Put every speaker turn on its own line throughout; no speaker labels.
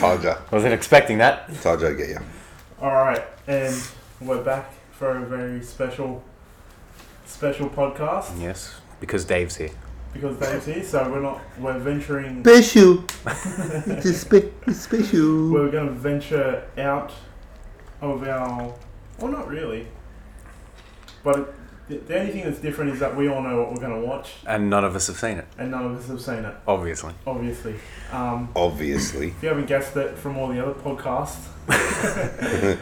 Taja.
Wasn't expecting that.
Taja get you.
All right, and um, we're back for a very special, special podcast
Yes, because Dave's here.
because Dave's here. So we're not we're venturing.
Special. it's spe- it's special.
We're going to venture out of our. Well, not really. But it, the, the only thing that's different is that we all know what we're going to watch,
And none of us have seen it,
and none of us have seen it,
obviously.
obviously. Um,
Obviously.
if you haven't guessed it from all the other podcasts,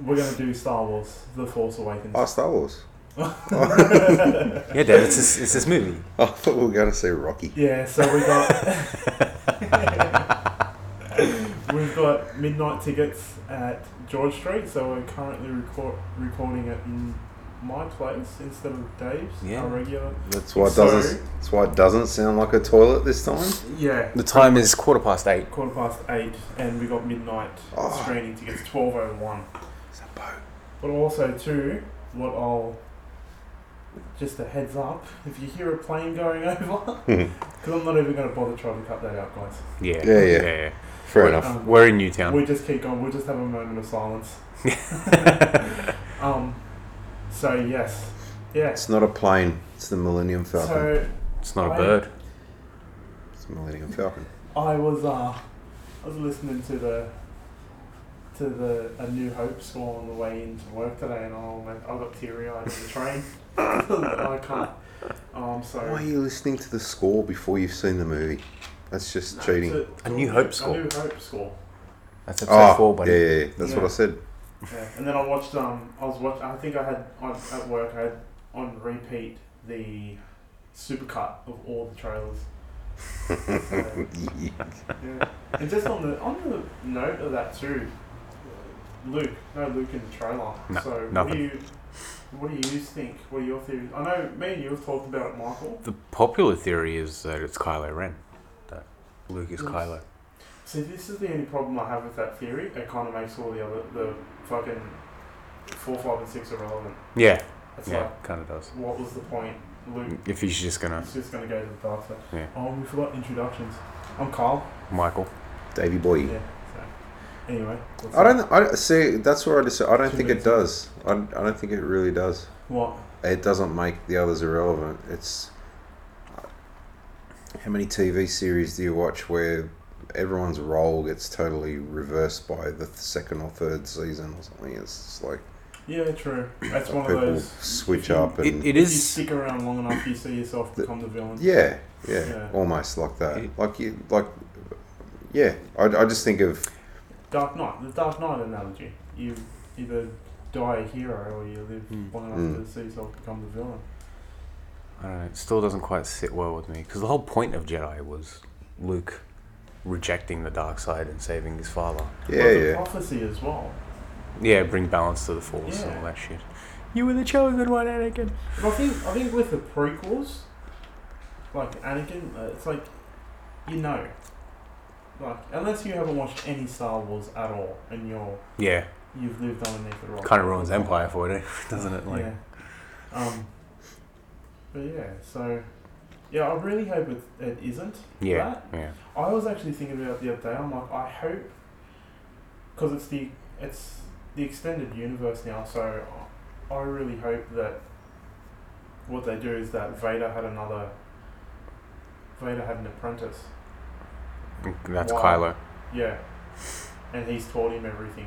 we're going to do Star Wars: The Force Awakens.
Oh, Star Wars.
Yeah, Dave, it's this, it's this movie.
I thought we were going to say Rocky.
Yeah, so we got we've got midnight tickets at George Street. So we're currently record, recording it in my place instead of Dave's.
Yeah.
Our regular.
That's why it
Sorry.
doesn't. That's why it doesn't sound like a toilet this time.
Yeah.
The time is quarter past eight.
Quarter past eight, and we got midnight
Oh.
screening tickets, twelve oh one.
It's a boat.
But also too, what I'll just a heads up if you hear a plane going over,
Hmm.
because I'm not even going to bother trying to cut that out, guys.
Yeah.
Yeah, yeah. Fair
We're-
enough.
Um,
We're in Newtown.
We just keep going. We'll just have a moment of silence. um, so yes, yes.
It's not a plane. It's the Millennium Falcon.
So
It's not a
I-
bird.
it's the Millennium Falcon.
I was uh, I was listening to the to the A New Hope score on the way into work today, and I almost, I got teary eyed on the train. I can't. Um, so
Why are you listening to the score before you've seen the movie? That's just
no,
cheating.
it's
A New Hope score.
A New Hope score.
That's
oh,
episode four, buddy.
yeah, yeah, yeah. that's what
Yeah.
I said.
Yeah. And then I watched. Um, I was watch. I think I had on, at work. I had on repeat the supercut of all the trailers. So, yeah. And just on the on the note of that too, Luke, no Luke in the trailer.
No,
so what
nothing.
do you what do you think? What are your theories? I know me and you have talked about it, Michael.
The popular theory is that it's Kylo Ren. That Luke is
Yes.
Kylo.
See, this is the only problem I have with that theory. It kind of makes all the other the fucking four, five, and six irrelevant.
Yeah,
It's
yeah, kind of does.
like, what was the point, Luke?
If he's just gonna,
It's just gonna go to the dark side.
Yeah.
Oh, we forgot introductions. I'm Carl.
Michael.
Davy Boy.
Yeah. So, anyway. what's
I don't.
up?
I see. That's what I just. I don't
Too
think
many
it does. I, I don't think it really does.
What?
It doesn't make the others irrelevant. It's uh, how many TV series do you watch where everyone's role gets totally reversed by the th- second or third season or something? It's just like
Yeah, true. That's one of
people
those.
switch
you-
up and
It, it
If you
is.
stick around long enough, you see yourself
The-
become the villain.
yeah, yeah,
Yeah.
almost like that.
It-
like you, like yeah. I, I just think of
Dark Knight. The Dark Knight analogy. You either die a hero or you live
Mm.
long enough
Mm.
to see yourself become the villain.
I don't know. It still doesn't quite sit well with me because the whole point of Jedi was Luke rejecting the dark side and saving his father.
yeah,
Well, the
yeah.
Prophecy as well.
Yeah, bring balance to the Force and
Yeah.
all that shit. You were the chosen one, Anakin.
But I think I think with the prequels, like Anakin, uh, it's like you know, like unless you haven't watched any Star Wars at all and you're
Yeah,
you've lived underneath the rock,
kind of ruins Empire for it, eh? doesn't it? Like,
yeah. Um. But yeah, so yeah, I really hope it, it isn't.
yeah, yeah.
I was actually thinking about it the other day. I'm like, I hope because it's the it's the extended universe now. So I really hope that what they do is that Vader had another Vader had an apprentice.
That's
Wow.
Kylo.
Yeah, and he's taught him everything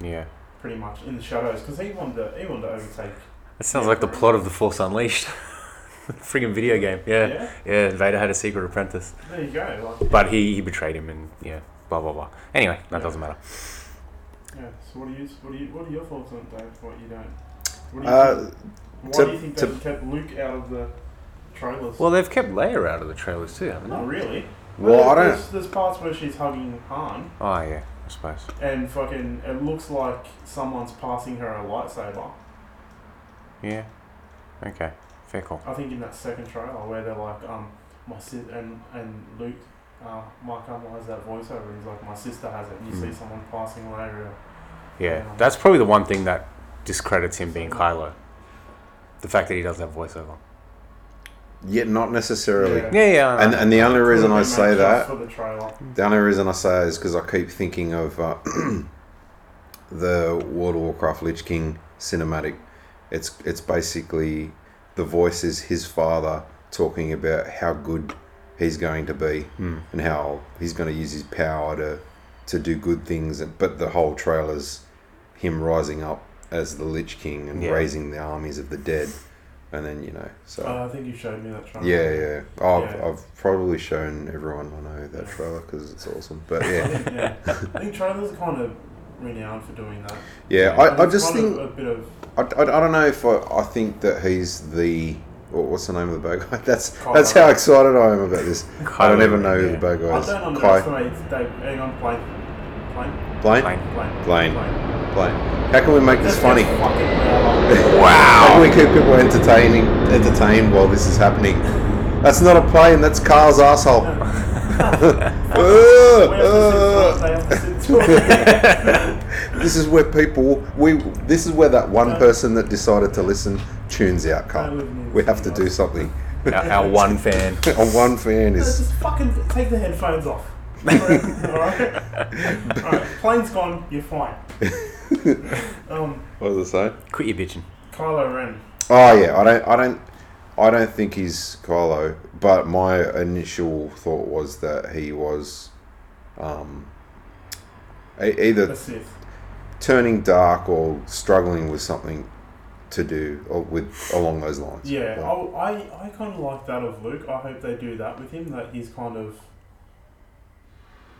Yeah.
pretty much in the shadows because he wanted to, he wanted to overtake.
That sounds like the plot of The Force Unleashed. Friggin' video game. Yeah.
yeah,
yeah. Vader had a secret apprentice.
there you go. Like,
But he, he betrayed him and, yeah, blah, blah, blah. Anyway, that
Yeah.
doesn't matter.
yeah. So what do you what do you what are your thoughts on it, Dave? What you don't? What do you
Uh,
think, why
to-
do you think
to-
they kept Luke out of the trailers?
Well, they've kept Leia out of the trailers too, haven't
Not
they?
really.
well, I don't.
There's, there's parts where she's hugging Han,
Oh, yeah, I suppose.
and fucking, it looks like someone's passing her a lightsaber.
Yeah. Okay. Fair call.
I think in that second trailer where they're like, um, my sis and and Luke, uh, Mark Hamill has that voiceover. He's like, my sister has it. You
Hmm.
see
Mm.
someone passing later.
Yeah.
Yeah.
That's probably the one thing that discredits him being Kylo. The fact that he doesn't have voiceover.
Yet not necessarily.
Yeah.
Yeah, yeah. I
And
know.
and the only reason I
Could've been
say
made
that
just for the trailer.
The only reason I say it is because I keep thinking of uh, the World of Warcraft Lich King cinematic. It's it's basically the voice is his father talking about how good he's going to be
Hmm.
and how he's going to use his power to to do good things. And, but the whole trailer's him rising up as the Lich King and
Yeah.
raising the armies of the dead, and then you know so.
Uh, I think you showed me that trailer.
Yeah, yeah. Oh, I've,
Yeah.
I've probably shown everyone I know that trailer because it's awesome. But
I
yeah,
think, yeah. I think trailers are kind of renowned for doing that.
yeah.
And
I, I
it's
just
kind of
think
a bit of
I, I, I don't know if I, I think that he's the what, what's the name of the bad guy? That's
Kylo.
that's how excited I am about this. I don't
Kylo
even
Ren,
know who
yeah.
the bad guy is.
I don't
Kai
underestimate Dave. Hang on, plane, plane,
Blaine.
Fine.
plane,
Blaine. Blaine. How can we make this
That's
funny?
just fucking hell.
How can we keep people entertaining entertained while this is happening? That's not a plane. That's Carl's asshole. Uh,
We have to sit down, they have to sit down.
This is where people we. This is where that one person that decided to listen tunes out. Carl. We have to do something.
Our, our one fan.
Our one fan is
Just fucking take the headphones off. Alright? Alright, plane's gone, you're fine. Um,
what does it say?
Quit your bitching.
Kylo Ren.
Oh yeah, I don't, I don't, I don't think he's Kylo. But my initial thought was that he was, um, e-
The
either
Sith.
turning dark or struggling with something to do or with along those lines.
Yeah,
Like-
I, I, I kind of like that of Luke. I hope they do that with him. That he's kind of,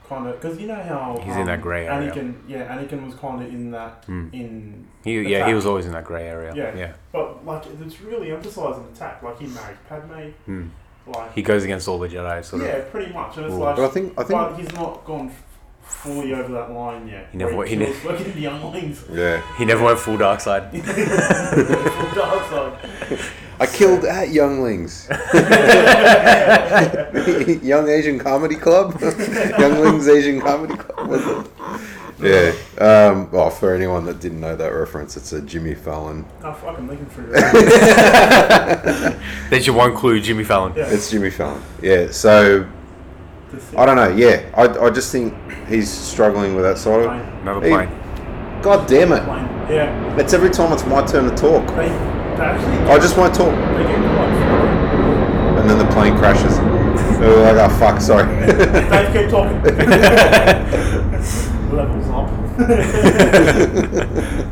kind of, because you know how um,
He's in that grey area.
Anakin, yeah, Anakin was kind of in that
Hmm.
in,
He,
The
yeah, he
fact-
was always in that grey area.
Yeah.
yeah.
but like it's really emphasizing attack. Like he married Padme,
Hmm.
like
He goes against all the Jedi, sort
yeah,
of.
pretty much. And it's
Ooh.
like,
but I think I think
but he's not gone f- fully over that line yet.
He never
where
wa- he
kills fucking younglings.
yeah,
He never went full dark side.
Dark side.
I killed at Younglings, Young Asian Comedy Club, Younglings Asian Comedy Club. was it? Yeah. Um, well, for anyone that didn't know that reference, it's a Jimmy Fallon.
I fucking they can figure it out.
There's your one clue, Jimmy Fallon.
Yeah,
It's Jimmy Fallon. Yeah. So
the Sith.
I don't know. Yeah, I, I just think he's struggling with that sort of.
Fine.
Another
Hey.
plane.
God damn it!
Fine. Yeah,
It's every time it's my turn to talk.
they, they actually
I just won't talk,
They get quite
and then the plane crashes. And we're like, oh fuck, sorry.
Dave, keep talking. Levels up. the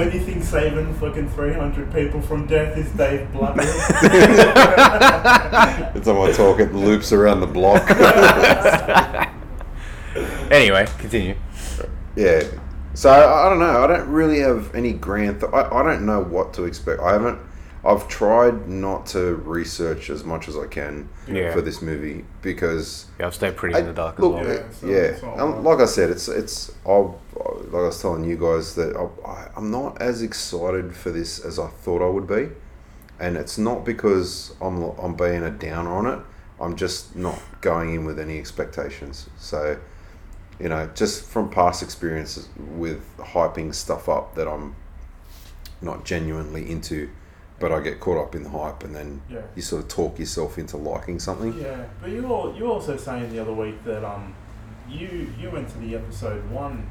only thing saving fucking 300 people from death is Dave blabbering.
it's on my talk. It loops around the block.
Anyway, continue.
yeah. So I, I don't know. I don't really have any grand. Th- I I don't know what to expect. I haven't. I've tried not to research as much as I can
Yeah.
for this movie because
Yeah, I've stayed pretty
I-
in the dark
look,
as well.
uh,
Yeah, so
yeah.
it's all
Um,
right.
like I said, it's it's. I'll, like I was telling you guys that I, I, I'm not as excited for this as I thought I would be, and it's not because I'm I'm being a downer on it. I'm just not going in with any expectations. So, you know, just from past experiences with hyping stuff up that I'm not genuinely into, but I get caught up in the hype, and then
yeah.
you sort of talk yourself into liking something.
Yeah, but you all, you were also saying the other week that um, you you went to the episode one.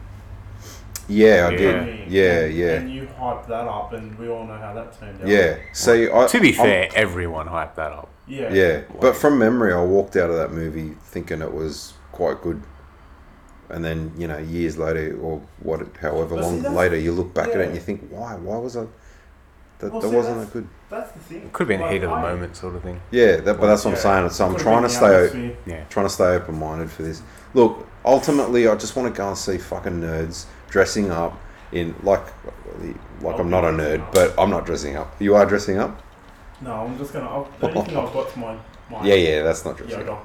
Yeah.
Yeah, I did.
premiere,
Yeah,
and,
yeah.
And you hyped that up, and we all know how that turned out.
Yeah. So I,
To be
uh, I'm-
fair, everyone hyped that up.
Yeah.
yeah. But from memory, I walked out of that movie thinking it was quite good, and then you know years later, or what, however
But see,
long
that's-
later, you look back at it
yeah.
and you think, why? Why was I? That,
Well,
that
see,
wasn't
that's-
that good.
That's the thing.
Could have been
Like,
heat of the
I-
moment sort of thing.
Yeah. That, but that's what
Yeah.
I'm saying. So I'm
Could've
trying
been
to
the
stay o-
atmosphere.
Yeah.
trying to stay open minded for this. Look, ultimately, I just want to go and see fucking nerds dressing up in like like I'm not a nerd, but I'm not dressing up. You are dressing up.
No, I'm just gonna. I'll, the only thing I've got's my, my
Yeah, yeah. That's not dressing up.
yoga.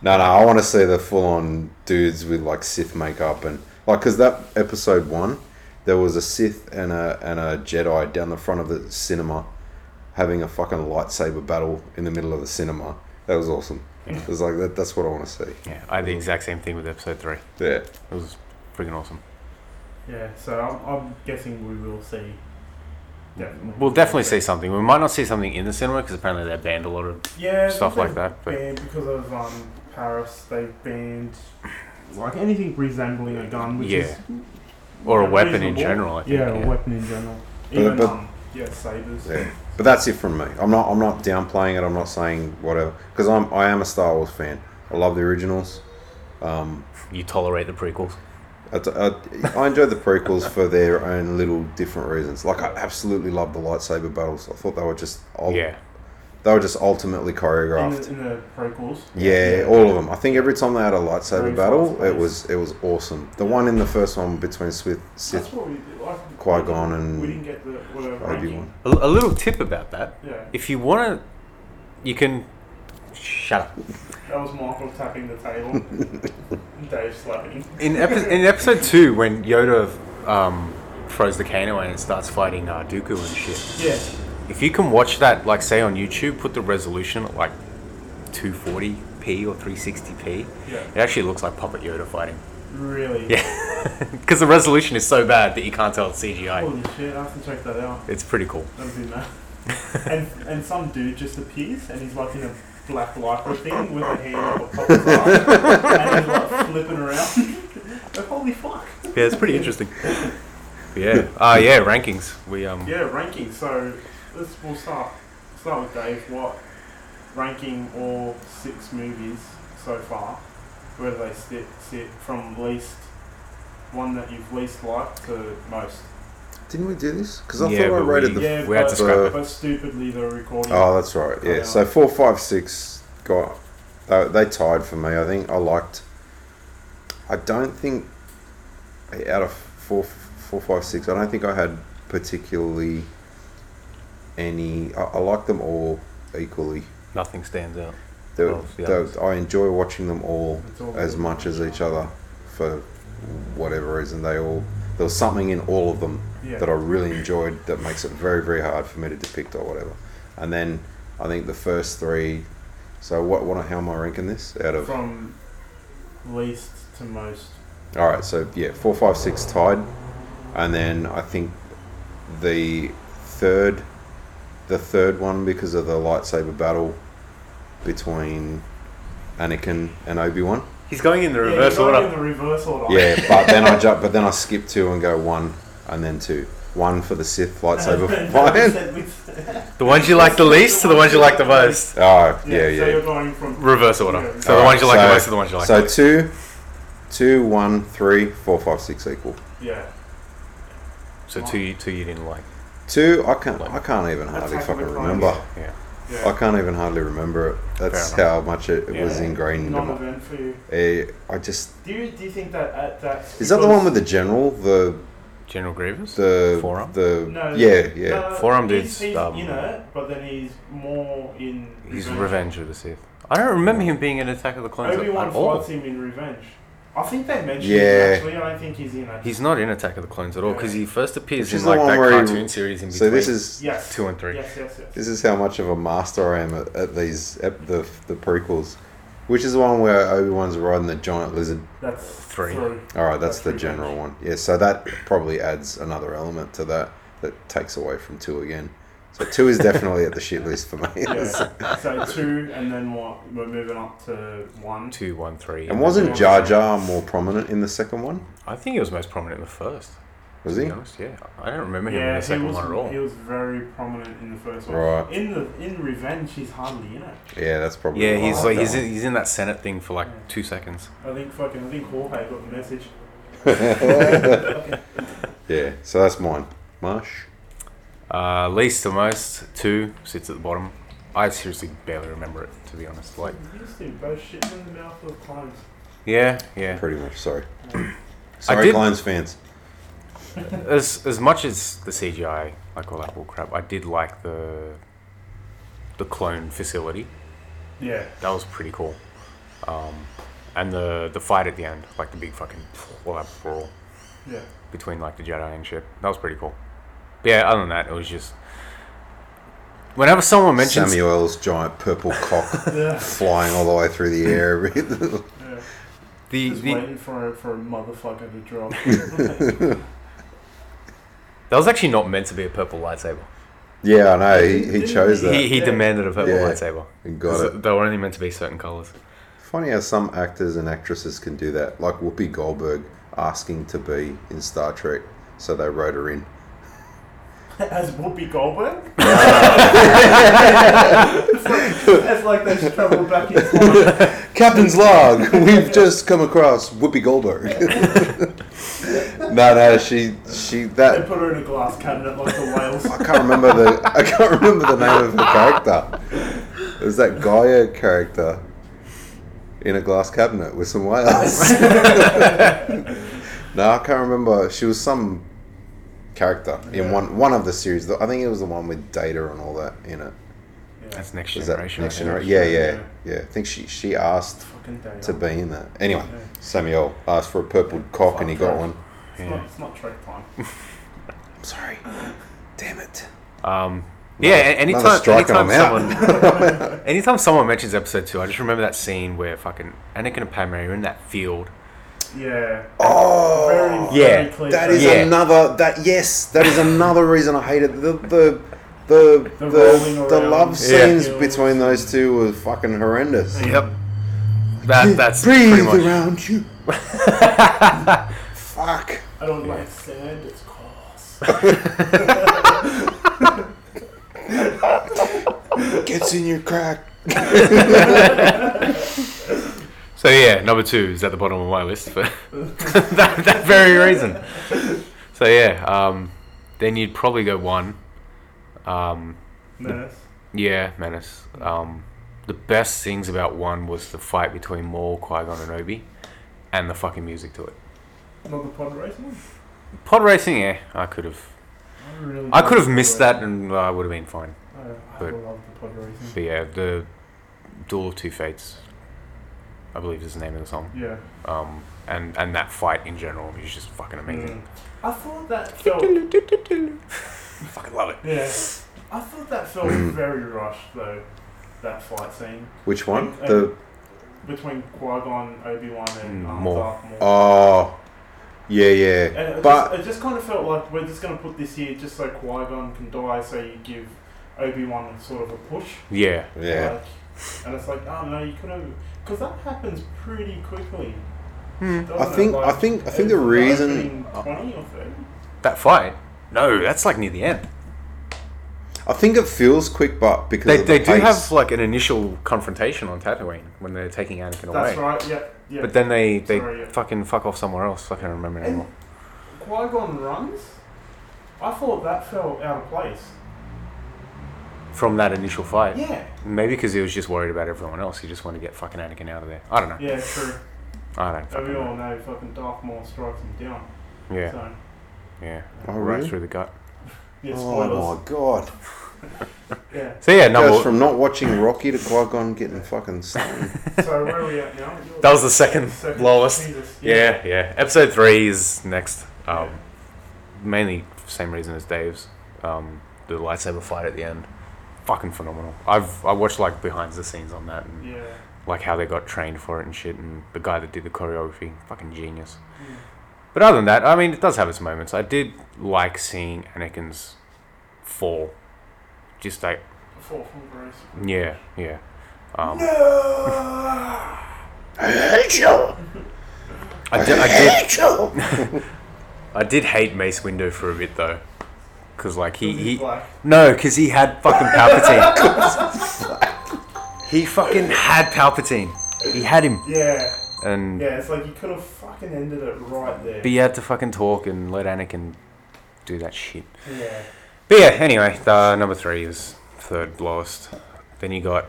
No, no, I want to see the full on dudes with like Sith makeup and like because that episode one, there was a Sith and a and a Jedi down the front of the cinema, having a fucking lightsaber battle in the middle of the cinema. That was awesome.
Yeah.
It was like that, that's what I want to see.
Yeah, I had the exact same thing with episode three.
Yeah,
It was freaking awesome.
Yeah, so I'm, I'm guessing we will see Definitely.
We'll definitely see something. We might not see something in the cinema because apparently they banned a lot of
yeah,
stuff like
they've
that, but-
Banned because of um, Paris, they banned like anything resembling a gun, which
yeah,
is
or a
yeah,
weapon in
reasonable.
general. I think.
yeah, a weapon in general.
But-
Even
but-
um, yeah, sabers.
Yeah, but that's it from me. I'm not. I'm not downplaying it. I'm not saying whatever because I'm. I am a Star Wars fan. I love the originals. Um,
You tolerate the prequels.
I, I, I enjoy the prequels for their own little different reasons. Like I absolutely love the lightsaber battles. I thought they were just. ul-
yeah,
They were just ultimately
In
choreographed.
the, in the prequels.
Yeah, all of them. I think every time they had a lightsaber
Very
battle,
fast
it
paced.
was it was awesome. The one in the first one between Sith, Sith
That's what we did. Like,
Qui-Gon and
we didn't get the whatever
Obi
ranking.
Wan.
a, a little tip about that.
Yeah,
If you want to, you can shut up.
that was Michael tapping the table. and Dave slapping.
In, epi- in episode two, when Yoda um, throws the cane away and starts fighting uh, Dooku and shit,
Yeah,
if you can watch that, like say on YouTube, put the resolution at like 240p or 360p,
yeah,
it actually looks like Puppet Yoda fighting.
really.
Yeah. Because the resolution is so bad that you can't tell it's CGI.
Holy shit! I have to check that out.
It's pretty cool.
That'd be mad. and and some dude just appears and he's like in a black lycra thing with a hand up a puppet's eye and he's like flipping around. like, holy fuck.
Yeah, it's pretty interesting. yeah. Uh, yeah, rankings. We um
Yeah, ranking. So let's we'll start start with Dave. What ranking all six movies so far? Where do they sit sit from least one that you've least liked to most?
Didn't we do this? Because I
Yeah,
thought I
but
rated the.
we-
f-
yeah,
we had
but,
to scrap
it.
but stupidly the recording.
Oh, that's right. Yeah.
Yeah.
So four, five, six got. They, they tied for me. I think I liked. I don't think. Out of four, four, five, six, I don't think I had particularly. Any, I, I like them all equally.
nothing stands out.
They-
Well, yeah.
they- I enjoy watching them all
It's all
as
good.
much as each other for whatever reason. They all there was something in all of them
Yeah.
that I really enjoyed that makes it very very hard for me to depict or whatever. And then I think the first three. So what what how am I ranking this out of?
From least to most.
All right, so yeah, four five six tied, and then I think the third the third one because of the lightsaber battle between Anakin and Obi Wan.
He's going in the
Yeah,
reverse
you're going
order.
In the reverse order.
Yeah, but then I jump, but then I skip two and go one, and then two. One for the Sith lightsaber fight.
The ones you like the least to the ones you like the most.
Oh yeah,
yeah, So you're
yeah.
going from
Reverse order.
Yeah.
So the
Alright,
ones you like
so-
the most to the ones you like the
So
least.
two, two, one, three, four, five, six equal.
yeah.
So two, you- two you didn't like.
Two, I can't, I can't even hardly
That's
fucking
how we
remember.
Yeah.
yeah.
I can't even hardly remember it. That's
Fair
how much it, it was
Yeah.
ingrained into my.
Non-event for you.
Eh, I just
Do you do you think that at that
is that the one with the general, the
General Grievous?
the
Forearm?
the
No.
yeah yeah.
Forum
he's,
dudes,
He's
um,
in it, but then he's more in.
He's Revenge of the Sith. I don't remember him being in Attack of the Clones at,
Obi Wan
at all.
fights him in Revenge. I think they mentioned
Yeah.
him actually. I don't think he's in it.
He's not in Attack of the Clones at all because he first appears
Which is the
in like
one
that
where he-
cartoon series in
So
between.
this is
yes.
two and three.
Yes, yes, yes.
This is how much of a master I am at, at these at the the prequels, which is the one where Obi Wan's riding the giant lizard.
That's
Three.
All right, that's,
That's
the
revenge.
general one. Yeah, so that probably adds another element to that that takes away from two again. So two is definitely at the shit list for me.
Yeah. so two, and then what? We're moving up to one.
two, one, three.
and wasn't Jar Jar more prominent in the second one?
I think he was most prominent in the first.
Was
to
he?
be honest, yeah. I don't remember him in
Yeah,
the
he
second
was,
one at all.
he was very prominent in the first one.
Right.
In the in Revenge, he's hardly in it.
Yeah, that's probably.
Yeah,
why I
he's
like
like
that
he's
one.
in, he's in that Senate thing for like two seconds.
I think fucking I think Jorge got the message.
yeah, so that's mine. Marsh.
Uh, least to most, two sits at the bottom. I seriously barely remember it to be honest. Like,
You used to both shit in the mouth of clones.
yeah, yeah.
Pretty much. Sorry.
Yeah.
Sorry,
did-
Clones fans.
As as much as the CGI, like all that bull crap, I did like the the clone facility.
Yeah.
That was pretty cool. Um, and the the fight at the end, like the big fucking all that brawl
Yeah.
between like the Jedi and shit. That was pretty cool. But yeah, other than that, it was just whenever someone mentions
Samuel's giant purple cock
yeah.
flying all the way through the air.
yeah.
the,
Just
the
waiting for for a motherfucker to drop.
That was actually not meant to be a purple lightsaber.
Yeah, I know. He, he chose
He,
that
he
Yeah.
demanded a purple
Yeah.
lightsaber.
and got
'Cause
it.
They were only meant to be certain colors.
Funny how some actors and actresses can do that, like Whoopi Goldberg asking to be in Star Trek, so they wrote her in.
As Whoopi Goldberg? it's, like, it's like they should travel back in time.
Captain's log. We've just come across Whoopi Goldberg. no, no, she, she
They
that
put her in a glass cabinet like the whales.
I can't remember the I can't remember the name of her character. It was that Gaia character in a glass cabinet with some whales. no, I can't remember. She was some character in
Yeah.
one one of the series. I think it was the one with Data and all that in it.
Yeah,
That's next
Was that
generation.
next
I think.
generation? Yeah, yeah, yeah. I think she she asked
fucking day.
to be in that. Anyway,
Yeah.
Samuel asked for a purple cock and he got one.
It's,
Yeah.
not, it's not track time.
I'm sorry. Damn it.
Um, yeah, a- anytime,
another strike
anytime,
and I'm
someone, anytime someone mentions episode two, I just remember that scene where fucking Anakin and Padme are in that field.
Yeah.
Oh.
Very,
Yeah,
very clear.
That is
Yeah.
another that yes, that is another reason I hated the the the the,
The rolling
the,
around.
love
Yeah.
scenes between those two were fucking horrendous.
Yep. That that's pretty
breathe
much.
around you. Fuck.
I don't like sand, it's coarse.
Gets in your crack.
So yeah, number two is at the bottom of my list for that, that very reason. So yeah, um, then you'd probably go one. Um,
Menace.
yeah, Menace. Um, the best things about one was the fight between Maul, Qui Gon, and Obi, and the fucking music to it.
Not the pod racing one?
Pod racing, yeah, I could have.
I, really
I
love
could have
the
missed
pod
that, and I would have been fine.
racing. I, I
but-
love the pod racing.
But yeah, the Duel of Two Fates, I believe is the name of the song.
Yeah.
Um, and and that fight in general is just fucking amazing.
Mm. I thought that felt.
fucking love it.
Yeah. I thought that felt
Mm.
very rushed, though, that fight scene
Which one?
Uh,
The
between Qui Gon, Obi Wan, and
Mm,
um,
Maul.
Darth Maul.
oh yeah
and
yeah.
it,
But
just, it just kind of felt like we're just going to put this here just so Qui Gon can die, so you give Obi Wan sort of a push.
Yeah,
uh,
yeah.
Like, and it's like, oh no, you could have. Because that happens pretty quickly.
Hmm.
doesn't
I
it?
think I
Like,
think I
it's
think the
like
reason
opening 20 or 30?
that fight. No, that's like near the end.
I think it feels quick, but because
They,
of the
they do
pace-
have like an initial confrontation on Tatooine when they're taking Anakin away.
That's right, yeah. yeah.
But then they, they
Sorry, yeah.
fucking fuck off somewhere else. I can't remember
And-
anymore.
Qui Gon runs? I thought that felt out of place.
From that initial fight.
Yeah.
Maybe because he was just worried about everyone else. He just wanted to get fucking Anakin out of there. I don't know.
Yeah, true.
I don't
And
fucking
we all
know.
know fucking Darth Maul strikes him down.
Yeah,
So,
yeah.
Oh,
right
really?
through the gut.
yeah, spoilers.
Oh my god.
Yeah.
So yeah,
Goes
number.
from not watching Rocky to Qui Gon getting fucking stoned.
So where are we at now? You're-
That was the second
Second.
lowest.
Jesus.
Yeah, yeah. Episode three is next. Um,
Yeah.
Mainly for the same reason as Dave's. Um, the lightsaber fight at the end, fucking phenomenal. I've I watched like behind the scenes on that and
Yeah.
like how they got trained for it and shit, and the guy that did the choreography, fucking genius.
Mm.
But other than that, I mean, it does have its moments. I did like seeing Anakin's fall. Just like,
Four from Grace.
yeah, yeah. Um,
I hate you.
I, did, I did
you.
I did hate Mace Windu for a bit though, because like he,
He's
he
black.
no, because he had fucking Palpatine. he fucking had Palpatine. He had him,
Yeah.
and
Yeah, it's like you could have fucking ended it right there.
but you had to fucking talk and let Anakin do that shit.
yeah.
But yeah, anyway, uh, number three is third lowest. Then you got.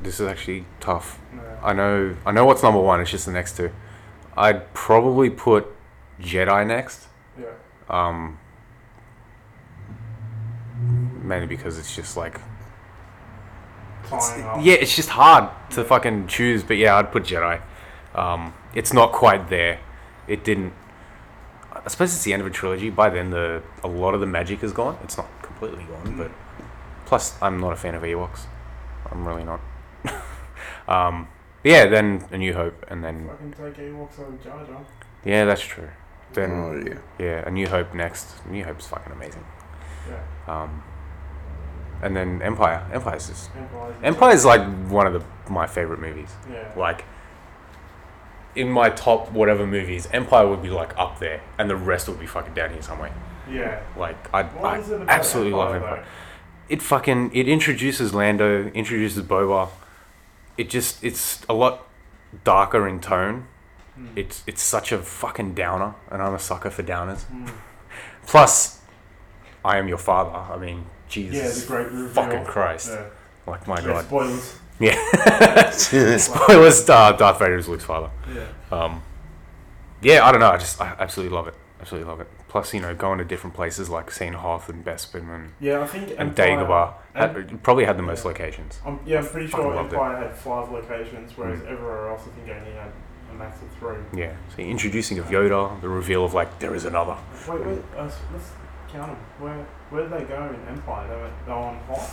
This is actually tough.
No.
I know. I know what's number one. It's just the next two. I'd probably put Jedi next.
Yeah.
Um, mainly because it's just like
Tying up.
yeah, it's just hard to fucking choose. But yeah, I'd put Jedi. Um, it's not quite there. It didn't. I suppose it's the end of a trilogy. By then, the a lot of the magic is gone. It's not completely gone, but plus, I'm not a fan of Ewoks. I'm really not. um, but yeah, then A New Hope, and then
Fucking take Ewoks over Jar Jar.
yeah, that's true. Then
oh, yeah.
yeah, A New Hope next. A New Hope's fucking amazing.
Yeah.
Um, and then Empire. Empire's just
Empire's-
Empire's like one of the my favorite movies.
Yeah.
Like in my top whatever movies, Empire would be like up there, and the rest would be fucking down here somewhere.
Yeah.
Like I,
What
I
is it about
absolutely love
Empire,
Empire. It fucking it introduces Lando, introduces Boba. It just it's a lot darker in tone.
though? Mm.
It's it's such a fucking downer, and I'm a sucker for downers.
Mm.
Plus, I am your father. I mean,
Yeah, the
Jesus,
great reveal.
fucking Christ!
Yeah.
Like my
Yeah,
God.
Spoilers.
Spoilers: Darth, Darth Vader is Luke's father.
Yeah.
Um, yeah, I don't know. I just I absolutely love it. Absolutely love it. Plus, you know, going to different places like seeing Hoth and Bespin and,
Yeah, I think
and
Empire-
Dagobah had, it probably had the most locations.
I'm, yeah, I'm pretty
Fucking
sure
loved it.
Empire had five locations, whereas
Mm.
everywhere else I think only had a max of three.
Yeah. So introducing of Yoda, the reveal of like there is another.
Wait, wait, let's, let's count them. Where, where did they go in Empire? They were, they were on hot.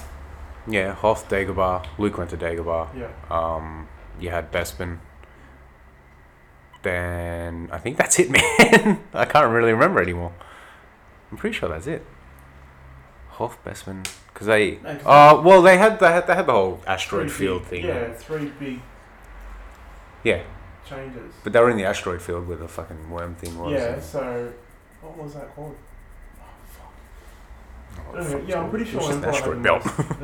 Yeah, Hoth, Dagobah. Luke went to Dagobah.
Yeah.
Um, you had Bespin. Then I think that's it, man. I can't really remember anymore. I'm pretty sure that's it. Hoth Bespin, because they.
No, 'cause
Uh, well, they had they had they had the whole
three
asteroid
big-
field thing.
Yeah, three big
Yeah,
changes.
but they were in the asteroid field where the fucking worm thing was.
yeah,
and-
so what was that called? Oh, fuck.
Oh,
Anyway,
fuck,
yeah, I'm pretty
it's
sure
just an
Empire
asteroid
had
belt.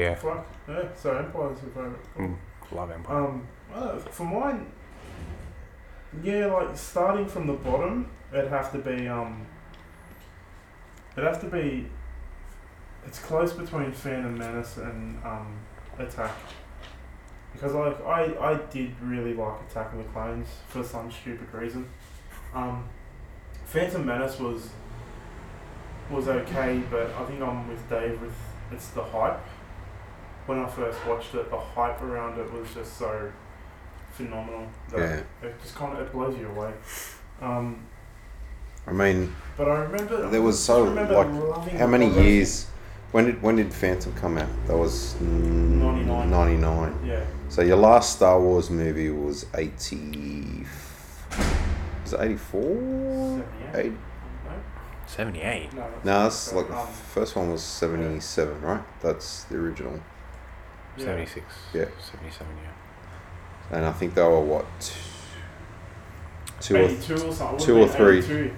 yeah,
fuck. Yeah, so Empire's my favourite.
Mm, love Empire.
Um, well, for mine, yeah, like starting from the bottom, it'd have to be um, it'd have to be. It's close between Phantom Menace and um, Attack, because like I I did really like Attack of the Clones for some stupid reason. Um, Phantom Menace was was okay, but I think I'm with Dave with it's the hype when I first watched it, the hype around it was just so phenomenal
Yeah.
that it just kind of it blows you away. Um,
I mean,
but I remember
There was
I
so,
remember
like,
loving
how many
the-
years? When did when did Phantom come out? That was
99.
99.
Yeah,
So your last Star Wars movie was 80. Was it 84?
78.
Eight?
No,
Seventy-eight.
no,
No, that's like the
Um,
first one was 77, right? That's the original.
yeah.
76.
Yeah.
77, yeah.
And I think they were what? t- Two or,
82 or something.
two or three.
82,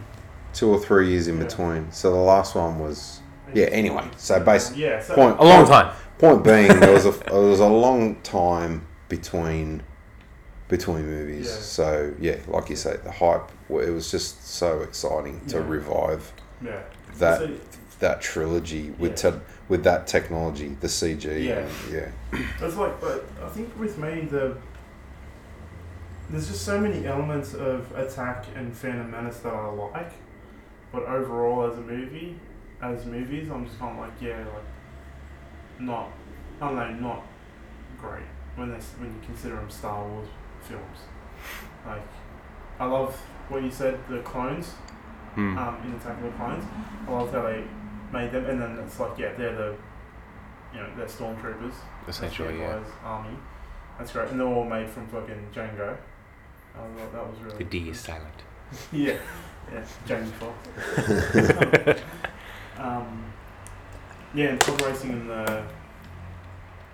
two or three years in
Yeah.
between. So the last one was. Yeah, anyway. So basically,
Yeah, so
point,
A long time.
Point being, there was a there was a long time between between movies.
Yeah.
So yeah, like you say, the hype. It was just so exciting to
Yeah.
revive
yeah.
that
So-
that trilogy with
Yeah.
te- with that technology, the CG.
Yeah.
and- yeah.
That's like, but I think with me, the there's just so many elements of Attack and Phantom Menace that I like, but overall as a movie, as movies, I'm just kind of like, yeah, like not, I don't know, not great when they when you consider them Star Wars films. Like, I love what you said, the clones
Hmm.
um, in Attack of the Clones. I love how they made them, and then it's like, yeah, they're the, you know, they're stormtroopers.
Essentially, yeah.
Empire's army. That's great. And they're all made from fucking Django. I thought that was really.
The D is silent.
Yeah. Yeah, Jamie Foxx. um, yeah, and pod racing and the.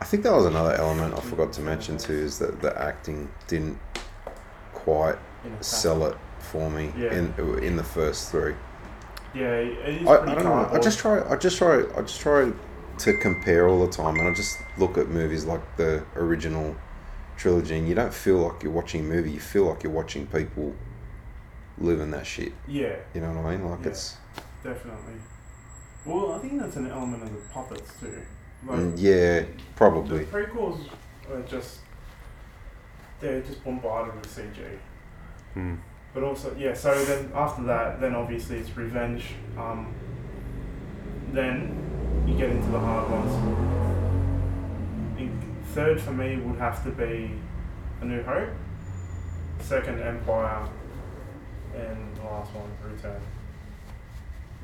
I think that was another element I forgot to mention too is that the acting didn't quite
In Attack.
sell it for me
Yeah.
in in the first three.
Yeah, it is
I,
pretty
I don't know. I
cardboard.
just try. I just try. I just try to compare all the time, and I just look at movies like the original trilogy, and you don't feel like you're watching a movie. You feel like you're watching people living that shit.
Yeah,
You know what I mean? Like
Yeah.
it's
definitely. Well, I think that's an element of the puppets too. Like,
mm, yeah,
The
probably.
prequels are just they're just bombarded with CG.
Hmm.
But also, yeah. So then after that, then obviously it's revenge. Um, then you get into the hard ones. I think third for me would have to be A New Hope, second Empire, and the last one Return.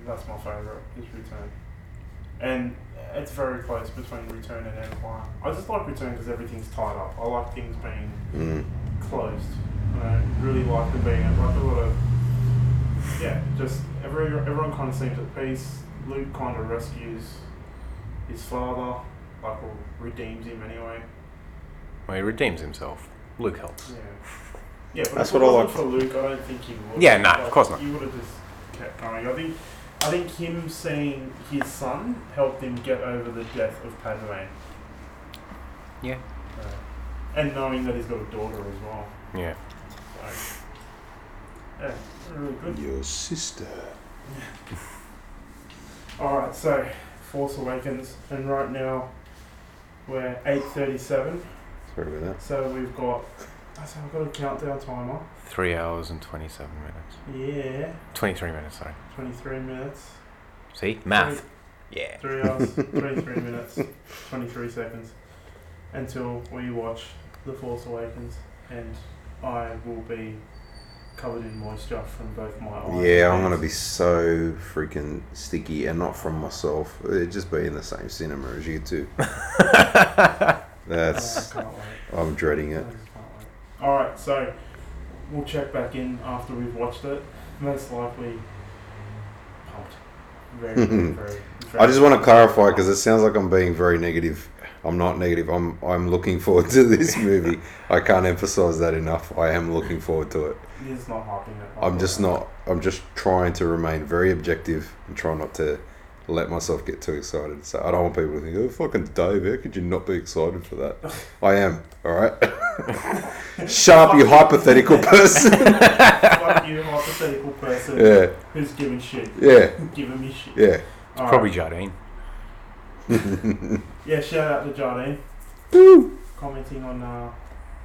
That's my favorite is Return, and it's very close between Return and Empire. I just like Return because everything's tied up. I like things being
Mm.
closed. And I really liked them being in like a lot of yeah, just every everyone kind of seems at peace. Luke kind of rescues his father, like or redeems him anyway.
Well, he redeems himself. Luke helps.
Yeah, yeah. But
That's
if it
what I
wasn't
liked.
for Luke, I don't think he would.
Yeah, nah, of course not.
He would have just kept going. I think, I think him seeing his son helped him get over the death of Padme.
Yeah.
Uh, and knowing that he's got a daughter as well.
Yeah.
So, yeah, really good.
Your sister.
Alright, so Force Awakens, and right now we're 8.37,
Sorry about that.
so we've got, so I've got a countdown timer.
Three hours and 27 minutes.
Yeah,
23 minutes, sorry.
23 minutes.
See? Math. Yeah.
Three hours, 23 minutes, 23 seconds until we watch The Force Awakens, and I will be covered in moisture from both my eyes.
Yeah, I'm gonna be so freaking sticky, and not from myself. It'd just be in the same cinema as you two. That's
Ah, I can't wait.
I'm dreading it.
Alright, so we'll check back in after we've watched it. Most likely pumped. Very, very, very.
I just want to clarify because it sounds like I'm being very negative. I'm not negative. I'm I'm looking forward to this movie. I can't emphasize that enough. I am looking forward to it.
He's not hyping it.
I'm just not. I'm just trying to remain very objective and try not to let myself get too excited. So I don't want people to think, "Oh, fucking Dave, how could you not be excited for that?" I am. All right. Shut up, you hypothetical person.
Fuck you, hypothetical person
yeah,
who's giving shit.
yeah,
Giving me shit.
yeah.
Alright.
Probably Jardine.
Yeah, shout out to Jardine. Commenting on uh,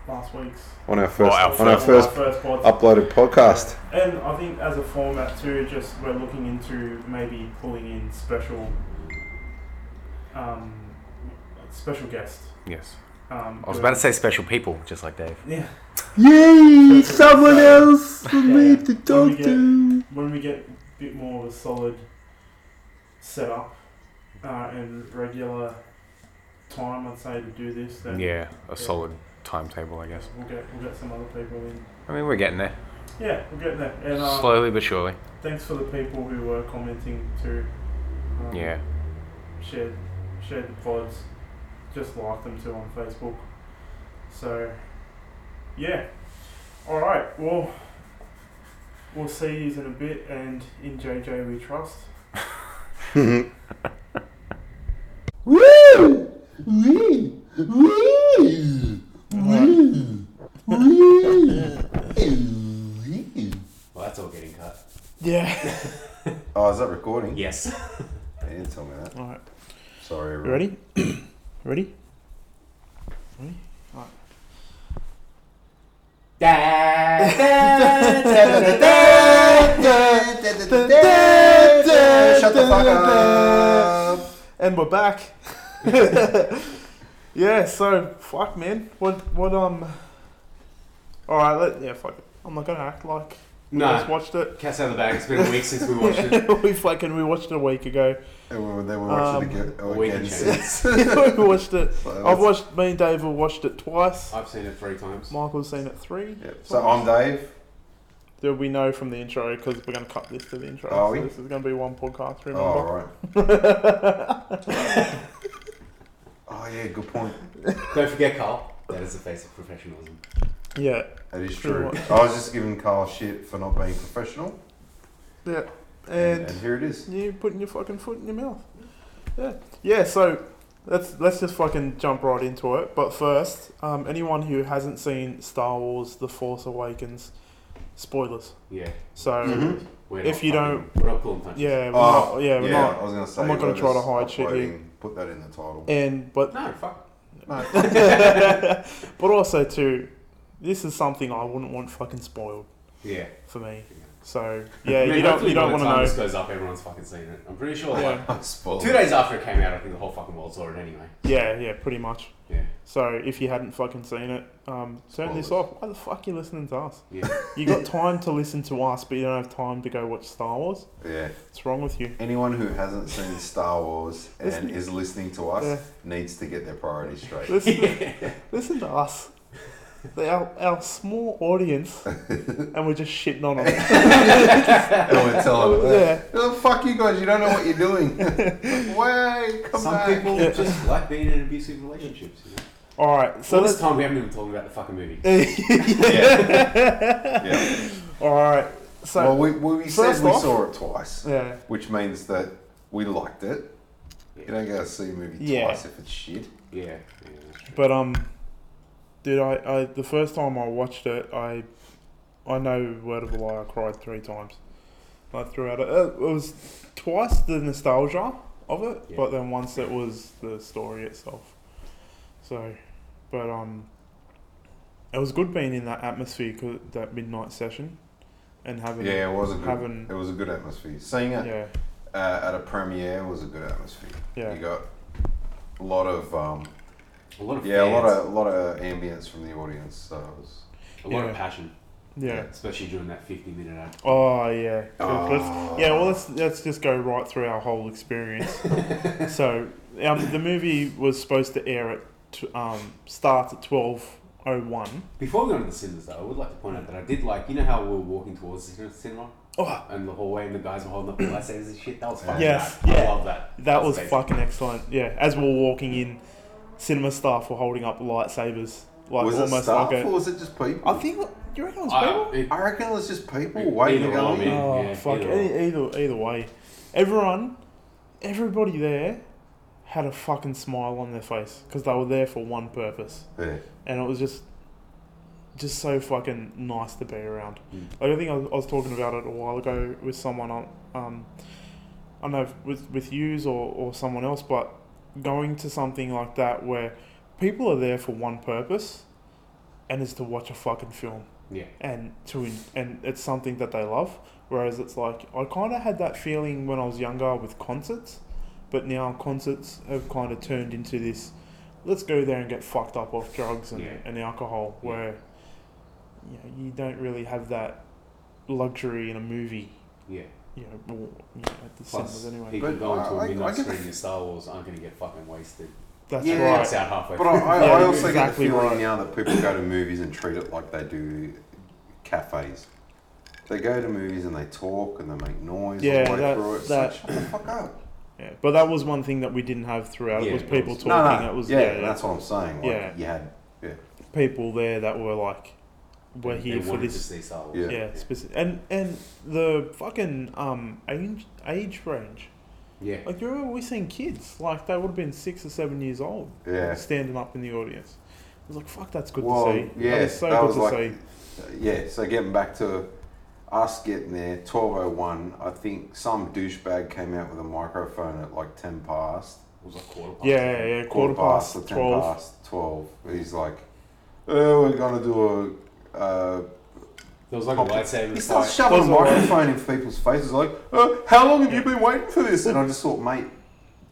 last week's.
On our first,
our
on our first
pod.
uploaded podcast.
And I think as a format too, just we're looking into maybe pulling in special, um, special guests.
Yes.
Um,
I was
doing-
about to say special people, just like Dave.
Yeah,
Yay! Someone else for me to
When we
talk to.
when we get a bit more of a solid setup uh, and regular time, I'd say to do this. Then
Yeah, a solid timetable, I guess.
we'll get we'll get some other people in.
I mean, we're getting there.
Yeah, we'll get there. And uh,
Slowly but surely.
thanks for the people who were commenting too. Um,
Yeah.
shared shared the pods, just like them too on Facebook. So yeah. Alright, well we'll see yous in a bit and in JJ we trust.
Woo! Wee! Wee! Wee! Wee!
Well, that's all getting cut.
Yeah.
Oh, is that recording?
Yes.
They didn't tell me that.
Alright.
Sorry, everyone.
Ready? Ready? Ready? Alright.
Shut the fuck up.
And we're back. yeah, so fuck man. What what um Alright, let yeah, fuck it. I'm not gonna act like we just watched it.
Cat's out of the bag. It's been a week since we
we fucking we watched it a week ago.
And we- then we watched
Um,
it again. oh,
we can
again
change
since.
we watched it.
So
I've watched. Me and Dave have watched it twice.
I've seen it three times.
Michael's seen it three.
yeah. So I'm Dave.
There'll be no from the intro because we're going to cut this to the intro.
Are we?
So this is going to be one podcast.
Oh,
Remember?
all right. Oh yeah, good point.
Don't forget, Carl. That is the face of professionalism.
Yeah.
That is
True
true.
what?
I was just giving Carl shit for not being professional,
Yeah.
and,
And
here it is.
you putting your fucking foot in your mouth. Yeah. Yeah. So let's let's just fucking jump right into it. But first, um, anyone who hasn't seen Star Wars: The Force Awakens, spoilers.
Yeah.
So
Mhm.
We're
If
not
you
fucking- we're not pulling punches.
yeah, we're
Oh,
not, yeah, we're not.
I was gonna say.
I'm not gonna try to
whoever's
hide shit here.
uploading, Put that in the title.
And but
No, fuck.
but also too, this is something I wouldn't want fucking spoiled
Yeah.
for me. So yeah,
I mean,
you don't
hopefully
you don't
by
want
the
to
time This
know.
goes up, everyone's fucking seen it. I'm pretty sure.
Yeah.
Like, two days after it came out, I think the whole fucking world saw it anyway.
yeah, yeah, pretty much.
Yeah.
So if you hadn't fucking seen it, um, turn this
Spoilers.
off. Why the fuck you listening to us?
Yeah.
You got time to listen to us, but you don't have time to go watch Star Wars.
Yeah.
What's wrong with you?
Anyone who hasn't seen Star Wars
Listen-
and is listening to us
Yeah.
needs to get their priorities straight.
Listen, listen to us. the, our, our small audience, and we're just shitting on them.
Don't tell them.
yeah.
Oh, fuck you guys, you don't know what you're doing. Wait, come
Some
back.
people just like being in abusive relationships. You know?
All right. So
So this
let's.
time we haven't even talked about the fucking movie.
Yeah.
All right. So
well, we, we, we said
first
we
off-
saw it twice,
yeah.
which means that we liked it. You don't go see a movie
Yeah.
twice if it's shit.
Yeah. yeah that's true.
But um, dude, I, I the first time I watched it, I I know word of a lie, I cried three times. Like throughout it, uh, it, it was twice the nostalgia of it,
Yeah.
but then once it was the story itself. So, but um, it was good being in that atmosphere, 'cause- that midnight session, and having
Yeah, it was a good.
having
It was a good atmosphere. Seeing it
yeah
uh, at a premiere was a good atmosphere.
yeah
You got a lot of um,
A lot of
yeah, a lot
fans,
of a lot of ambience from the audience. So it was.
a lot
Yeah.
of passion,
yeah.
especially during that fifty minute ad.
Oh yeah.
Oh.
Let's, yeah. Well, let's let's just go right through our whole experience. so um, the movie was supposed to air at t- um, starts at twelve oh one.
Before we go into the cinemas, though, I would like to point out that I did like you know how we were walking towards the cin- cinema
Oh,
and the hallway and the guys were holding up the lightsabers and shit. That was fucking
Yes,
rad.
yeah.
I love that.
that was
amazing.
fucking excellent. Yeah. As we were walking in, cinema staff were holding up lightsabers, like
was it
almost
staff
like
or
a.
was it just people?
I think. Do you reckon it was
I,
people?
it,
I reckon it was just people
Either
waiting to go
or,
in.
man.
oh
yeah,
fuck!
either
Either, either either way, everyone, everybody there, had a fucking smile on their face because they were there for one purpose.
Yeah.
and it was just just so fucking nice to be around.
Mm.
Like I think I was, I was talking about it a while ago with someone on, um, I don't know if with with yous or or someone else, but going to something like that where people are there for one purpose, and is to watch a fucking film
yeah,
and to en- and it's something that they love. Whereas it's like I kind of had that feeling when I was younger with concerts, but now concerts have kind of turned into this. Let's go there and get fucked up off drugs and,
Yeah.
and alcohol,
Yeah.
where you, know, you don't really have that luxury in a movie.
yeah.
You know, or, you know at the
Plus,
cinemas anyway.
people
But
going to
I- I-
a midnight
I get the
screening of Star Wars aren't going to get fucking wasted.
That's
Yeah.
right.
It's out halfway.
But I, I, I
Yeah,
also
exactly
get the feeling
right.
now that people go to movies and treat it like they do cafes. They go to movies and they talk and they make noise
Yeah,
all the way
that-
through it. It's
that-
like, shut the fuck up.
Yeah. But that was one thing that we didn't have throughout. it
Yeah,
was
it
people
was-
talking. It was
yeah,
yeah, yeah,
that's what I'm saying. Like,
Yeah.
you had
people there that were like, "We're
They
here for
wanted
this."
To see Star Wars.
Yeah.
Yeah, specific. And and the fucking um age age range.
yeah.
Like you remember we seen kids like they would have been six or seven years old.
Yeah.
like, standing up in the audience. I was like, fuck, that's good
well,
to see.
yeah,
that is so
that
good
was
to
like,
see.
yeah. So getting back to us getting there, twelve oh one. I think some douchebag came out with a microphone at like ten past.
It was like quarter past.
Yeah, yeah, yeah. Quarter, past,
or ten
twelve.
past twelve. He's like, oh, we're gonna do a. Uh,
There was like a
Pop-
lightsaber
He
fight.
starts shoving a
Those are right.
microphone in people's faces, like, oh, "How long have you been waiting for this?" And I just thought, mate,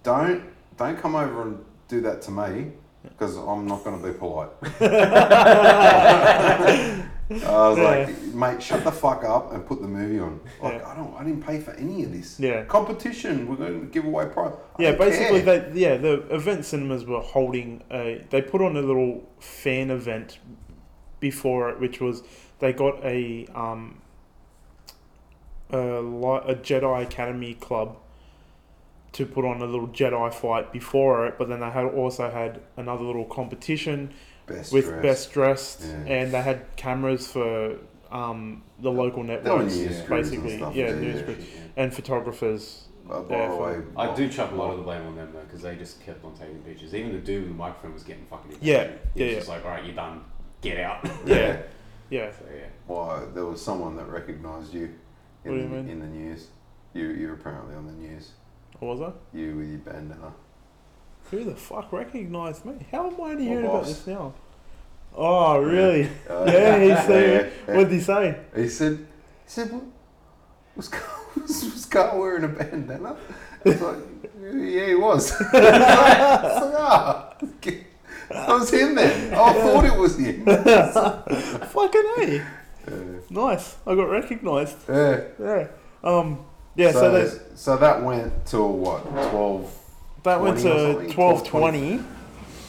don't don't come over and do that to me because I'm not going to be polite. Uh, I was like, mate, shut the fuck up and put the movie on. Like,
Yeah.
I don't, I didn't pay for any of this.
Yeah.
Competition, we're going to give away prize. I
Yeah,
don't care.
basically, they, yeah, the event cinemas were holding a. They put on a little fan event before it, which was they got a um a, li- a Jedi Academy club to put on a little Jedi fight before it, but then they had also had another little competition
best
with
dressed.
best dressed,
Yeah.
and they had cameras for um the local
They were
networks,
news
yeah,
crews
basically,
and stuff.
yeah,
yeah,
news
yeah.
crews.
Yeah.
and photographers.
But by
Yeah,
the way,
I do chuck a lot of the blame on them though, because they just kept on taking pictures. Even the dude with the microphone was getting fucking.
Yeah,
impatient. He
yeah,
was
yeah.
Just like, all right, you're done. Get out.
Yeah, yeah.
so yeah.
Why there was someone that recognised you in,
What do you
the,
mean?
in the news. You you were apparently on the news.
What was that?
You with your bandana.
Who the fuck recognised me? How am I only
My
hearing about
boss.
this now? Oh, really?
Uh,
Yeah, he said.
yeah.
What did he say?
He said. He said. "What- Was Carl, was, was Carl wearing a bandana? I was like, yeah, he was. I was like, ah, okay. that was him then. I thought it was him.
Fucking hey,
Uh,
nice. I got recognised.
yeah.
Yeah. Um. Yeah. So, that
so that went till what twelve?
that went
20 or
to
something,
twelve twenty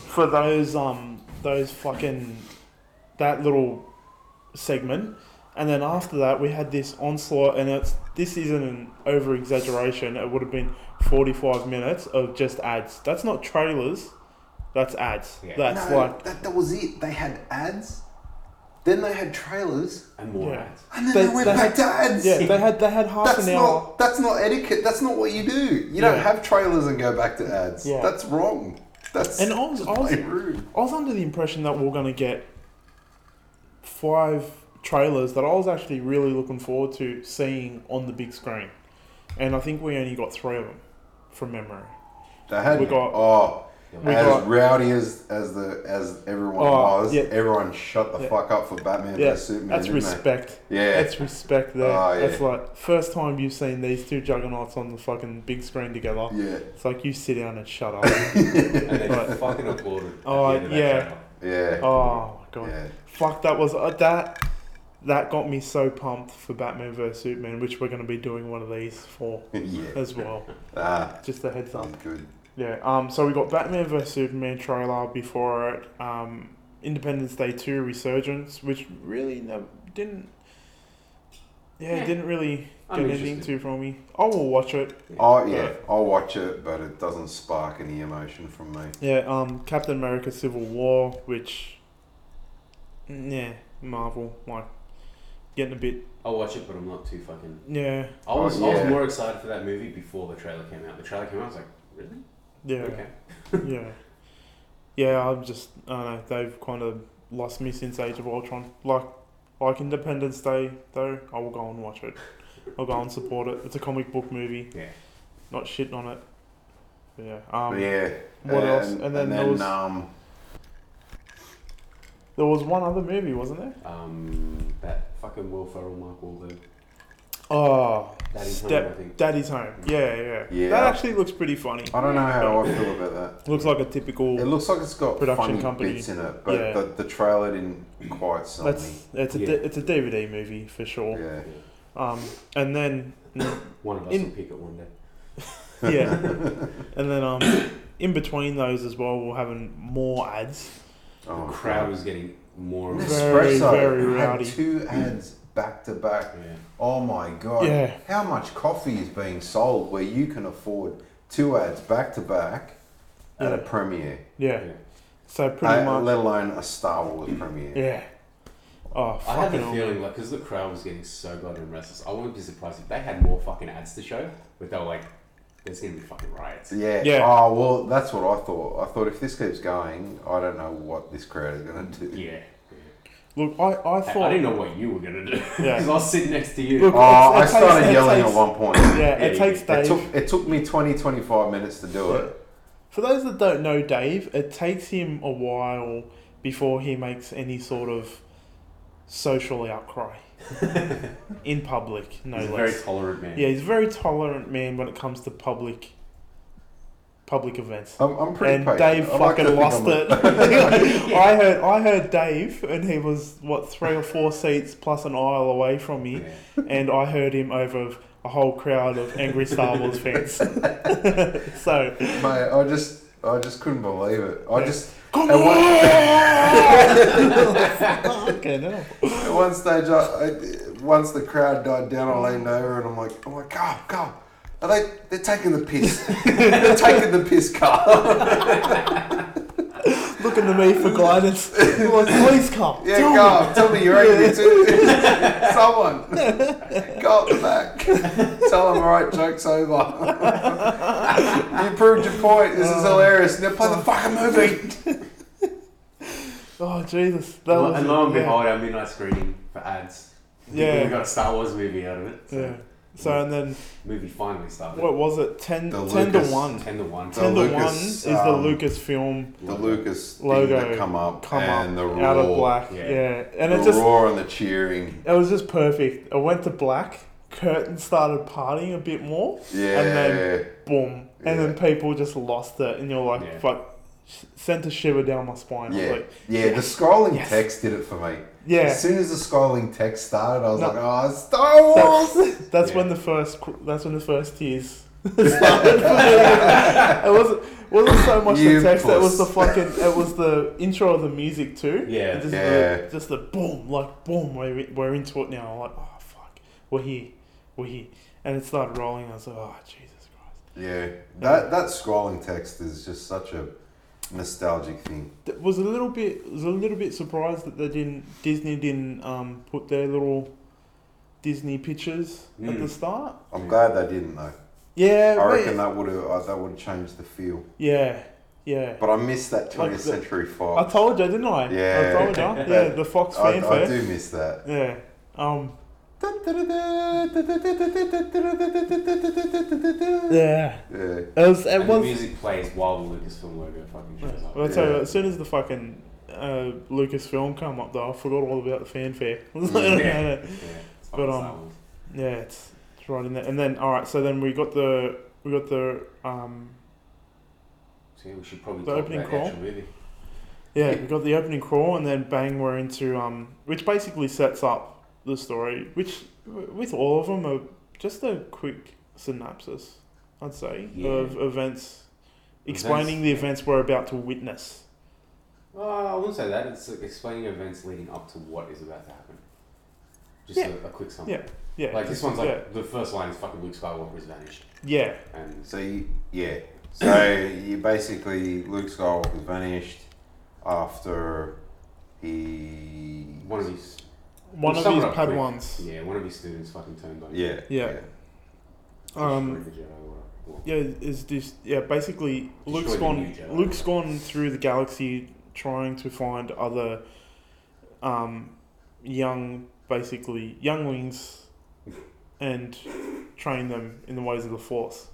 for those um those fucking. that little segment, and then after that we had this onslaught, and it's this isn't an over exaggeration. It would have been forty five minutes of just ads. That's not trailers. That's ads.
Yeah.
That's
no,
like
that, that was it. They had ads, then they had trailers,
and more
Yeah.
ads.
and then
They-
they, went
they-
back to ads.
yeah. They had they had half
That's
an hour.
not that's not etiquette. That's not what you do. You don't
Yeah.
have trailers and go back to ads.
Yeah.
That's wrong. That's
And I was-
just
I was-
plain rude.
I was under the impression that we are going to get five trailers that I was actually really looking forward to seeing on the big screen. And I think we only got three of them from memory.
They had
We got-
oh,
we
as
got-
rowdy as as the as everyone
Oh,
was.
yeah.
Everyone shut the
Yeah.
fuck up for Batman
Yeah,
vs Superman.
That's
didn't they?
respect.
Yeah,
That's respect there.
Oh, yeah.
That's like first time you've seen these two juggernauts on the fucking big screen together.
yeah,
It's like you sit down and shut up.
And they
Right.
fucking applauded. at
Oh,
the end of that
yeah.
trailer.
yeah,
oh my god.
yeah.
Fuck that was uh, that that got me so pumped for Batman vs Superman, which we're going to be doing one of these for
yeah.
as well.
Ah,
Just a heads up.
sounds good.
Yeah. Um. So we got Batman vs Superman trailer before it. Um. Independence Day two resurgence, which really no, didn't. Yeah,
Yeah.
didn't really
I'm
get
interested.
anything to from me. I will watch it.
Oh yeah, I'll watch it, but it doesn't spark any emotion from me.
Yeah. Um. Captain America: Civil War, which. mm, Yeah, Marvel like getting a bit.
I'll watch it, but I'm not too fucking.
Yeah.
I was,
Oh,
I was
yeah.
more excited for that movie before the trailer came out. The trailer came out, I was like, really?
Yeah.
Okay.
yeah. Yeah, I'm just I don't know, they've kind of lost me since Age of Ultron. Like like Independence Day though, I will go and watch it. I'll go and support it. It's a comic book movie.
Yeah.
Not shitting on it. Yeah. Um
But yeah.
what else? And then there was-
um,
there was one other movie, wasn't there?
Um, that fucking Will Ferrell, Mark Wahlberg,
Oh
Daddy's
Step
Home, I think.
Daddy's Home. Yeah, yeah.
Yeah.
That actually looks pretty funny.
I don't know how I feel about that.
Looks like a typical
It looks like it's got
Production
funny
company.
bits in it, but
Yeah.
the, the trailer didn't quite sell me.
that's it's a
Yeah.
D- it's a DVD movie for sure.
Yeah.
Um and then
One of us
In-
will pick it one day.
yeah. And then um, in between those as well, we're having more ads.
Oh,
the crowd was getting more and more.
Very,
Nespresso
very
had
rowdy.
two ads back to back.
Yeah.
Oh my god!
Yeah.
How much coffee is being sold where you can afford two ads back to back at a
Yeah.
premiere,
Yeah.
Yeah.
So pretty
Uh,
much.
let alone a Star Wars premiere?
yeah. Oh,
I had
fucking
the
hell,
feeling,
man.
like, because the crowd was getting so goddamn restless, I wouldn't be surprised if they had more fucking ads to show, but they were like, there's gonna be fucking riots.
Yeah.
Yeah.
Oh well, that's what I thought. I thought if this keeps going, I don't know what this crowd is going to do.
Yeah.
Look, I, I
I, I
thought.
didn't know what you were gonna do, because
Yeah.
I was sitting next to you.
Look,
Oh, I
It's- it takes-
started
it
yelling at
takes-
one point.
yeah, it
Yeah,
takes
It
Dave.
took, it took me 20, 25 minutes to do it.
For those that don't know Dave, it takes him a while before he makes any sort of social outcry in public, no
He's a very
less.
tolerant man.
yeah, he's a very tolerant man when it comes to public public events.
I'm, I'm pretty
and
patient.
Dave
I like to
fucking
think
lost
I'm a-
it. I heard I heard Dave, and he was what three or four seats plus an aisle away from me,
Yeah.
and I heard him over a whole crowd of angry Star Wars fans. so
Mate, I just, I just couldn't believe it. I
Yeah.
just,
come
And what-
on, fucking hell.
at one stage, I, I, once the crowd died down, I leaned over and I'm like, "Oh I'm like, Carl, Carl, are they, they're taking the piss. they're taking the piss, Carl.
looking to me for guidance. He was, Please come.
Yeah,
tell me."
Carl, tell me you're angry too. Someone, Carl, back. Tell them, all right, joke's over. you proved your point. This is hilarious. Now play the fucking movie.
Oh Jesus, that
Well,
was
and lo and
yeah,
behold, our midnight screening for ads.
Yeah.
We got a Star Wars movie out of it. So
yeah. So and then
movie finally started.
what was it? Ten,
The
10 to
Lucas-
one.
10 to 1.
The
10 to one
Lucas,
is
um,
the Lucasfilm
the Lucas
Logo
logo that come up
come
and the
up
roar,
out of black. Yeah,
Yeah.
and
the
it just
roar and the cheering.
it was just perfect. It went to black. Curtain started partying a bit more.
Yeah,
then- Boom, and then
Yeah.
people just lost it, and you're like,
Yeah.
fuck. Sent a shiver down my spine. I
yeah,
was like,
yeah. The scrolling
Yes.
text did it for me.
yeah.
As soon as the scrolling text started, I was
No.
like, "Oh, it's Star Wars!"
That's, that's
Yeah.
when the first. cr- That's when the first tears started. it was. wasn't so much
You
the text. It was the
puss.
fucking. It was the intro of the music too.
Yeah.
And Just
Yeah.
The, just the boom, like boom. We're we're into it now. I'm like, oh fuck, we're here, we're here, and it started rolling. I was like, oh Jesus Christ.
Yeah, that that scrolling text is just such a nostalgic thing.
Th- Was a little bit was a little bit surprised that they didn't Disney didn't um put their little Disney pictures at the
Mm.
start.
I'm glad they didn't though.
Yeah,
Hmm. I
but-
reckon that would have uh, that would have changed the feel.
yeah, yeah.
But I miss that 20th
the-
century fob.
I told you, didn't I?
Yeah.
I told you. Yeah, the Fox
I,
fanfare.
I do miss that.
Yeah. Um. Yeah.
Yeah.
It was. It
And the
was.
music plays while the Lucasfilm logo fucking shows up.
Well, I tell you,
Yeah.
as soon as the fucking uh, Lucasfilm come up, though, I forgot all about the fanfare.
Yeah.
yeah,
Yeah, it's
But,
fucking
um,
silent.
it's, it's right in there. And then, all right, so then we got the we got the um
So yeah, we should probably
the
talk
opening
about
crawl?
the actual movie.
yeah we got the opening crawl, and then bang, we're into um which basically sets up the story, which w- with all of them are just a quick synopsis, I'd say,
Yeah.
of events, explaining the events we're about to witness.
Well, Oh, I wouldn't say that. It's like explaining events leading up to what is about to happen. Just
Yeah.
a, a quick summary.
Yeah. Yeah,
Like this one's like
yeah.
the first line is fucking Luke Skywalker has vanished,
yeah,
and
So you, yeah, so you basically Luke Skywalker vanished after he
one of his
one of
sum it
these
up quick.
Padwans.
yeah one of his students fucking turned on. him.
yeah
Yeah. Um,
Destroyed the Jedi Order. Well,
Yeah, is this yeah? Basically, Luke's
Destroy the
gone.
new Jedi.
Luke's gone through the galaxy trying to find other, um, young basically younglings, and train them in the ways of the Force.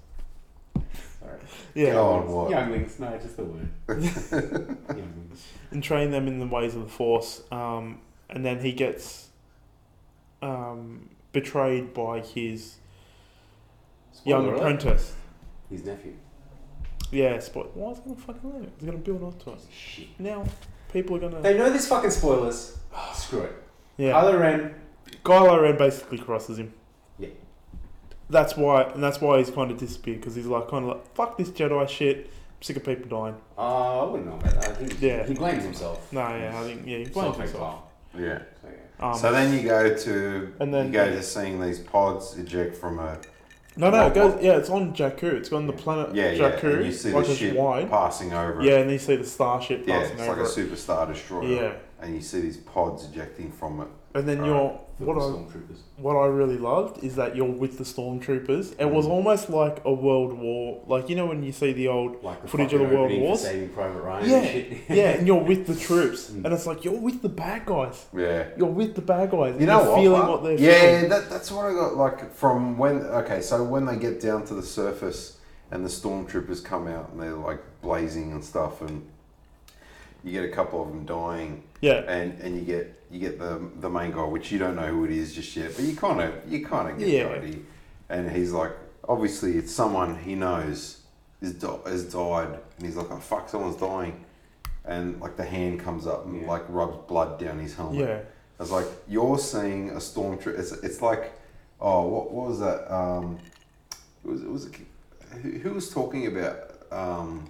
sorry.
Yeah,
God, what?
Younglings, no, just the word. Younglings.
and train them in the ways of the Force. Um, and then he gets, um, betrayed by his young
Spoiler alert,
apprentice.
His nephew.
Yeah, spoil. Why is it gonna fucking leave? It's gonna build up to it.
Shit.
Now people are gonna.
They know there's fucking spoilers. Screw it.
Uh. Yeah,
Kylo Ren.
Kylo Ren basically crosses him.
Yeah.
That's why, and that's why he's kind of disappeared because he's like kind of like fuck this Jedi shit. I'm sick of people dying.
Uh, I wouldn't know about that. I think
Yeah.
he blames himself.
No, yeah, I think yeah, he blames himself.
Self-exile.
yeah.
So yeah.
Um,
So then you go to
And then-
you go to seeing these pods eject from a
no, no, it goes. Yeah, it's on Jakku. It's on the planet
yeah yeah,
Jakku.
and you see
like
the
it's
ship
wide.
passing over. it.
Yeah, and then you see the starship
yeah,
passing
it's like
over.
a
it.
superstar destroyer.
yeah,
and you see these pods ejecting from it.
and then
Right.
you're
For
what
the
I
stormtroopers.
what I really loved is that you're with the stormtroopers. It was
Mm.
almost like a world war, like you know when you see the old
Like the
Footage of
fucking
the World
opening for
Wars?
Saving Private Ryan
Yeah,
and shit.
yeah, and you're with the troops,
Mm.
and it's like you're with the bad guys.
Yeah.
You're with the bad guys.
You know
you're
what?
feeling
Mark?
what they're
yeah,
feeling.
that, that's what I got. Like from when? Okay, so when they get down to the surface and the stormtroopers come out and they're like blazing and stuff, and you get a couple of them dying,
Yeah,
and and you get you get the the main guy, which you don't know who it is just yet, but you kind of you kind of get
Yeah.
the idea. And he's like, obviously, it's someone he knows is di- has died, and he's like, oh fuck, someone's dying, and like the hand comes up and
Yeah.
like rubs blood down his helmet.
yeah,
It's like you're seeing a stormtrooper. It's, it's like, oh, what, what was that? Um, it was it was who, who was talking about? Um,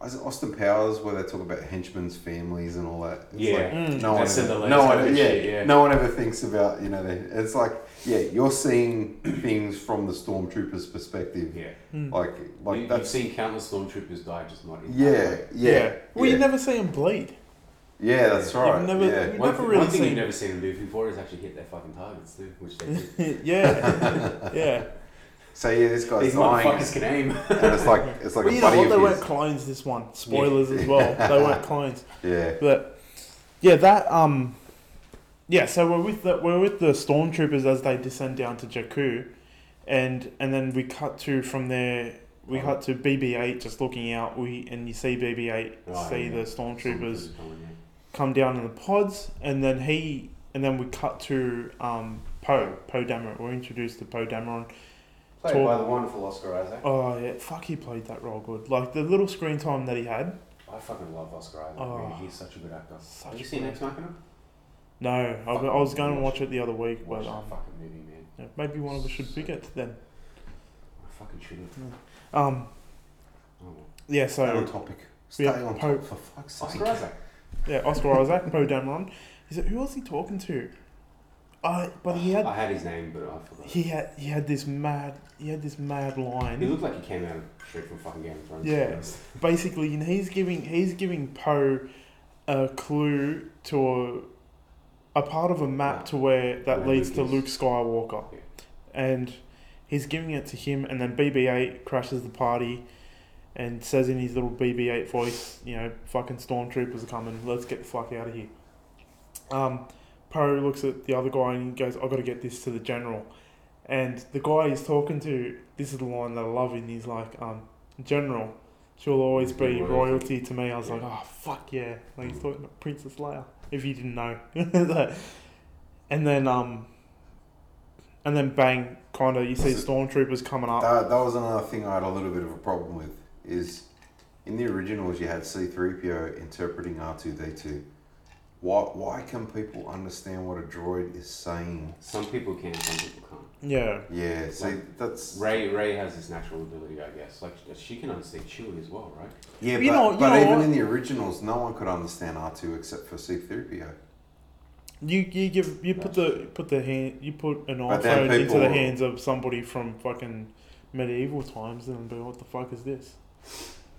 was it Austin Powers where they talk about henchmen's families and all that? It's
Yeah.
like,
Mm.
no
They
one,
said the
ever,
latest
no one,
COVID
yeah,
shit, yeah.
no one ever thinks about you know. The, it's like yeah, you're seeing things from the stormtrooper's perspective.
yeah.
Like like
you, have
that's
seen countless stormtroopers die, just not in.
yeah, yeah, yeah.
Well, you never see them bleed.
yeah, that's right.
never-
yeah.
One,
Never
th-
really
one thing
seen-
you've never seen them do before is actually hit their fucking targets too, which they did.
yeah, yeah.
So yeah, this guy's
These
lying,
motherfuckers can aim.
and it's like it's like
But
a
you know
buddy
what? They
of
weren't
his.
clones this one. Spoilers as well. They weren't clones.
Yeah.
But yeah, that um, yeah. So we're with the we're with the stormtroopers as they descend down to Jakku, and and then we cut to from there.
Oh.
We cut to BB-8 just looking out. We and you see BB-8
Oh,
Right,
see
yeah.
the stormtroopers
coming,
come down in the pods, and then he and then we cut to um, Poe Poe Dameron. We're introduced to Poe Dameron.
yeah. Played
Tall-
by the wonderful Oscar Isaac.
Oh yeah, fuck, he played that role good. Like the little screen time that he had.
I fucking love Oscar Isaac.
Oh.
man. He's such a good actor.
Such
Have
a
you seen
good
Ex Machina?
No, I, I was going to watch it the other week,
Watch
but
that
um,
fucking movie, man.
yeah, maybe one of us should pick it then.
I fucking should have.
Um,
Oh, well.
Yeah,
Stay on
so
topic. Stay
yeah,
on
Pope-
topic for fuck's sake.
Oscar Isaac.
yeah, Oscar Isaac, Poe Dameron. He said, "Who was he talking to?" I but he had
I had his name, but I forgot.
he had he had this mad he had this mad
He
line.
looked like he came out of straight from fucking Game of Thrones.
Yeah.
to be honest.
Basically, and he's giving he's giving Poe a clue to a, a part of a map to where that
Where
leads
Luke
to
is.
Luke Skywalker,
Yeah.
and he's giving it to him, and then BB-8 crashes the party. And says in his little BB-8 voice, you know, fucking stormtroopers are coming. Let's get the fuck out of here. Um, Poe looks at the other guy and he goes, I've got to get this to the general. And the guy he's talking to, this is the line that I love, and he's like, um, General, she'll always be
Royalty.
royalty to me. I was
Yeah.
like, oh, fuck yeah. Like, he's talking about Princess Leia, if you didn't know. Like, and then, um, and then bang, kind of, you see stormtroopers coming
uh,
up.
That, that was another thing I had a little bit of a problem with. Is in the originals you had C three PO interpreting R two D two. Why why can people understand what a droid is saying?
Some people can, some people can't.
Yeah.
Yeah, see
Like,
that's
Ray Ray has this natural ability, I guess. Like she can understand Chewie as well, right?
yeah, but,
You know- you
but
know
even
what?
in the originals, no one could understand R two except for C three PO.
You, you give you put the put the hand you put an
But then
iPhone into the
people-
hands of somebody from fucking medieval times and be like, what the fuck is this?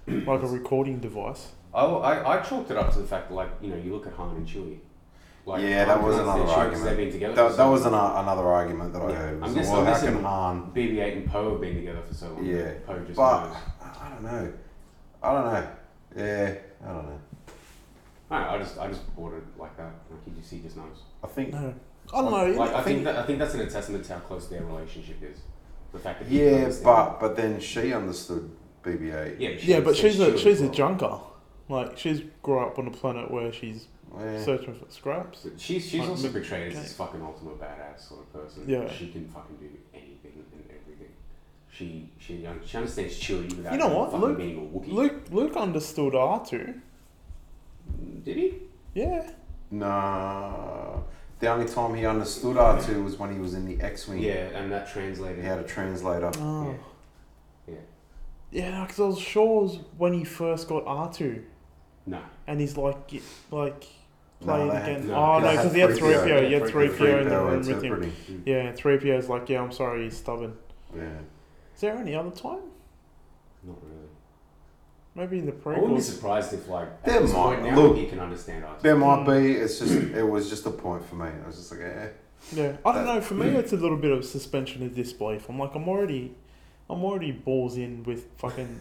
Like a recording device.
Oh, I, I chalked it up to the fact that, like, you know, you look at Han and Chewie. Like,
Yeah, that
Han
was
can
another
understand Chewie 'cause They've
argument.
been together. for
That, that
so
was an, uh,
long.
another argument that I
Yeah.
heard.
I'm
Was,
guessing-
well,
I'm
how can
guessing-
Han
BB-8 and Poe have been together for so long.
Yeah,
Poe just
but-
knows.
I don't know. I don't know. Yeah, I don't know.
I, don't know, I just I just bought it like that. Like he just he just knows.
I think
No. I don't know.
Like I think that, I think that's an attestament to how close their relationship is. The fact that he can
yeah,
understand-
but but then she understood BB-8.
yeah, she
yeah, but
understands
she's a
Chewie
she's
as
a
well.
junker. Like she's grew up on a planet where she's
Yeah.
searching for scraps.
But She's she's
Like,
also
look-
portrayed as
okay.
this fucking ultimate badass sort of person.
Yeah.
She can fucking do anything and everything. She she, un- she understands Chewie without
You know
even
what,
fucking
Luke-
being a Wookiee.
Luke Luke understood R two.
Did he?
Yeah.
No. The only time he understood R2 was when he was in the X-Wing.
Yeah, and that translated.
He had a translator.
Oh.
Yeah.
Yeah, because I was sure it was when he first got R two,
No.
and he's like get- like
No,
playing
they had-
again.
no,
oh no,
they had
because he had three
3PO.
PO. He had
Yeah,
three
3PO
PO in the
They were
room with him.
interpreting.
Yeah, three PO's like, yeah, I'm sorry, he's stubborn.
Yeah.
Is there any other time?
Not really.
Maybe in the
I wouldn't be
prequels.
surprised if like
There
at this
might-
point now
look-
he can understand us.
There might be.
Mm.
It's just. It was just a point for me. I was just like, eh.
Yeah, I don't know. For me, it's a little bit of suspension of disbelief. I'm like, I'm already, I'm already balls in with fucking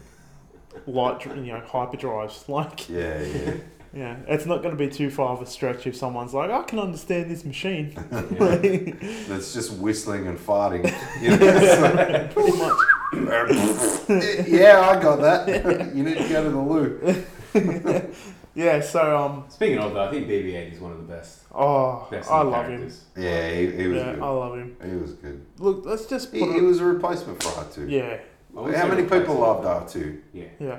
light, dr- you know, hyperdrives. Like,
Yeah, yeah.
yeah, it's not going to be too far of a stretch if someone's like, I can understand this machine.
Yeah.
Pretty
That's just whistling and farting. You know, it's like,
much.
yeah, I got that. you need to go to the loo.
Yeah. So, um,
Speaking of, though, I think BB-8 is one of the best.
oh,
best
I
new
love him.
characters.
Yeah, he, he was
Yeah, I
good.
love him.
He was good.
Look, let's just put
He, he
it.
was a replacement for R2.
Yeah,
I wouldn't
How
say
many people
replacement,
loved
but-
R2?
Yeah.
yeah.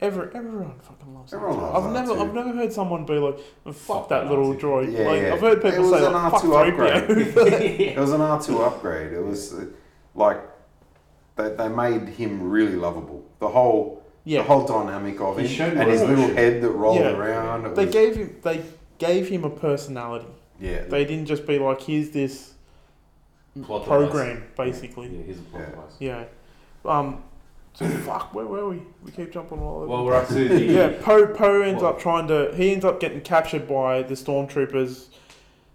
Every, everyone fucking loves
Everyone
R2.
loves
I've never,
R2.
I've never heard someone be like, "Fuck,
Fuck
that
that
little
R2."
droid."
Yeah,
like,
yeah.
I've heard
It
people
was
say,
an
like, "Fuck
R2 upgrade.
3PO."
It was an R2 upgrade. It was uh, like they, they made him really lovable. The whole
Yeah.
the whole dynamic of
He
him
showed
and his
emotion.
little head that rolled
Yeah.
around. It
They
was-
gave him they gave him a personality.
yeah,
They didn't just be like, here's this
Plot
program,
device.
basically.
Yeah, he's a plot
Yeah.
device.
Yeah. Um. So fuck, where were we? We keep jumping all over.
Well, we're up to the.
yeah, Poe Poe ends
Well-
up trying to. He ends up getting captured by the stormtroopers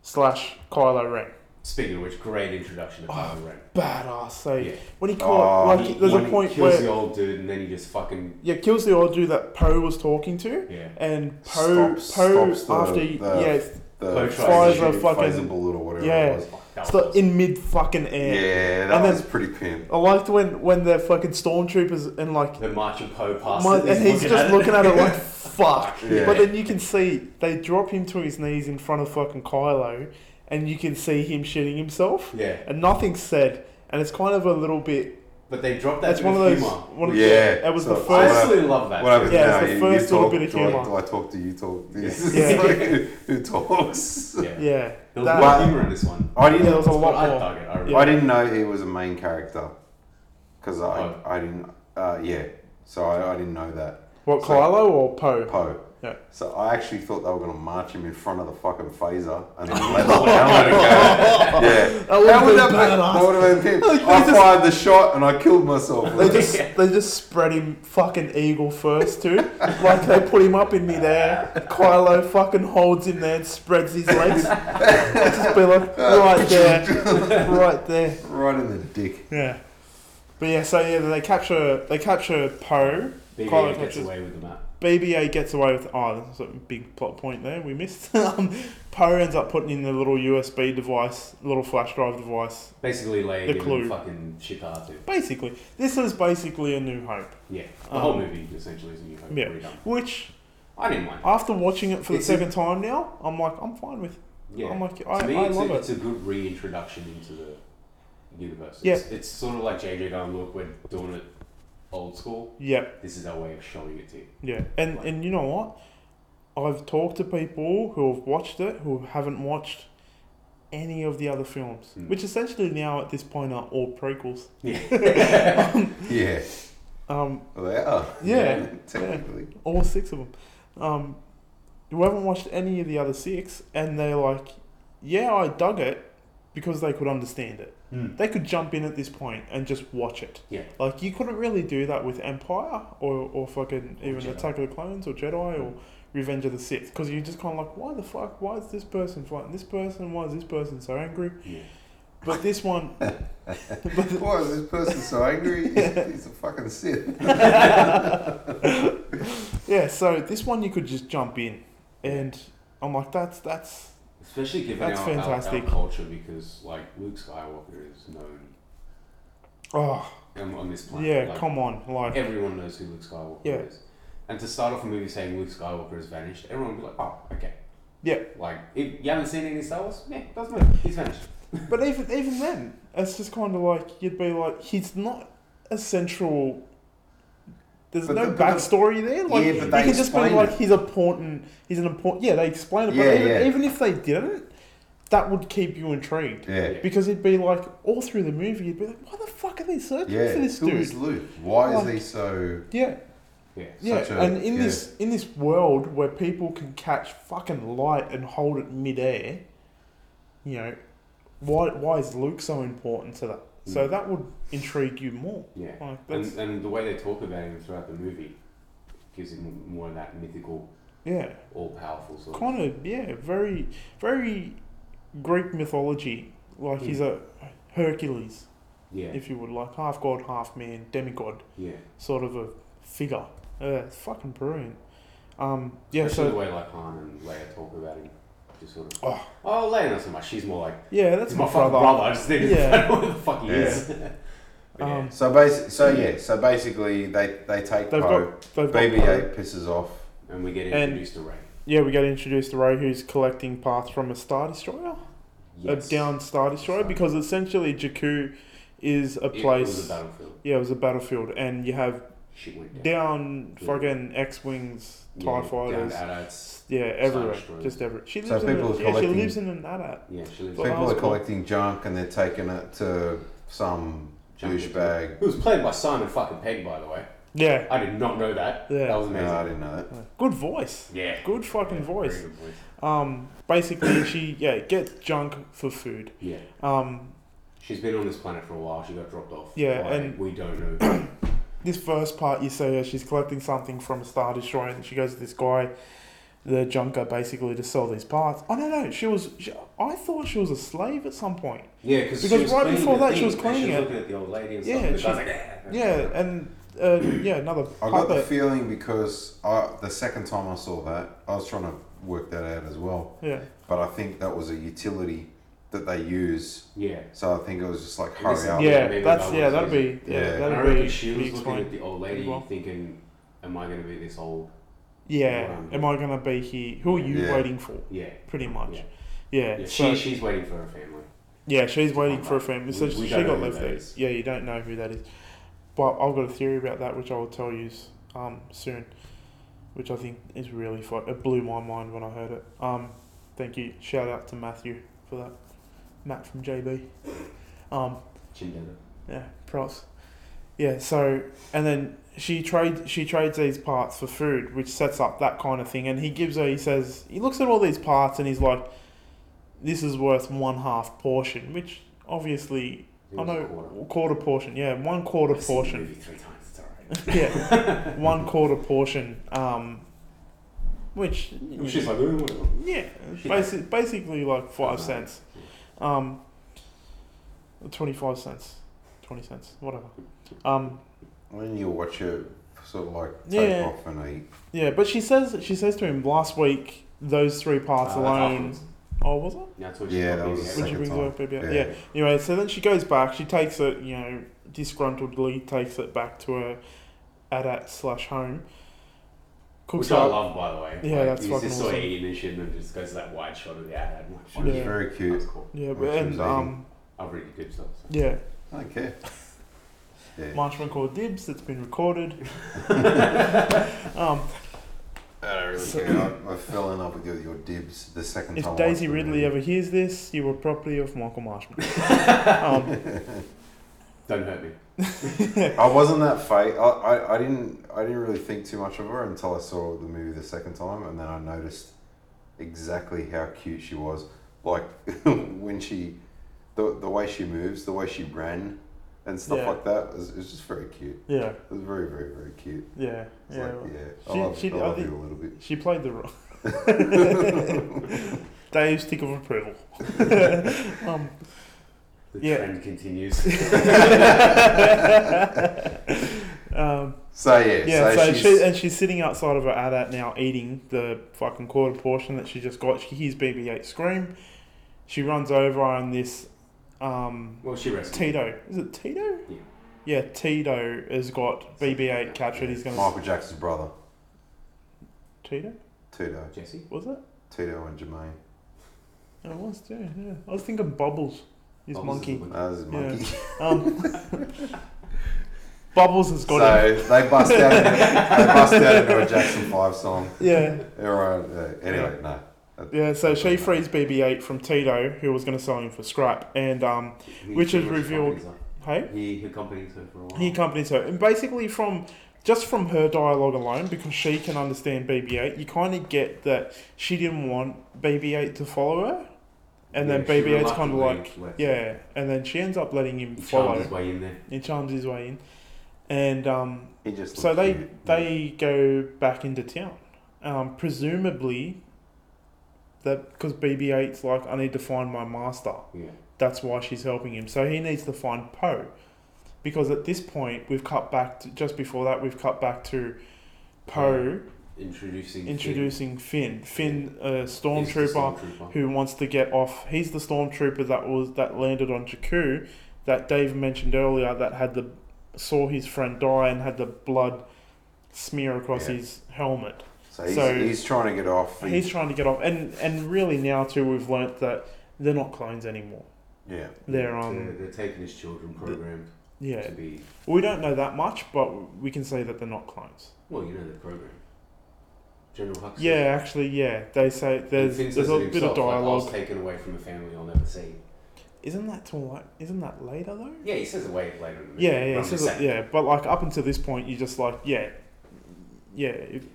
slash Kylo Ren.
Speaking of which, great introduction to Kylo Ren.
Badass. They
Yeah.
when he caught
Oh,
like
He-
there's
when
a
he
point
kills
where
the old dude, and then he just fucking
yeah kills the old dude that Poe was talking to,
yeah.
and Poe
Stops-
Poe
stops the-
after
the-
yeah
the
Poe tries
phaser-
to shoot-
phaser bullet or whatever
yeah.
it was.
Fuck, that
sto-
was-
in mid fucking air.
Yeah, that
And then-
was pretty pimp.
I liked when when the fucking stormtroopers and like
the marching Poe past
my,
it,
and he's
Oh, looking
just
at it.
looking at it like fuck.
Yeah.
But then you can see they drop him to his knees in front of fucking Kylo, and you can see him shitting himself,
Yeah,
and nothing's said, and it's kind of a little bit.
but they dropped that.
That's one of
bit
those.
humor.
One of,
Yeah,
that was
so
the
I-
I
first.
absolutely love that.
What happens
Yeah,
now?
it's the
you,
first
you
little
talk,
bit of
do, I,
humour.
do I talk to you? Talk. This is
Yeah.
like, who talks?
Yeah,
Yeah,
there was
that-
a lot of humor in this one.
I
yeah,
didn't.
there was a
But I
lot more.
dug it. I really
I didn't know he was a main character because I
Oh.
I didn't. Uh, yeah, So I, I didn't know that.
What,
So-
Kylo or Poe?
Poe.
Yeah.
So I actually thought they were going to march him in front of the fucking phaser and then let the helmet go. Yeah.
That would've
How would
been
that be-
badass.
That would have been pissed.
Like, they
I
just-
fired the shot and I killed myself.
They just they just spread him fucking eagle first too. Like they put him up in midair. Kylo fucking holds him there and spreads his legs. just be like right there, right there.
right in the dick.
Yeah. But yeah, so yeah, they capture they capture Poe.
BB-8
Kylo
gets
touches-
away with the map.
BB-8 gets away with oh, that's a big plot point there we missed. um, Poe ends up putting in the little USB device, little flash drive device.
Basically, like
The
giving
clue.
fucking shit to Arthur.
Basically, this is basically a New Hope,
Yeah, the
Um,
whole movie essentially is a new hope.
yeah.
redone.
which
I didn't mind.
after watching it for the
Is it-
second time now, I'm like I'm fine with.
Yeah,
I'm like
to
I,
me,
I
it's,
love
a,
it.
it's a good reintroduction into the universe.
Yeah.
It's, it's sort of like JJ going, look, we're doing it old school.
Yeah,
This is our way of showing it to you.
yeah, and and you know what? I've talked to people who have watched it who haven't watched any of the other films,
Hmm.
which essentially now at this point are all prequels.
Yeah.
Yeah.
Um,
Well, they are.
yeah,
Technically.
all six of them. Um, who haven't watched any of the other six, and they're like, "Yeah, I dug it," because they could understand it.
Hmm.
They could jump in at this point and just watch it.
Yeah.
Like you couldn't really do that with Empire or or fucking even
Jedi.
Attack of the Clones or Jedi or Revenge of the Sith, because you're just kind of like, why the fuck? Why is this person fighting this person? Why is this person so angry?
yeah.
But this one,
Why is this person so angry? He's, he's a fucking Sith.
yeah. So this one you could just jump in, and I'm like, that's that's
Especially given
That's
our, our-
fantastic.
Our, culture, because like Luke Skywalker is known
oh
on, on this planet.
yeah,
Like,
come on, like
Everyone knows who Luke Skywalker
Yeah.
is. And to start off a movie saying Luke Skywalker has vanished, everyone will be like, oh, okay.
Yeah.
Like, if you haven't seen any Star Wars, yeah, doesn't matter. He's vanished.
But even even then, it's just kind of like you'd be like, he's not a central. There's
But
no
the- but the-
backstory there. Like
Yeah, but they
you could just be
explain
like,
it.
he's important. He's an important. Yeah, they explain it. But
Yeah,
even,
yeah.
even if they didn't, that would keep you intrigued
Yeah.
because it'd be like all through the movie, you'd be like, why the fuck are they searching
Yeah.
for this
Who
dude?
is Luke? Why
Like-
is he so.
Yeah,
Yeah.
yeah.
Such a-
and in
yeah.
this in this world where people can catch fucking light and hold it midair, you know, why why is Luke so important to that? So
Mm.
that would intrigue you more.
Yeah.
Like that's
And, and the way they talk about him throughout the movie gives him more of that mythical,
yeah,
all powerful sort
kind of yeah, very very Greek mythology. Like
Hmm.
he's a Hercules,
Yeah.
if you would like, half god, half man, demigod
yeah.
sort of a figure. Yeah, it's fucking brilliant. Um, yeah,
Especially the
so
way like Han and Leia talk about him. Just sort of.
Oh.
Oh, Leia not so much. She's more like.
yeah,
That's
that's
my fucking brother. I just didn't
Yeah.
know where the fuck he
Yeah.
is. But yeah.
Um,
So, basi- so yeah, so basically they, they take
They've
Poe.
got they've got
BB 8 pisses off.
and we get
and- uh,
introduced to Ray.
Yeah, we got introduced to Ray, who's collecting parts from a Star Destroyer,
Yes.
a down Star Destroyer,
Sorry.
because essentially Jakku is a
It
place.
was a battlefield.
yeah, it was a battlefield, and you have
Shit went down.
down
Yeah.
fucking X wings,
Yeah,
Tie
down
E fighters,
to Adats.
yeah, everywhere,
Destroyers.
just everywhere. She
So
lives in
people
a,
are
yeah, she
collecting-
lives in an AT-AT.
Yeah, she lives.
Well,
in-
that
People
was
are
cool.
collecting junk and they're taking it to some
Jump
douchebag.
Who was played by Simon fucking Pegg, by the way.
Yeah,
I did not know that.
Yeah.
That was amazing.
No, I didn't know that.
good voice,
yeah.
good fucking
Yeah,
voice.
very good voice.
Um, basically she yeah gets junk for food.
Yeah.
Um,
She's been on this planet for a while. She got dropped off.
Yeah,
Why?
and-
we don't know.
this first part you see her she's collecting something from a star destroyer and she goes to this guy the junker basically to sell these parts oh no no she was she, i thought she was a slave at some point
yeah, cause she
Because
was
right
cleaning
before
the
that, she
thing,
was
and
cleaning it.
looking at the old lady and
Yeah,
stuff. and the
she-
guy's like, "Ah."
yeah and uh, yeah another
I got the
puppet.
feeling because I, the second time I saw that, I was trying to work that out as well.
yeah
But I think that was a utility that they use.
yeah.
So I think it was just like,
This
hurry
is-
up.
yeah
maybe
that's
that
yeah
was
that'd be yeah,
Yeah.
And I
that'd
reckon
be,
she
be
was looking at
explained
the old lady,
well.
thinking, "Am I going to be this old?"
yeah am i gonna be here who are you
Yeah.
waiting for
Yeah.
pretty much
Yeah.
yeah,
Yeah,
so
she, she's waiting for her family.
Yeah, she's waiting for a
Come
family.
back.
So
We- we
she
don't know
got
who
left
that
there.
is.
Yeah, you don't know who that is. But I've got a theory about that, which I will tell you um, soon, which I think is really fun. It blew my mind when I heard it. Um, thank you. Shout out to Matthew for that. Matt from JB. Um,
Chindana.
yeah, props. Yeah, so and then she trade she trades these parts for food, which sets up that kind of thing. And he gives her he says he looks at all these parts and he's like, "This is worth one half portion," which obviously
It
I
was a
know
quarter.
quarter. portion. Yeah, one quarter
I've seen the
portion.
movie three times. It's alright.
yeah, one quarter portion. Um, which
She's like, "Ooh, whatever."
yeah, basic, basically like five cents. Um, twenty-five cents, twenty cents, whatever. Um,
When you watch it, sort of like take
Yeah.
off and eat.
yeah, but she says she says to him last week those three parts
Uh, that's
alone.
afterwards.
Oh, was it?
Yeah, that's what
Ah, Yeah,
she's
that was
got baby
the
out.
Second
When she brings
time.
her baby out.
Yeah.
Yeah. Anyway, so then she goes back. She takes it, you know, disgruntledly takes it back to her adat slash home. Cooks
Which
up.
I love, by the way.
Yeah,
like,
that's
he's
fucking
just sort of
awesome.
eating and shit, and then just goes to that wide shot of the ad. I'm like,
She was
Yeah.
very cute.
That's cool.
Yeah,
Which
but and
is
um,
I've really good stuff.
yeah,
I don't care. Yeah.
Marsh called dibs. That's been recorded. um,
I don't really
So-
care. I, I fell in love with your, your dibs the second time.
If
I
Daisy
watched the
Ridley
movie.
ever hears this, you were property of Michael Marshman. um,
Don't hurt me.
I wasn't that fake. I, I, I didn't I didn't really think too much of her until I saw the movie the second time, and then I noticed exactly how cute she was. Like when she, the, the way she moves, the way she ran, and stuff
Yeah.
like that. It was, it was just very cute.
yeah,
It was very very very cute.
yeah,
It's
yeah.
like yeah, I
She-
love,
she-
I
I
love
think-
you a little bit.
She played the role. Dave's tick of approval. um,
The
Yeah.
trend continues.
um,
So yeah,
yeah,
so,
so,
she's,
she, and she's sitting outside of her adat now eating the fucking quarter portion that she just got. She hears BB-8 scream. She runs over on this um,
well, she rescued.
Tito. Is it Tito?
Yeah.
Yeah, Tito has got BB-8 captured. He's going to
Michael Jackson's brother,
Tito.
Tito,
Jesse.
Was it?
Tito and Jermaine.
Yeah, It was too. Yeah, I was thinking Bubbles. His
Bubbles is
monkey.
the
That was his
Yeah.
monkey.
Um, Bubbles has got him.
so they bust out, into, they bust out into a Jackson Five song.
Yeah,
Everyone, uh, anyway, no.
yeah. So she frees BB-8 from Tito, who was going to sell him for scrap, and um,
He
Which
pretty
is
much
revealed-
accompanies
hey,
her. He he accompanies her for a while.
he accompanies her, and basically from just from her dialogue alone, because she can understand BB-8, you kind of get that she didn't want BB-8 to follow her, and
Yeah,
then
she
BB-8's kind of like,
reluctantly left.
yeah, and then she ends up letting him
He charmed
follow.
his way in there.
He charms his way in, and um,
He just
So
looked
they
cute.
they go back into town, um, presumably. That because BB-8's like I need to find my master.
Yeah.
That's why she's helping him. So he needs to find Poe, because at this point we've cut back to just before that we've cut back to Poe
Introducing.
introducing Finn. Finn,
Finn.
a
He's the
stormtrooper who wants to get off. He's the stormtrooper that was that landed on Jakku, that Dave mentioned earlier, that had the saw his friend die and had the blood smear across
Yeah.
his helmet.
So he's,
so-
he's trying to get off. He,
He's trying to get off, and and really now too, we've learnt that they're not clones anymore.
yeah.
They're
They're,
um
they're taking his children programmed
yeah.
to be.
We don't know that much, but we can say that they're not clones.
Well, you know they're programmed. General Huxley.
Yeah, actually, yeah. They say there's
Finn says
there's
it
a bit of
himself, like, I was
dialogue.
taken away from a family I'll never see.
Isn't that till like? Isn't that later though?
Yeah, he says away later. In the movie,
Yeah, yeah,
but I'm
it's
just
just-
saying.
yeah. But like up until this point, you just like yeah, yeah. If,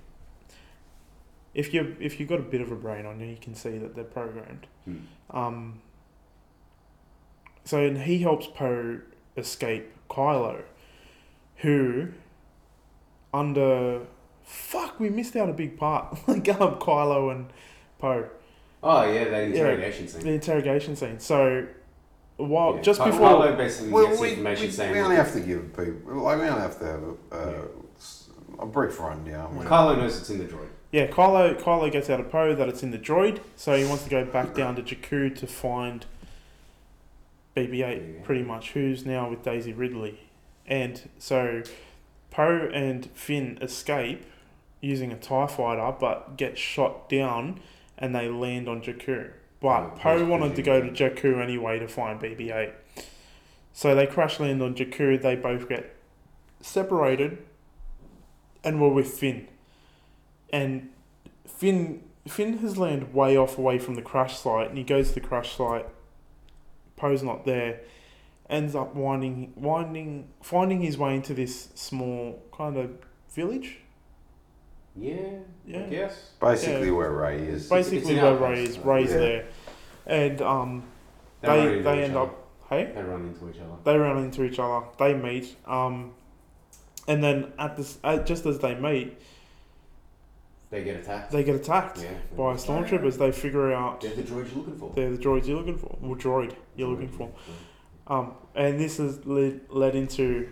if you if you've got a bit of a brain on you, you can see that they're programmed.
Hmm.
Um. So and he helps Poe escape Kylo, who under fuck we missed out a big part like um, Kylo and Poe
Oh yeah, that
Yeah.
interrogation scene.
the interrogation scene. So while
Yeah,
just
Ky-
before
Kylo basically
Well,
gets
we, we,
information saying
we only have to give people like we only have to have a, uh, a brief rundown. We-
Kylo knows it's in the droid.
Yeah, Kylo, Kylo gets out of Poe that it's in the droid, so he wants to go back down to Jakku to find BB-8,
Yeah.
pretty much, who's now with Daisy Ridley. And so Poe and Finn escape using a TIE fighter, but get shot down, and they land on Jakku. But
Oh,
Poe
that's
wanted to go to
presumably-
Jakku anyway to find BB-8. So they crash land on Jakku, they both get separated, and we're with Finn. And Finn Finn has landed way off away from the crash site, and he goes to the crash site. Poe's not there, ends up winding, winding, finding his way into this small kind of village.
Yeah.
Yeah.
I guess.
Basically,
Yeah.
where Ray is.
Basically,
in
where
our
Ray
place,
is,
though.
Ray's
Yeah.
there, and um,
They run
they
into
they
each
end
other.
up hey,
They run into each other.
they run into each other, they meet, um, and then at this, at, just as they meet,
They get attacked.
they get attacked
yeah.
by stormtroopers. They figure out
They're the droids you're looking for.
they're the droids you're looking for, well, droid you're looking
Droid.
for. Um, and this has led, led into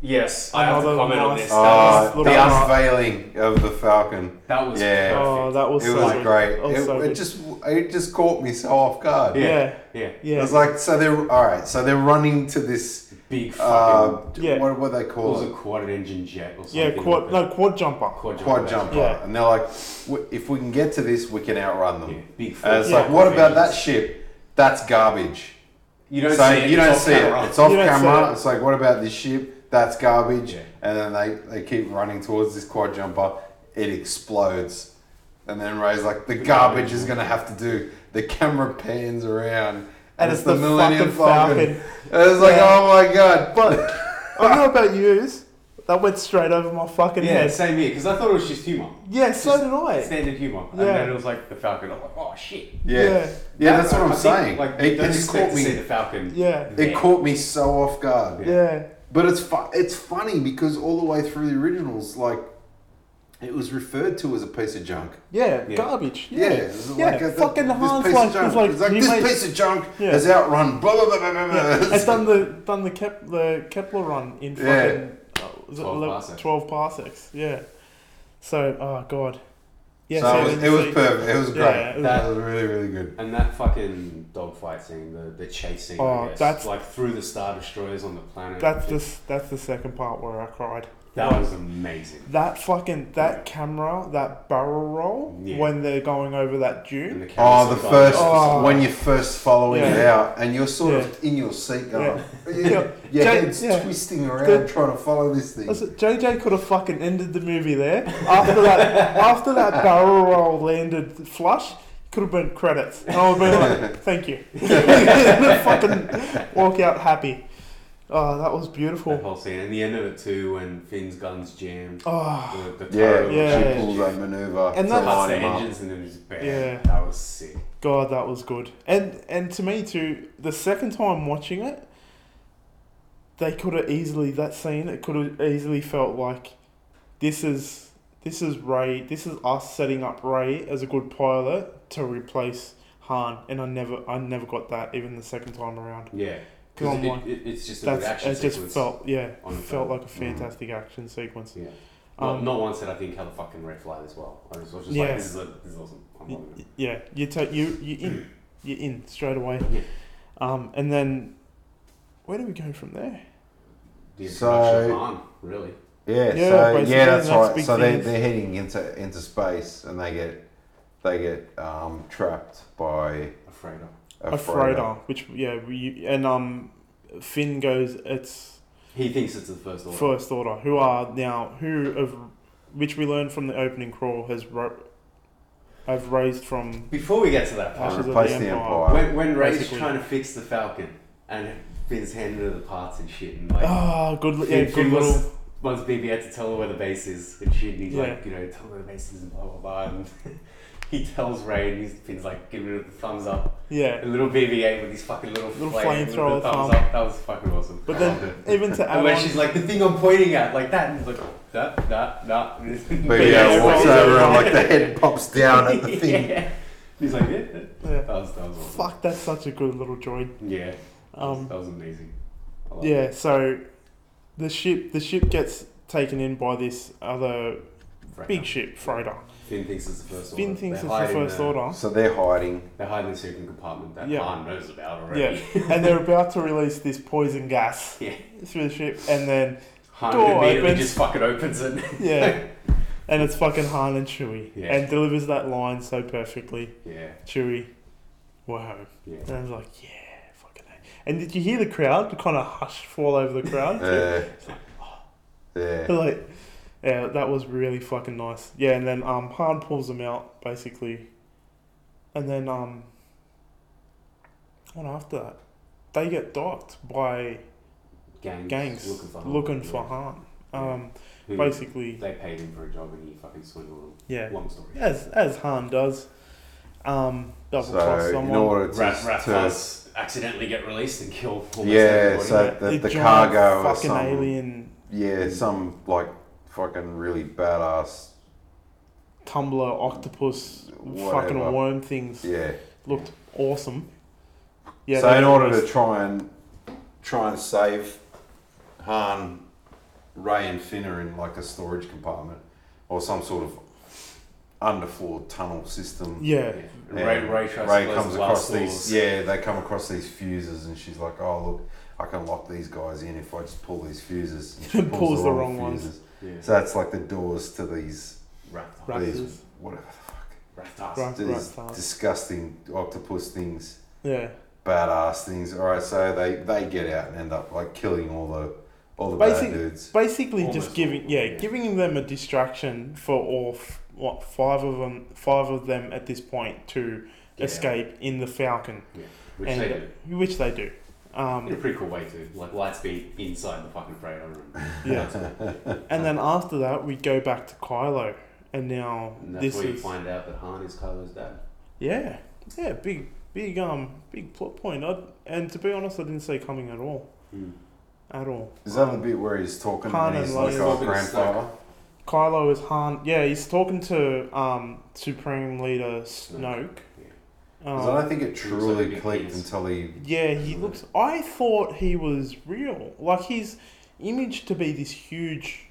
Yes,
I have to Another comment on nice- this.
Ah,
Uh,
That
the
was little-
unveiling of the Falcon.
That was
Yeah.
oh that was
It
so
was
good.
great.
That was
It,
so
it
good.
just it just caught me so off guard.
Yeah.
yeah
yeah.
yeah
It was like so they're all right. So they're running to this.
Big fucking.
Uh,
Yeah.
What what they
it was
call
a
it?
quad engine jet or something.
yeah quad
like
no quad jumper
that. quad jumper.
Quad jumper.
Yeah.
And they're like, "W- if we can get to this, we can outrun them.
Yeah. Big.
And it's
fucking
like, what
quad
about that
engines.
ship? That's garbage.
You don't
so
see it.
you
it's
don't
off
see
camera.
it. It's off
You don't see
camera.
it.
It's like, what about this ship? That's garbage.
Yeah.
And then they, they keep running towards this quad jumper. It explodes. And then Ray's like, the garbage is going to have to do. The camera pans around. And, it's, the, Millennium
fucking
Falcon.
Falcon.
And it's like,
Yeah.
oh my god.
but I don't know about yous that went straight over my fucking
Yeah,
head
same here. Because I thought it was just humor.
yeah so
Just-
did I
Standard humor. And
Yeah.
then it was like the Falcon. I'm like, oh shit.
Yeah.
Yeah.
Yeah, that's what
I
I'm
think,
saying.
Like,
it, it
don't
just
expect
caught
to
me.
see the Falcon.
Yeah.
there.
It caught me so off guard.
yeah
But it's fu- it's funny because all the way through the originals, like it was referred to as a piece of junk.
yeah,
Yeah.
garbage
Yeah,
yeah
it's
yeah
like a- th-
fucking
this
Han's
piece
like
of junk.
was like,
It's like,
he
this
made-
piece of junk
Yeah.
has outrun. Blah blah blah blah blah.
yeah,
blah.
it's done the done the Kep, the Kepler run in fucking
Yeah.
uh, was it
12
11
parsecs.
twelve parsecs yeah so oh god yeah
so it
so
was,
then
it was
see-
perfect. It was
Yeah,
great.
it was-
that was really really good.
And that fucking dogfight scene, the, the chase scene,
Oh,
I guess,
that's-
like through the star destroyers on the planet.
that's the s- that's the second part where I cried.
that was amazing.
That fucking that camera, that barrel roll
Yeah.
when they're going over that
And
dune.
the cameras
Oh, the
are
first
Oh.
when you're first following it
Yeah.
out, and you're sort of in your seat going, yeah. your
Yeah.
head's
Yeah.
twisting around
Good.
trying to follow this thing.
Listen, JJ could have fucking ended the movie there. After that, after that barrel roll landed flush, could have been credits. And I would have been like, "Thank you," and fucking walk out happy. Oh, that was
That
beautiful.
whole scene. And the end of it too, when Finn's guns jammed.
Oh,
The, the
Yeah,
turret
Yeah.
she pulls that maneuver
And
to
that's-
Cuts
line
the
him up.
engines and then just bam.
Yeah.
That was sick.
God, that was good. And and to me too, the second time watching it, they could have easily that scene. It could have easily felt like this is this is Ray. This is us setting up Ray as a good pilot to replace Han. And I never I never got that even the second time around.
Yeah. Because
Go on, Mike.
it, it, it's just a good
That's
action
it. Just
sequence.
felt yeah,
on the
felt
film.
like a fantastic action sequence.
Yeah. Not,
Um,
not once that I think how the fucking red flag as well. I was, I was just
Yeah.
like, this is, a, this is awesome. I'm
Y-
loving it.
y- yeah, you take you you in you in straight away.
Yeah.
Um, and then where do we go from there?
The
So-
introduction of Han, really.
Yeah,
Yeah,
so
basically,
yeah, that's,
and that's
right.
big
So they
things.
they're heading into into space and they get they get um, trapped by
Afraid of.
a,
a
freighter.
freighter, which yeah, we, and um, Finn goes. It's
He thinks it's the first order.
first order, who are now who of which we learned from the opening crawl has ro- have raised from
Before we get to that
And
part,
Ashes of
replace
the
the
Empire.
empire.
when, when Ray's
Basically.
trying to fix the Falcon and Finn's handing her the parts and shit, and like
ah good li-
Finn,
yeah good
Finn wants,
little
wants BB had to tell her where the base is and shit, and he's like,
Yeah.
you know, tell her where the base is and blah blah blah. And he tells Ray, and he's, Finn's like giving her the thumbs up.
yeah.
And little BB-8 with his fucking little,
Little
flame, with the
flamethrower
thumbs
thumb.
up. That was fucking awesome.
But
I loved it.
then even to
And
add
when
on,
she's like, the thing I'm pointing at, like that, and he's like, that, that, that.
But
Yeah,
yeah,
yeah,
walks
yeah.
over and like the head pops down at the thing.
Yeah. He's like, yeah, yeah.
yeah,
That was, that was awesome.
fuck, that's such a good little droid.
Yeah. That was-
Um,
that was amazing. I loved
Yeah,
it.
so the ship the ship gets taken in by this other
Right
big
now.
ship freighter.
Finn thinks it's the first order.
Finn thinks
They
it's the
hide in
first order.
So they're hiding.
They hide in a secret compartment that
Yeah.
Han knows about
Yeah,
already.
and they're about to release this poison gas
Yeah.
through the ship, and then
Han
Door
immediately
opens.
just fucking opens it.
yeah, and it's fucking Han and Chewie,
Yeah.
and delivers that line so perfectly.
yeah.
Chewie, we're home,
Yeah.
and I was like, yeah, fucking. A. And did you hear the crowd? The kind of hush fall over the crowd. too.
Uh, yeah.
like, yeah, that was really fucking nice. Yeah, and then um, Han pulls them out basically, and then um, what after that? they get docked by
Gangs,
gangs
looking for harm.
looking for harm. Um,
Hmm.
Who-
basically,
They paid him for a job and he fucking swindled
yeah,
them. Long story.
as as harm does. Um, double cross
So you
someone.
know what it's
Rat, rat
to,
Fuzz accidentally get released and kill almost
yeah.
everybody.
So the,
They
the
giant
cargo or
fucking
some
alien
yeah some like fucking really badass
tumbler octopus
Whatever.
fucking worm things
yeah.
looked awesome. Yeah.
so
they
in
got
order to
released.
try and try and save Han, Ray, and Finn are in like a storage compartment or some sort of underfloor tunnel system.
yeah,
Yeah.
And
Ray, Ray, tries
Ray
to close
comes
the glass
across these.
doors.
Yeah, they come across these fuses, and she's like, "Oh look, I can lock these guys in if I just pull these fuses." And she
Pulls the wrong ones.
fuses.
Yeah.
So that's like the doors to these
Rat,
Rat-
these
Raptors.
whatever the
rat ass.
Right,
fuck
right,
these
fast.
disgusting octopus things
yeah.
badass things. All right, so they they get out and end up like killing all the all the
Basic-
bad dudes.
Basically,
Almost
just giving
all,
yeah,
yeah.
giving them a distraction for all f- what five of them, five of them at this point to
Yeah.
escape in the Falcon,
Which
and
they do.
which they do.
In a
Um,
pretty cool way too. Like lights be inside the fucking freighter room.
yeah, and then after that, we go back to Kylo, and now
And that's
this
where you
is
find out that Han is Kylo's dad.
yeah, yeah, big, big, um, big plot point. I, and to be honest, I didn't see coming at all,
Hmm.
at all.
Is that the
Um,
bit where he's talking
Han
and he's
and
like
Leia.
our grandfather?
Kylo is Han. Yeah, he's talking to um Supreme Leader Snoke.
Because
Um,
I don't think it
He looks like a
truly
big
clicked
penis.
until he.
Yeah, he looks. I thought he was real. Like he's imaged to be this huge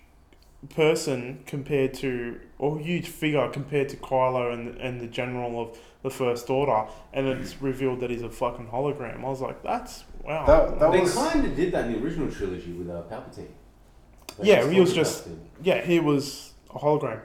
person compared to, or huge figure compared to Kylo and and the general of the First Order, and it's revealed that he's a fucking hologram. I was like, that's wow.
That- that
They
was-
kind of did that in the original trilogy with uh, Palpatine. They
Yeah, he was
talked about
just-
him.
yeah, he was a hologram.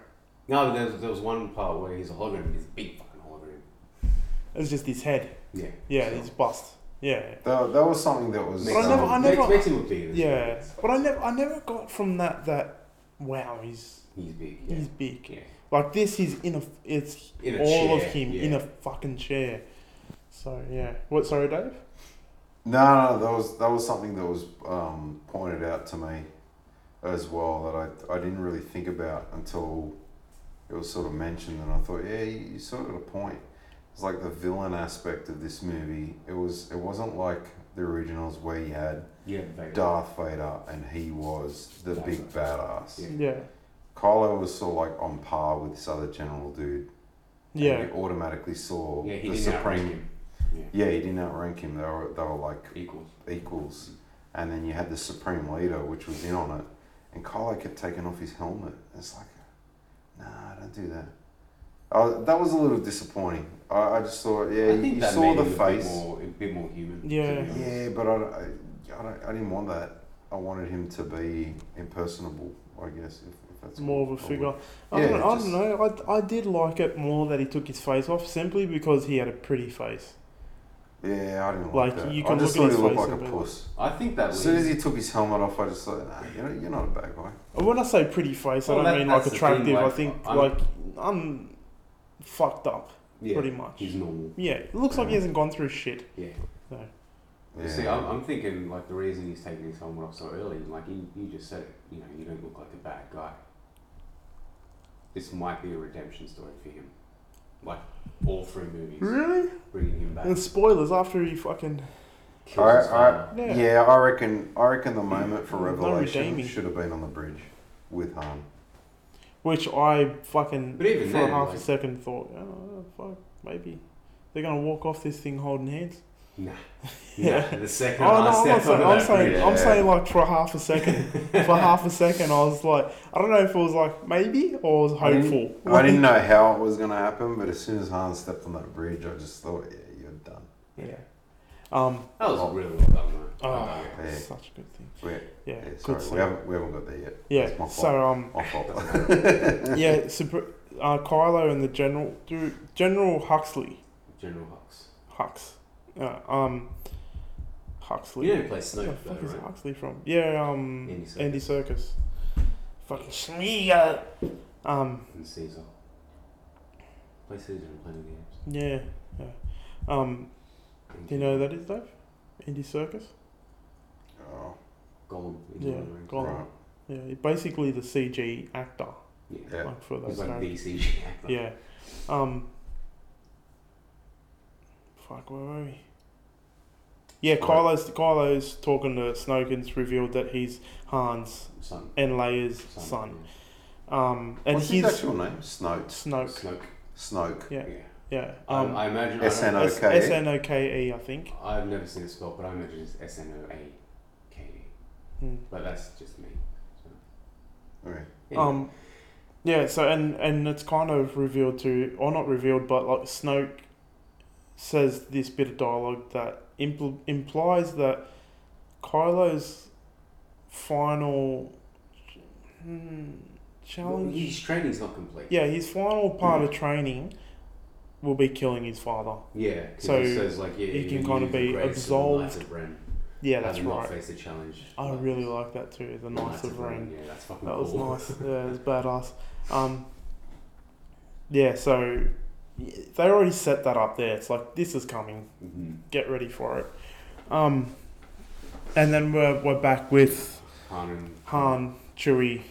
No, but there was, there was one part where he's a hologram, and he's a big fucking hologram.
It was just his head.
Yeah.
Yeah,
So-
his bust. Yeah.
That, that was something that was.
Makes
I never-
him-
I
um,
never-
makes- makes him look big.
Yeah, but I never, I never got from that that wow, he's
He's big. Yeah.
he's big.
yeah.
Like this, he's in a, it's
In a
all
chair,
of him
yeah.
in a fucking chair. So yeah, what? Sorry, Dave.
No, no, that was that was something that was um, pointed out to me as well that I, I didn't really think about until it was sort of mentioned, and I thought, yeah, you, you sort of got a point. It's like the villain aspect of this movie. It was it wasn't like the originals where you had
Yeah, Vader.
Darth Vader and he was the
That's
big
right.
badass.
Yeah.
Yeah,
Kylo was sort of like on par with this other general dude. and
yeah,
you automatically saw
Yeah, he
the
didn't outrank
supreme.
him.
Yeah, he didn't outrank him. They were they were like
Equals.
equals. And then you had the Supreme Leader, which was in on it. And Kylo kept taking off his helmet. It's like, nah, don't do that. Oh, that was a little disappointing. I, I just thought, yeah,
I think
you
that
saw
made
the
him
face.
A bit more, a bit more human. to
Yeah.
be honest.
Yeah, but I, don't- I, I, don't, I didn't want that. I wanted him to be impersonable, I guess, if, if that's
it's more
what
of a
I
figure.
would-
I
Yeah,
don't, I
just-
don't know. I, I did like it more that he took his face off simply because he had a pretty face.
Yeah, I didn't
Like,
like, that.
you
I
can
just
look
thought
at
he looked
his face
like a
and be like-
puss.
I think that
As soon
leads-
as he took his helmet off, I just thought, nah, you're, you're not a bad guy.
And When I say pretty face,
Well,
I don't
that-
mean like
that's the
attractive.
thing,
I
like,
think
I'm-
like I'm fucked up
yeah,
pretty much.
he's normal.
Yeah, it looks like he
Mm.
hasn't gone through shit.
Yeah.
Yeah.
See, I'm, I'm thinking like the reason he's taking his helmet off so early, like you, you just said it. You know, you don't look like a bad guy. This might be a redemption story for him, like all three movies,
Really?
bringing him back.
And spoilers after he fucking
kills
Alright,
his father.
yeah.
Yeah, I reckon. I reckon the moment for
No
revelation
redeeming.
should have been on the bridge with Han.
Which I fucking
But even
for
then,
half
like-
a second thought, oh fuck, maybe they're gonna walk off this thing holding hands.
Nah.
Yeah.
Nah, the second
Oh
I
no, I'm not
stepped
saying.
onto
I'm
that
saying.
bridge-
I'm
yeah.
saying like for half a second. for half a second, I was like, I don't know if it was like maybe or was
I didn't-
hopeful.
I didn't know how it was going to happen, but as soon as Han stepped on that bridge, I just thought, yeah, you're done.
Yeah. Um.
That was really well done, though.
Oh,
Okay.
Yeah.
such a good thing.
We're,
Yeah.
yeah,
good
sorry,
scene.
we haven't we haven't got there yet. It's
yeah.
my
So um.
My fault.
yeah. Super, uh, Kylo and the general, dude, General Huxley,
General Hux.
Hux, uh, um, Huxley.
You know who plays
Where
Snoke,
the fuck
though,
is
right?
Huxley from? Yeah, um,
Andy
Andy
Serkis.
Circus. Fucking Schmeega. Um,
And Caesar. Plays Caesar in Planet of the Apes.
yeah, yeah. Um, do you know who that is, Dave? Indie Circus.
Oh,
Gollum. in
Yeah,
Lord of the Rings.
Gollum.
right.
Yeah, he's basically the CG actor
Yeah.
Yeah.
like for those
He's like the
characters.
CG actor.
Yeah. Um. Fuck, where were we? Yeah,
Right.
Kylo's Kylo's talking to Snoke and it's revealed that he's Han's
Son.
and Leia's
Son.
son. Um, and
What's
he's
his actual name? Snoke.
yeah.
Snoke.
Snoke.
Snoke.
Yeah.
Yeah.
Yeah.
Um,
Um,
I, I imagine.
S N
I
O
S
K.
S N O K E, I think.
don't- I've never seen it spelled, but I imagine it's S N O A K E.
Mm.
But that's just me. So,
Okay.
anyway.
Um, yeah. So and and it's kind of revealed to, or not revealed, but like Snoke says this bit of dialogue that impl- implies that Kylo's final
Well,
hmm, challenge.
his training's not complete.
yeah, his final part of training will be killing his father.
Yeah. 'cause
So,
it says like yeah,
he
you
can
use
kinda
the
be
grace and the
absolved.
light of Ren.
Yeah, that's
and Not
right.
face the challenge.
I
Like,
really like that too. The
the
Knights of Ren.
Yeah, that's fucking
That was
cool.
nice. Yeah, it was badass. Um, yeah, so y- they already set that up there. It's like this is coming.
Mhm.
Get ready for it. Um, and then we're we're back with
Han and
Han, Chewie,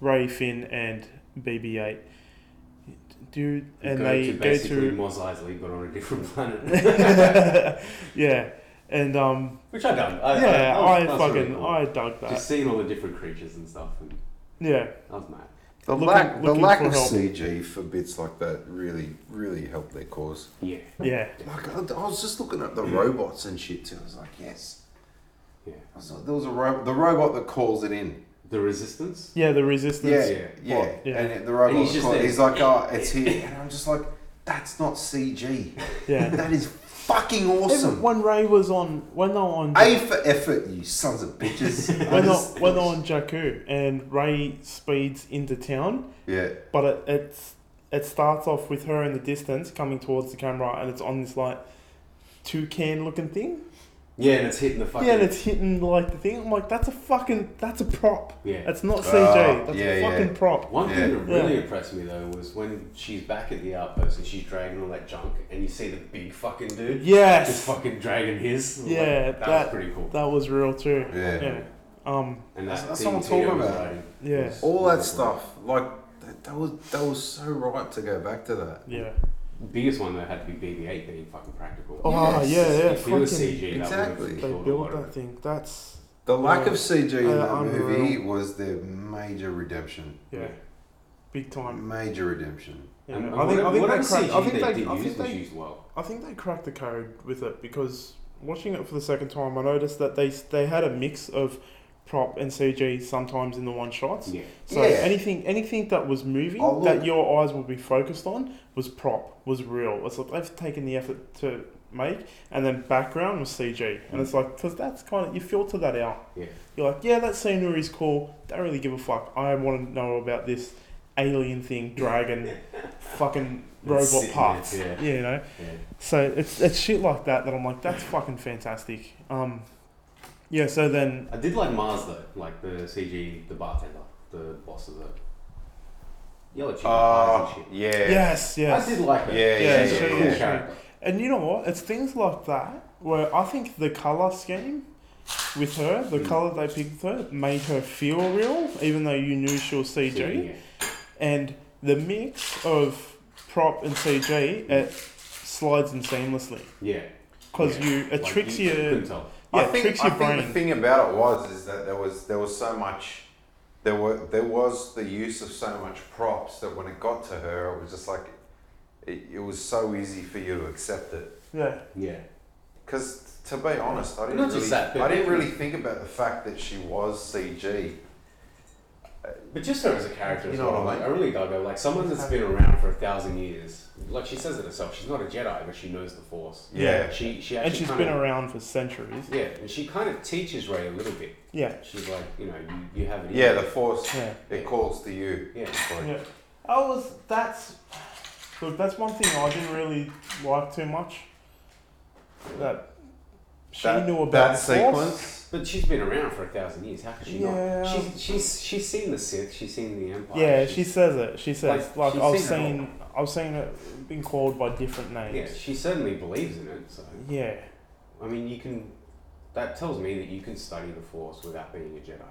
Ray, Finn, and BB-8. Dude, and
go
they
to
go
basically
to
Mos Eisley, but on a different planet.
yeah, and um,
Which I done. I,
yeah,
I,
I
that was really
fucking
cool.
I dug that.
just seeing all the different creatures and stuff, and
Yeah,
I was mad.
The
Looking-
lack, the
looking
lack
for
of
help.
CG for bits like that really, really helped their cause.
Yeah,
yeah.
Like I, I was just looking at the
Hmm.
robots and shit too. I was like, yes.
yeah.
I was like, there was a ro- the robot that calls it in.
The Resistance.
Yeah, the resistance.
Yeah,
Yeah.
yeah,
Yeah.
And it- the robot
And he's
was
just
calling-
there.
he's like, oh, it's here. And I'm just like, that's not CG.
yeah.
That is fucking awesome.
When Ray was on, when they were on,
A for effort, you sons of bitches. I
when, they
just-
when they were on Jakku, and Ray speeds into town,
yeah,
but it it's, it starts off with her in the distance coming towards the camera, and it's on this like toucan looking thing.
Yeah, and it's hitting the fucking.
Yeah, and it's hitting like the thing. I'm like, that's a fucking, that's a prop.
Yeah.
That's not CG.
Ah,
that's a
yeah,
fucking
yeah.
prop.
One thing
Yeah.
that really
Yeah.
impressed me though was when she's back at the outpost and she's dragging all that junk, and you see the big fucking dude just
Yes,
fucking dragging his. I'm like,
Yeah,
that,
that-
was pretty cool.
that was real too.
yeah,
Yeah. Um.
And that
That's- that's
thing
what I'm talking
Peter was
about.
writing
Yeah.
was-
All that
was-
stuff, like that, that was that was so right to go back to that.
Yeah.
Biggest one though had to be BB-8 being fucking practical.
Oh
Yes.
yeah, yeah.
if it was
fucking-
CG, that
Exactly.
would have
they
killed a
built
lot of
that
it.
thing. That's
The lack
Yeah.
of CG in
Uh,
that
unreal.
movie was their major redemption.
yeah, big time.
Major redemption.
Yeah.
And
I think I think
whatever
they cracked.
CG
I think
they
they.
did
I
use
think
was
they
used well.
I think they cracked the code with it because watching it for the second time, I noticed that they they had a mix of prop and CG sometimes in the one shots.
Yeah.
So
Yeah.
anything anything that was moving
Oh, look.
that your eyes will be focused on was prop was real. It's like they've taken the effort to make, and then background was CG, and it's like because that's kind of you filter that out.
Mm. Yeah.
You're like, yeah, that scenery's cool. Don't really give a fuck. I want to know about this alien thing, dragon, fucking robot
sitting there,
parts.
yeah.
You know.
yeah.
So it's it's shit like that that I'm like, that's fucking fantastic. Um, yeah. So then,
I did like Mars though, like the CG, the bartender, the boss of the yellow chicken pies
Ah,
and shit.
yeah.
yes, yes.
I did like her.
Yeah,
yeah,
She's a
yeah,
cool
yeah.
character.
And you know what? It's things like that where I think the color scheme with her, the
Mm.
color they picked with her, made her feel real, even though you knew she was CG.
Yeah.
And the mix of prop and CG it slides in seamlessly
Yeah.
because
Yeah.
you it
Like,
tricks
you
your
couldn't tell.
yeah
I
it
think,
tricks
I
your
think
brain.
the thing about it was is that there was there was so much there were there was the use of so much props that when it got to her it was just like it, it was so easy for you to accept it
yeah,
Yeah.
because to be honest I didn't
Not just
really,
that, but-
I didn't really think about the fact that she was CG
But just her as a character as
You know
well.
what I
Like, I really dug her. Like someone that's been around for a thousand years. Like she says it herself, she's not a Jedi, but she knows the Force.
yeah,
She she actually
and she's
kinda,
been around for centuries.
Yeah, and she kind of teaches Ray a little bit.
Yeah,
She's like, you know, you, you have it. in
yeah
you.
the force
yeah.
it calls to you
yeah.
Like,
Yeah, I was. Oh, That's look. That's one thing I didn't really like too much. That she
that,
knew about
that
the Force.
sequence
But she's been around for a thousand years. How could she
Yeah.
not? She's she's she's seen the Sith. She's seen the Empire.
Um, Yeah, she says it. She says
Like,
like,
she's
I've
seen it
seen I've seen it being called by different
yeah.
names.
She certainly believes in it. So
Yeah.
I mean, you can That tells me that you can study the Force without being a Jedi.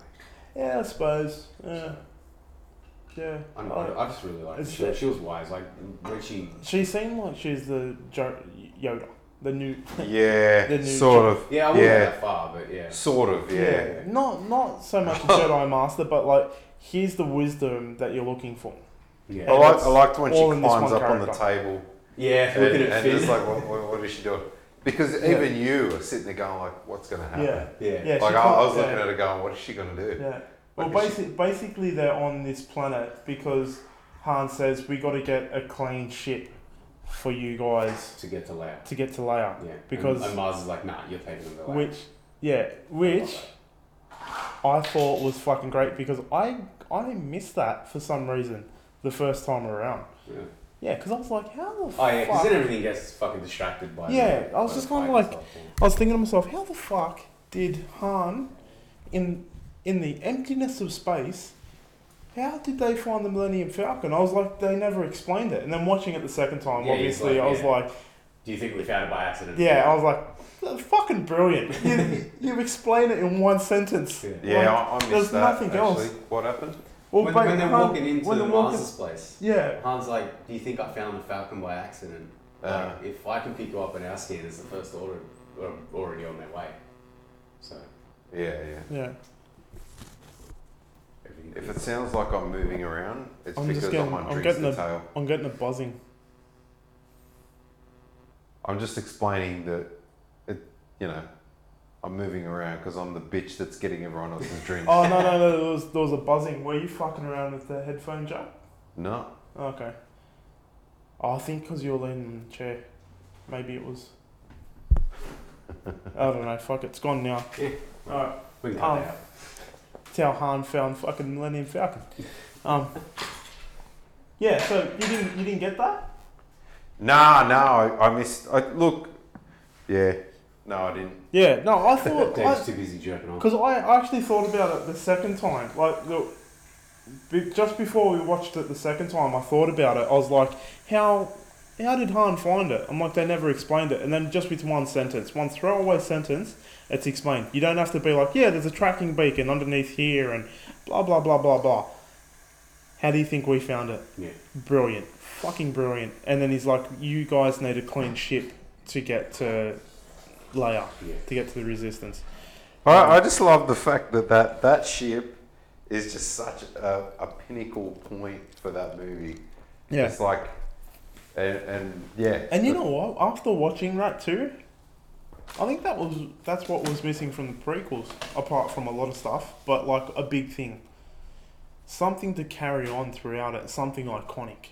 Yeah, I suppose. Yeah, yeah.
I know. I, I just really like.
It's
She,
the-
she was wise. Like when she,
She seemed like she's the jo- Yoda, the new. The
Yeah,
new
sort of.
yeah, I wouldn't
Yeah.
go that far, but yeah,
Sort of, yeah.
Not not so much a Jedi Master, but like here's the wisdom that you're looking for.
yeah,
I,
Oh,
like, I liked when she
all in this
climbs
one
up on the
character.
table
yeah.
and,
Looking at
and it's
Finn,
like, what, what, what is she doing? Because
Yeah.
even you are sitting there going, like, what's going to happen?
Yeah.
Uh, yeah,
Yeah. she
Like, I, I was
can't-
looking
yeah.
at her going, what is she going to do?
Yeah. Well,
Like, is
basic, basically they're on this planet because Han says we got to get a clean ship for you guys
to get to Leia.
to get to Leia,
Yeah,
Because-
and, and Mars is like, nah, you're taking them to Leia.
which yeah, which I thought was fucking great because I I missed that for some reason the first time around.
Yeah.
Yeah, because I was like, how the
Oh yeah, because
fuck?
then everything gets fucking distracted by.
Yeah,
the-
I was
by
just
the fight
kinda
and
like-
stuff, yeah.
I was thinking to myself, how the fuck did Han, in in the emptiness of space, how did they find the Millennium Falcon? I was like, they never explained it. And then watching it the second time,
Yeah, it's
obviously,
like,
I was
yeah.
like,
Do you think we found it by accident?
yeah, I was like, "That's fucking brilliant. You, you explain it in one sentence.
Yeah.
Yeah, I, I missed
there's
that.
nothing else.
actually. What happened?
Well,
when,
but
when they're
Han-
walking into
when they're walking-
Mars's place,
yeah,
Han's like, "Do you think I found the Falcon by accident?
Uh.
like, if I can pick you up in our scanners, the first order are already on their way." So
Yeah, yeah.
yeah.
everything.
If it sounds like I'm moving around, it's
I'm just
because
getting-
someone
I'm
drinks
getting
the
a-
tail.
I'm getting a buzzing.
I'm just explaining that, it, you know, I'm moving around because I'm the bitch that's getting everyone else's drinks.
Oh, no, no, no, there was, there was a buzzing. Were you fucking around with the headphone jack?
No,
Okay. Oh, I think because you're leaning in the chair. Maybe it was. I don't know. Fuck, it, it's gone now.
Yeah.
Alright.
we can cut
um,
that out.
That's how Han found fucking Millennium Falcon. Um. Yeah. So you didn't you didn't get that?
nah, no, I, I missed. I, look, yeah, no, I didn't.
Yeah. No, I thought. I,
Dave's too busy jerking off.
Because I actually thought about it the second time. Like, the, be, just before we watched it the second time, I thought about it. I was like, how how did Han find it? I'm like, they never explained it. And then just with one sentence, one throwaway sentence, it's explained. You don't have to be like, yeah, there's a tracking beacon underneath here and blah, blah, blah, blah, blah. How do you think we found it?
Yeah.
Brilliant. Fucking brilliant. And then he's like, you guys need a clean ship to get to Leia,
Yeah.
to get to the Resistance.
I, I just love the fact that that, that ship is just such a, a pinnacle point for that movie.
Yeah.
It's like, and, and yeah.
And you know what? After watching that too, I think that was that's what was missing from the prequels, apart from a lot of stuff, but like a big thing. Something to carry on throughout it, something iconic.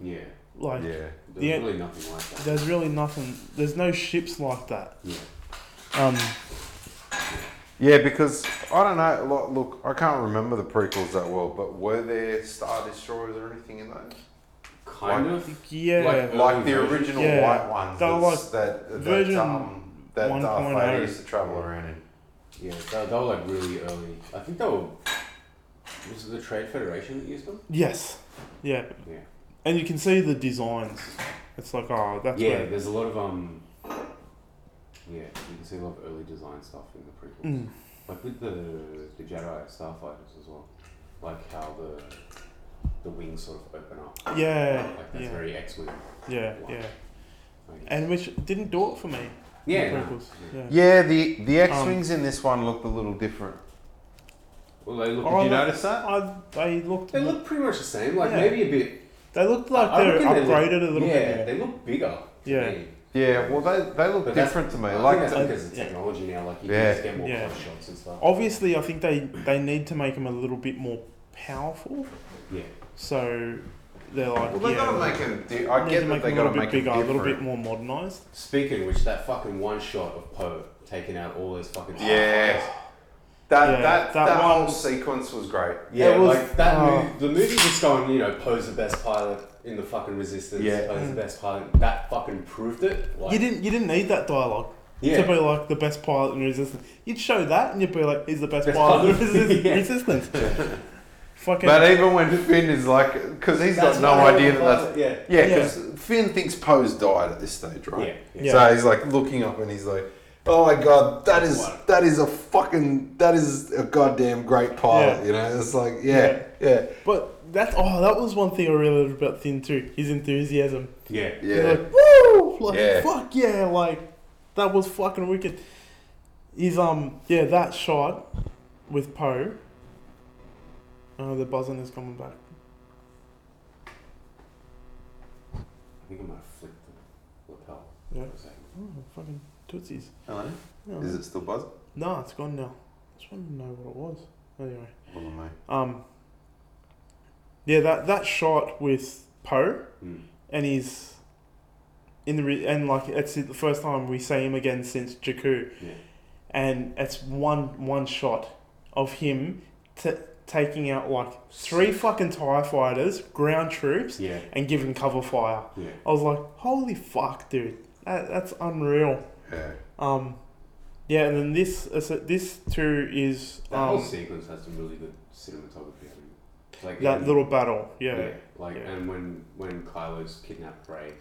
Yeah.
Like
yeah.
There's
Yeah.
really nothing like that.
there's really nothing there's no ships like that.
Yeah.
Um
Yeah, because I don't know. Look, look, I can't remember the prequels that well, but were there Star Destroyers or anything in those?
Kind
Like-
of.
yeah.
Like-
Like the original
Yeah.
white ones
They were
that's- that that,
version
um, that Darth
1.0.
Vader used to travel around in.
Yeah. They, they were like really early. I think they were. Was it the Trade Federation that used them?
Yes. Yeah.
Yeah.
And you can see the designs. It's like, oh that's
yeah,
where
there's a lot of um. Yeah, you can see a lot of early design stuff in the prequels,
Mm.
like with the the Jedi starfighters as well, like how the the wings sort of open up.
Yeah.
like that's
Yeah.
very X-wing.
Yeah.
like,
Yeah.
like-
And which didn't do it for me.
yeah,
the
no,
prequels.
yeah.
Yeah.
Yeah, the the
Um,
X wings in this one looked a little different.
Well, they look.
Oh,
Did you
no.
notice that?
I, they looked
They look pretty much the same. Like
Yeah.
maybe a bit.
They looked like
I- I
they're
reckon they look-
upgraded a little
yeah,
bit more.
they look bigger. to
Yeah.
me.
Yeah, well they they look
But that's-
different to me.
I
Like
think that's
the-
because of
yeah.
technology now. Like you
Yeah.
can just get more
Yeah.
close shots and stuff.
Obviously, I think they, they need to make them a little bit more powerful.
Yeah.
So they're like,
well, they
yeah,
gotta make them. Di- I
need
get
to
that they
them
gotta
a little
make
bit bigger,
them
a little bit
different.
more modernized.
Speaking of which, that fucking one shot of Poe taking out all those fucking.
Yeah. That,
Yeah,
that
that
that whole
one-
sequence was great.
Yeah,
It was-
like that
oh.
movie, the movie just going, you know, Poe's the best pilot in the fucking Resistance.
Yeah.
Poe's
Mm.
the best pilot. That fucking proved it. Like,
You didn't you didn't need that dialogue
Yeah.
to be like the best pilot in Resistance. You'd show that and you'd be like, he's the best,
Best
pilot in
pilot.
Resistance.
Yeah.
Resistance. Fucking
But even when Finn is like, because he's
That's
got no
why they
idea
were
that that's
pilot, yeah.
Yeah, because Finn thinks Poe's died at this stage,
yeah,
right?
yeah,
Yeah.
So he's like looking up and he's like, Oh my god, that is
What?
that is a fucking that is a goddamn great pilot.
Yeah.
You know, it's like yeah, yeah,
But that's oh, that was one thing I really loved about Thin too. His enthusiasm.
Yeah.
yeah,
He's like, woo! Like,
Yeah.
fuck yeah! Like, that was fucking wicked. He's, um, yeah, that shot with Poe. Oh, the buzzing is coming back.
I think I might have flicked the lapel.
Yeah.
For a second.
Oh, fucking tootsies.
Hello?
Yeah.
Is it still buzzing?
Nah, it's gone now. I just wanted to know what it was. Anyway.
Hold on, mate.
Um, yeah, that, that shot with Poe.
Mm.
and he's in the re- and like it's the first time we see him again since Jakku,
Yeah.
and it's one one shot of him t- taking out like three fucking Tie Fighters, ground troops,
Yeah.
and giving cover fire.
Yeah.
I was like, holy fuck, dude, that, that's unreal.
Yeah.
Um, yeah, and then this is- this too is
That whole
um,
sequence has some really good cinematography. I mean, It's like
that
um,
little battle. yeah.
Like
Yeah.
and when when Kylo's kidnapped Ray,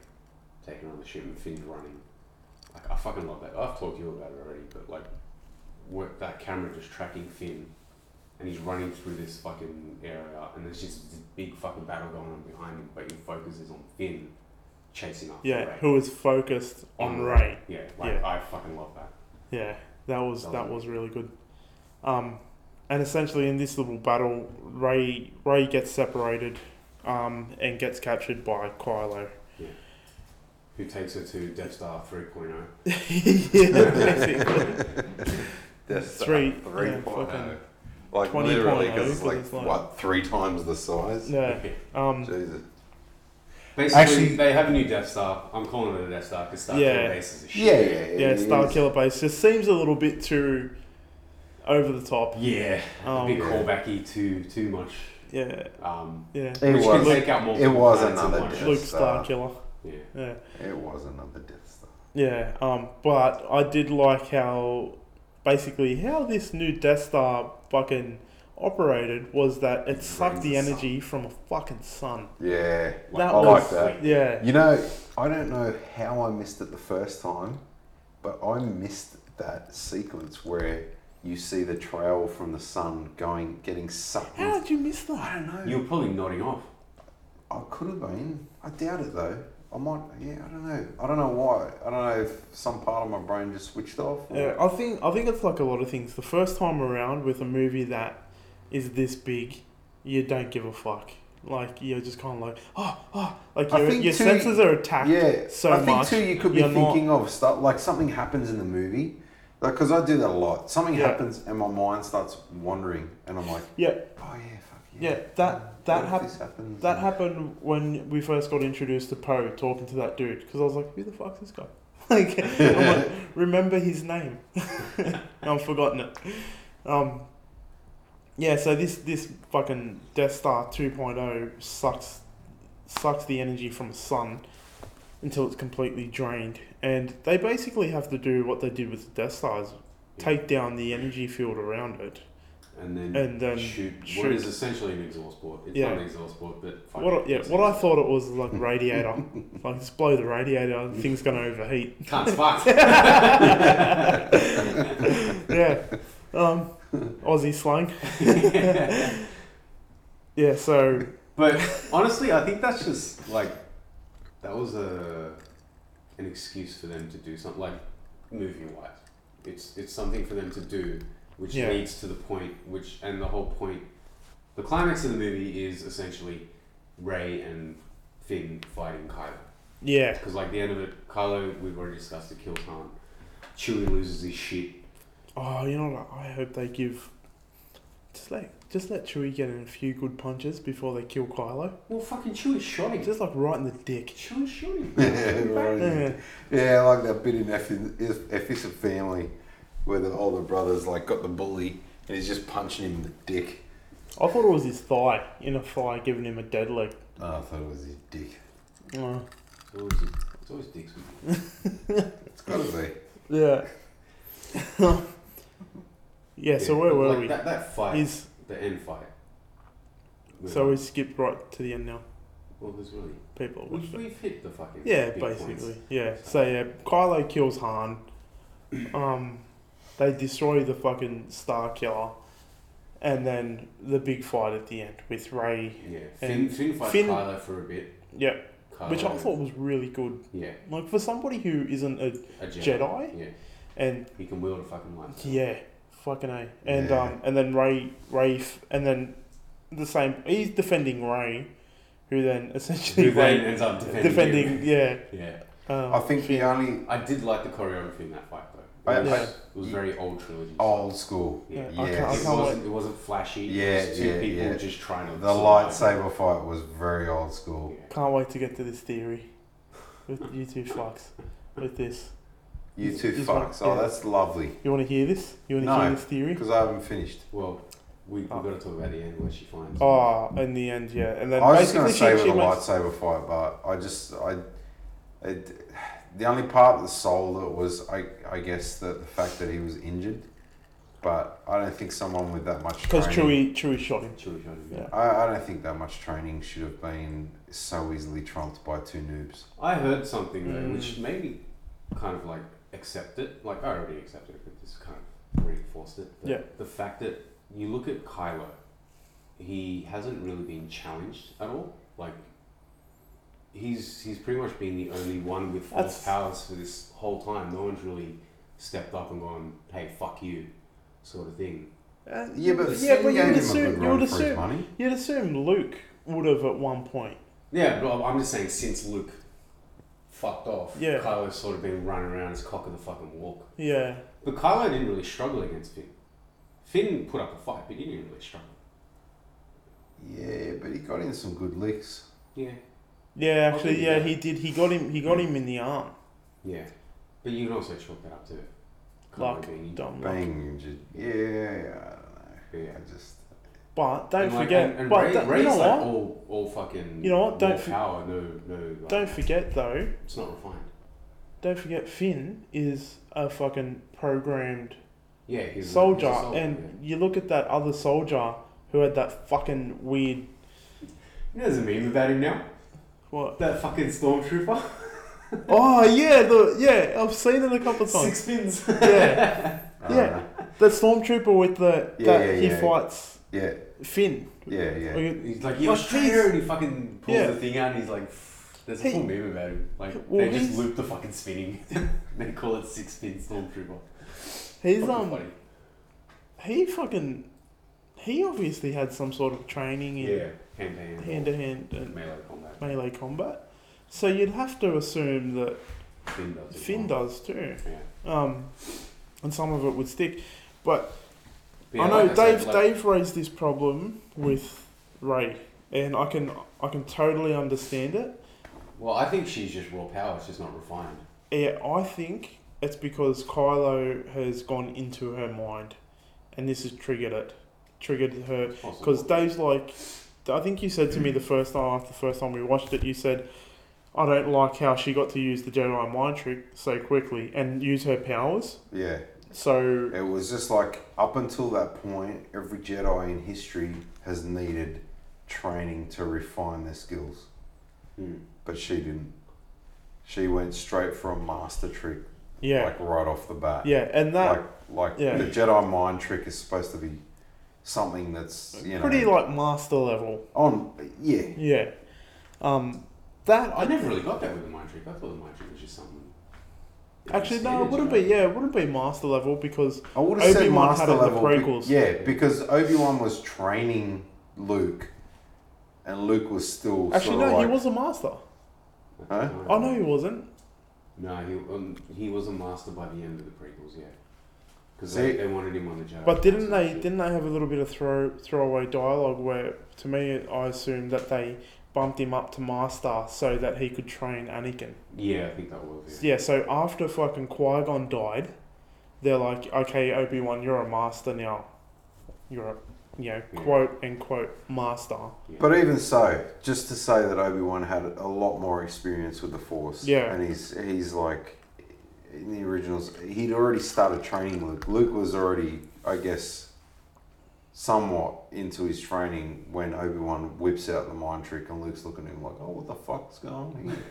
taken on the ship and Finn's running, like I fucking love that. I've talked to you about it already, but like, what that camera just tracking Finn, and he's running through this fucking area, and there's just this big fucking battle going on behind him, but your focus is on Finn chasing after
Yeah,
Ray.
who is focused on
Mm.
Ray.
Yeah, like
Yeah.
I fucking love that.
Yeah, that was that
Solid.
was really good. Um, and essentially in this little battle, Ray Ray gets separated, um, and gets captured by Kylo.
Who takes her to Death Star oh? 3.0?
yeah, basically.
That's
Three-
uh, three
yeah,
point
fucking
oh. Like
20
literally,
point oh,
because it's
because
like,
it's like-
what three times the size.
Yeah. Um,
Jesus.
Basically,
Actually-
they have a new Death Star. I'm calling it a Death Star because Star
Yeah.
Killer Base is a
Yeah,
shit.
yeah,
yeah, Star
it
Killer Base just seems a little bit too over the top.
Yeah,
Um,
a bit
Yeah.
callbacky too too much.
Yeah,
Um,
yeah.
It
which
was-
can take out more.
is. It was
planets at
another
once.
Death
Luke
Star.
Star Killer.
Yeah,
Yeah.
It was another Death Star.
Yeah, um, but I did like how basically how this new Death Star fucking operated was that it
It
sucked the
rains the
energy from a fucking sun.
Yeah,
That
I
oh,
was-
like that.
Yeah,
You know, I don't know how I missed it the first time, but I missed that sequence where you see the trail from the sun going, getting sucked.
how
in-
did you miss
I
that?
don't know.
you were probably nodding off.
I could have been. I doubt it though. I might. Yeah, I don't know. I don't know why. I don't know if some part of my brain just switched off. Or,
Yeah, I think I think it's like a lot of things. The first time around with a movie that is this big, you don't give a fuck. Like you're just kind of like oh oh like
I
your,
think
your
too-
senses are attacked.
yeah.
so
I think
much,
too. You could be
you're not-
thinking of stuff like something happens in the movie. Like, cause I do that a lot. Something
Yeah.
happens and my mind starts wandering, and I'm like,
Yeah.
oh yeah, fuck yeah.
Yeah, that that
What if
happened.
this happens.
That happened when we first got introduced to Poe talking to that dude because I was like, "Who the fuck's this guy?" like, I'm like, remember his name? I've forgotten it. Um, yeah, so this this fucking Death Star 2.0 sucks sucks the energy from the sun until it's completely drained, and they basically have to do what they did with the Death Stars: take down the energy field around it.
and then
and then
shoot,
shoot.
what is essentially an exhaust port. It's
Yeah.
not an exhaust port, but fuck
What
it,
I, yeah,
it's
what I
exhaust.
thought it was like radiator, like just blow the radiator, the thing's gonna overheat.
Can't fuck.
yeah, um, Aussie slang. yeah, so
But honestly, I think that's just like that was a an excuse for them to do something like movie wise. It's it's something for them to do, which
Yeah.
leads to the point which and the whole point. The climax of the movie is essentially Ray and Finn fighting Kylo.
yeah,
Because like the end of it, Kylo we've already discussed it kills Han. Chewie loses his shit.
oh, you know what? I hope they give just let just let Chewie get in a few good punches before they kill Kylo.
Well, fucking Chewie shot him.
Just like right in the dick.
Chewie shot him.
yeah,
Yeah.
right. yeah, I like that bit in Effi- If- Efficient Family where the older brother's like got the bully and he's just punching him in the dick.
I thought it was his thigh in a fly giving him a dead leg.
Oh, I thought it was his dick.
Uh,
It's always, it's always dicks with you.
It's gotta be.
yeah. yeah. So
Yeah,
where
but,
were
like,
we?
That, that fight.
He's
The end fight.
So we skipped right to the end now.
well, there's really
People.
we've, we've hit the fucking
Yeah,
big
basically.
points.
Yeah. So yeah, Kylo kills Han. um, they destroy the fucking Star Killer, and then the big fight at the end with Ray.
Yeah, Finn,
And
Finn fights
Finn-
Kylo for a bit.
Yeah,
Kylo,
which I thought was really good.
yeah,
Like for somebody who isn't a
a Jedi.
Jedi
Yeah,
and
he can wield a fucking lightsaber.
yeah, fucking a. And
Yeah.
um, and then Ray, Ray, f- and then the same. He's defending Ray, who then essentially
Who then
Ray
ends up defending? him.
defending. Yeah.
Yeah,
Um,
I think the only
I did like the choreography in that fight though.
I- Oh,
It was,
I-
it was very old trilogy.
old school.
yeah, I
yes.
can't, I
It
can't wait.
wasn't, it wasn't flashy.
Yeah,
it was two
yeah,
people
yeah.
just trying to
The lightsaber fight was very old school.
Yeah.
Can't wait to get to this theory with you two fucks. With this,
You
Is-
two
is
fucks.
what-
Oh,
yeah.
that's lovely.
you want to hear this? You want to
No.
hear this theory?
Because I haven't finished.
Well, we we
Oh.
got to talk about the end where she finds.
Oh, in the end, yeah. And then
I was just
basically
going to say with
she,
the
she makes,
lightsaber fight, but I just I, it, the only part that sold it was I I guess that the fact that he was injured, but I don't think someone with that much
because
training,
Chewie Chewie shot him.
Chewie shot him.
Yeah.
I, I don't think that much training should have been so easily trumped by two noobs.
I heard something though,
Mm.
which made me kind of like accept it. Like I already accepted it, but just kind of reinforced it. But
Yeah.
The fact that you look at Kylo, he hasn't really been challenged at all. Like he's he's pretty much been the only one with force
That's-
powers for this whole time. No one's really stepped up and gone, "Hey, fuck you," sort of thing.
Uh, Yeah, but
yeah,
Finn
but you
gave
would
him a good
assume you
run
would
for his
assume
money.
you'd assume Luke would have at one point.
Yeah, but I'm just saying since Luke fucked off,
Yeah.
Kylo's sort of been running around his cock of the fucking walk.
Yeah,
But Kylo didn't really struggle against Finn. Finn put up a fight, but he didn't really struggle.
Yeah, but he got in some good licks.
Yeah.
yeah.
I'll give
Actually,
you
yeah,
that.
he did. He got him. He got him in the arm.
Yeah. But you can also chalk that up to Kylo
Luck,
being-
dumb luck.
Bang injured. Yeah, yeah, I
Yeah.
don't know. I just
But don't
And like-
forget.
and, and
but
Ray,
that-
Ray's
you know
like
what?
all, all fucking.
You know what? Don't
more
for-
power, no, no. Like,
Don't forget though.
It's not refined.
Don't forget Finn is a fucking programmed
Yeah, he's a-
soldier,
he's a soldier
and you look at that other soldier who had that fucking weird
yeah. there's a meme about him now.
what?
That fucking stormtrooper,
oh yeah, the yeah, I've seen it a couple of times.
six pins.
Yeah,
I don't
Yeah.
know.
the stormtrooper with the
Yeah,
that
yeah,
he
yeah.
fights
yeah,
Finn.
yeah, yeah.
Like,
He's like, he
Like,
was traitor, and he fucking pulls
Yeah.
the thing out, and he's like, there's a
He-
full meme about him. Like,
Well,
they just
he's-
loop the fucking spinning. they call it six spin stormtrooper.
He's
Fucking
um
funny.
he fucking he obviously had some sort of training
yeah,
in
hand to
hand
hand,
to hand
or
and
melee combat.
melee combat. So you'd have to assume that
Finn does. it.
Finn does too.
Yeah.
Um, and some of it would stick. But
But yeah,
I know
like
Dave.
said, like-
Dave raised this problem with Ray, and I can I can totally understand it.
Well, I think she's just raw power. It's just not refined.
Yeah, I think it's because Kylo has gone into her mind, and this has triggered it, triggered her
It's possible.
Because Dave's like, I think you said to me the first time after the first time we watched it, you said, I don't like how she got to use the Jedi mind trick so quickly and use her powers.
Yeah,
So,
it was just like up until that point, every Jedi in history has needed training to refine their skills,
Hmm.
but she didn't. She went straight for a master trick,
yeah.
like right off the bat.
Yeah, and that
like like
Yeah.
the Jedi mind trick is supposed to be something that's you know
pretty like master level.
on yeah
Yeah. Um, that,
I
I
never really got that with the mind trick. I thought the mind trick was just something.
actually, no, it
Standard,
wouldn't be,
right?
yeah, it wouldn't be master level because,
I would have said
Obi-Wan
master
had it in the
level. be-
prequels.
yeah, because Obi Wan was training Luke, and Luke was still
actually,
sort of
no,
like,
he was a master.
Huh?
Oh, no, he wasn't.
No, he um, he was a master by the end of the prequels. Yeah, because
See-
they, they wanted him on the Jedi.
But didn't
Council,
they
so-
didn't they have a little bit of throw throwaway dialogue where to me I assume that they bumped him up to master so that he could train Anakin.
Yeah, I think that was. Yeah.
Yeah, so after fucking Qui Gon died, they're like, okay, Obi Wan, you're a master now. You're a you know
Yeah.
quote and quote master.
But even so, just to say that Obi Wan had a lot more experience with the Force.
Yeah.
and he's he's like in the originals, he'd already started training Luke. Luke was already, I guess, somewhat into his training when Obi Wan whips out the mind trick, and Luke's looking at him like, "Oh, what the fuck's going on here?"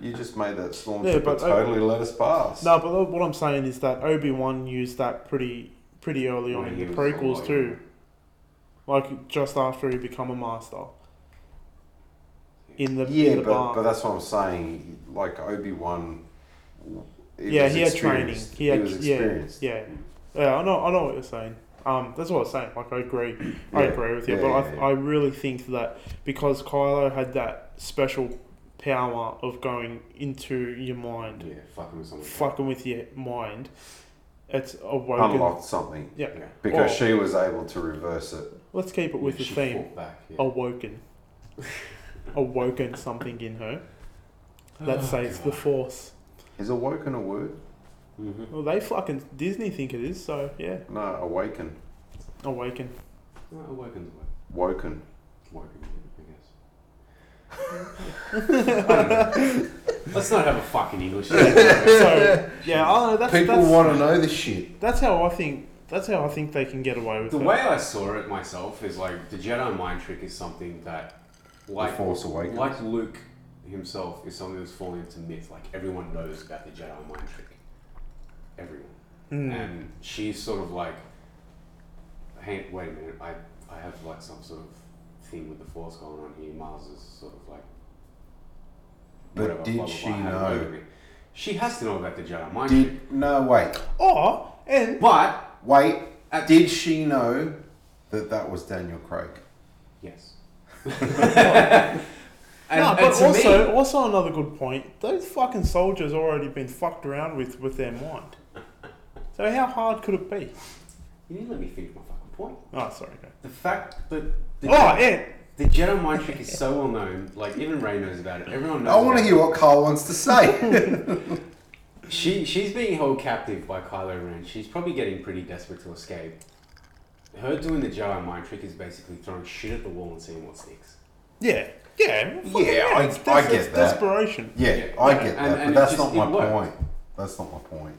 You just made that stormtrooper
Yeah, but I-
totally let us pass.
No, but what I'm saying is that Obi Wan used that pretty pretty early on
When
in
he
the
was
prequels
alive.
too, like just after he become a master. In the
yeah,
in the
but,
barn.
but that's what I'm saying. Like Obi Wan.
yeah, he had training. He had
was
yeah,
experienced.
yeah, yeah. I know, I know what you're saying. Um, that's what I'm saying. Like I agree, I
Yeah,
agree with you.
yeah,
but I,
yeah, yeah.
I really think that because Kylo had that special power of going into your mind,
Yeah, fucking with someone.
fucking with your mind, it's awoken.
Unlocked something
Yeah.
Yeah.
because
Or-
she was able to reverse it.
Let's keep it with the
She
theme.
fought Back, yeah.
Awoken. awoken something in her.
Oh,
Let's say it's the force.
Is awoken a word?
Mm-hmm.
Well, they fucking Disney think it is, so yeah,
No, awaken,
awaken.
No, awoken's awake.
woken.
Woken, I guess. I don't know. Let's not have a fucking English.
So yeah, I don't know. That's
People
that's,
want to know this shit.
that's how I think. That's how I think they can get away with
The
it.
way I saw it myself is like the Jedi mind trick is something that, like,
Force Awakens.
like Luke himself, is something that's fallen into myth. Like everyone knows about the Jedi mind trick. Everyone.
Hmm.
Mm.
And she's sort of like, hey, wait a minute, I, I have like some sort of thing with the Force going on here. Mars is sort of like.
But did she
I have it
know?
over me. She has to know about the Jedi mind trick.
Did no wait
Or Oh, and
But
wait? Did she know that that was Daniel Craig?
yes.
no,
And- and
but
to me-
also also another good point. Those fucking soldiers already been fucked around with with their mind. So how hard could it be?
You didn't let me finish my fucking point.
Oh, sorry. Go.
The fact that the,
Oh, and
the Jedi mind trick is so well known, like even Ray knows about it. Everyone knows.
I want
about
to
it.
hear what Carl wants to say.
She she's being held captive by Kylo Ren. She's probably getting pretty desperate to escape. Her doing the Jedi mind trick is basically throwing shit at the wall and seeing what sticks.
yeah, yeah, fucking
Yeah, I-
it's
I
des-
get
it's
that.
desperation.
yeah,
Yeah,
I
yeah,
get
and-
that,
and it
but that's not
just-
my
it worked.
point. That's not my point.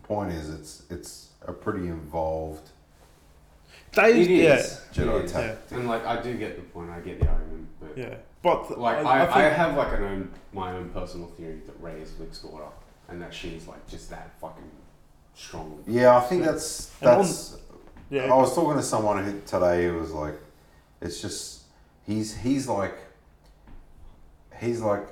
The point is, it's it's a pretty involved
They,
It is.
Jedi
It is.
tactic.
And like I do get the point. I get the argument, but
Yeah, yeah. But th-
like I, I,
think-
have like an own my own personal theory that Ray is Luke's daughter, and that she's like just that fucking strong.
Yeah, I think that's
And on-
that's.
yeah,
I was talking to someone who, today who was like, "It's just he's he's like he's like,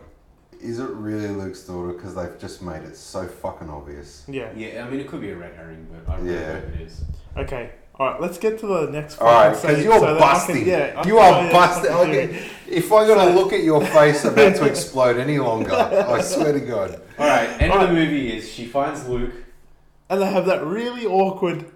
is it really Luke's daughter? Because they've just made it so fucking obvious."
yeah.
Yeah, I mean it could be a red herring, but I don't
Yeah.
know if it is.
Okay. All right. Let's get to the next.
All right,
fucking
because
scene
you're
so that I can-
busting.
yeah, I
you
can
are
tell you
busting.
fucking
Okay,
doing it.
if I gotta look at your face about to explode any longer, I swear to God.
All right. End of
Alright.
the movie is she finds Luke.
And they have that really awkward.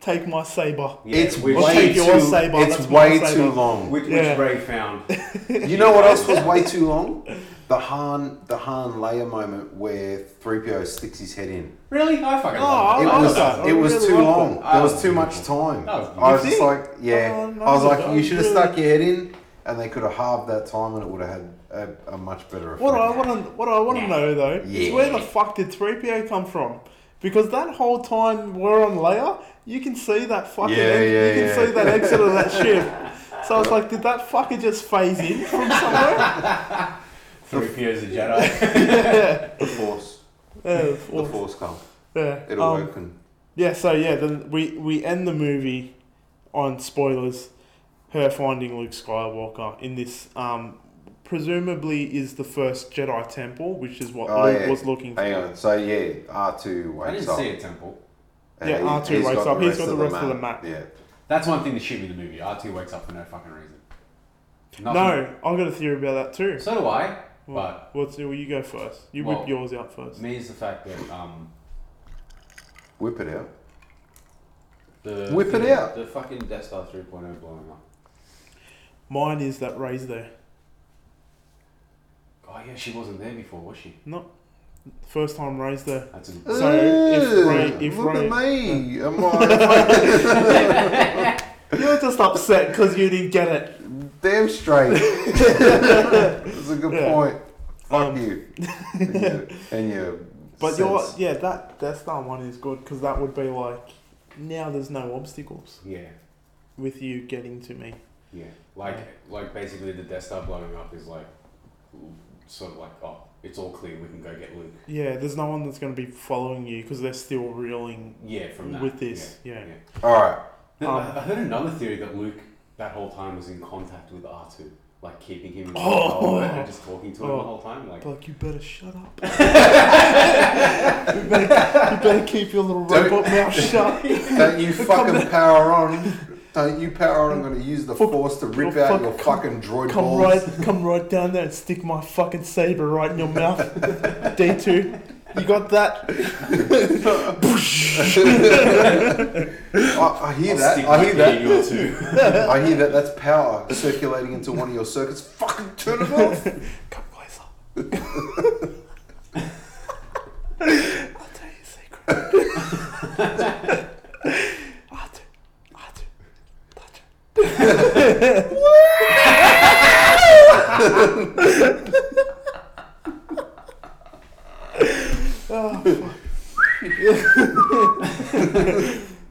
Take my saber.
Yeah,
it's
which,
I'll
way
take
too.
your saber,
It's
that's my
way
saber.
too long.
which, which
Yeah.
Ray found.
You know what else was way too long? The Han, the Han Leia moment where three PO sticks his head in.
Really? I fucking
No,
love
It
Oh, I
was
that. I
it was
really
too
like
long.
that.
There
Oh,
was too much time.
That was
I was
You
just
think?
like, yeah.
Oh, no,
I was
that
like, you
was
should have
really-
stuck your head in, and they could have halved that time, and it would have had a, a much better effect.
What I want to, what I want to
Nah.
know though, is where the fuck did three PO come from? Because that whole time we're on layer, you can see that fucking,
Yeah,
ex-
yeah,
you can
yeah.
see that exit of that ship. So I was like, did that fucker just phase in from somewhere?
Three PO's a Jedi.
the force,
yeah,
the
well,
force come.
yeah.
It
um,
awoken.
Yeah, so yeah, then we, we end the movie on spoilers, her finding Luke Skywalker in this um presumably is the first Jedi temple, which is what
Oh,
Luke
yeah.
was looking for.
Hang on. So yeah, R two
I
wakes
didn't
up.
see a temple.
and
Yeah,
he-
R2
he's
wakes
got
up, he's got the rest of the map.
Yeah.
That's one thing that should be in the movie. R two wakes up for no fucking reason. Nothing.
No, I've got a theory about that too.
So do I.
Well, what's well, you go first. You
Well,
whip yours out first.
Me is the fact that um
Whip it out.
the
Whip it
the,
out.
The fucking Death Star 3.0 blowing up.
Mine is that Ray's there.
Oh yeah, she wasn't there before, was she?
No, first time Ray's there.
That's a
So
Uh,
if
Ew,
Ray- if
look
Ray-
at me, am I
You're just upset because you didn't get it.
damn straight? That's a good
Yeah.
point. Fuck
Um,
you. And your, and your
But you're
sense.
yeah, that Death Star one is good because that would be like now there's no obstacles
yeah.
with you getting to me.
Yeah, like
Yeah.
like basically the Death Star blowing up is like sort of like oh it's all clear. We can go get Luke.
Yeah, there's no one that's going to be following you because they're still reeling
Yeah, from that.
with this. Yeah.
All right.
Yeah.
Um,
I heard another theory that Luke that whole time was in contact with R two, like keeping him in
Oh.
control and just talking to him
Oh.
the whole time. Like,
Like, you better shut up. you, better, you better keep your little
Don't-
robot mouth shut.
Don't you fucking power on. Don't you power on. I'm going to use the
Fuck.
force to rip
Oh,
out
fuck.
your
Come-
fucking droid
Come
balls.
right, come right down there and stick my fucking saber right in your mouth. D two, you got that?
I, I hear
I'll
that.
stick
I
my
hear
pig
that.
or two.
I hear that. That's power circulating into one of your circuits. Fucking turn it off.
Come closer. I'll tell you a secret. I do, I do, touch it. Oh, fuck.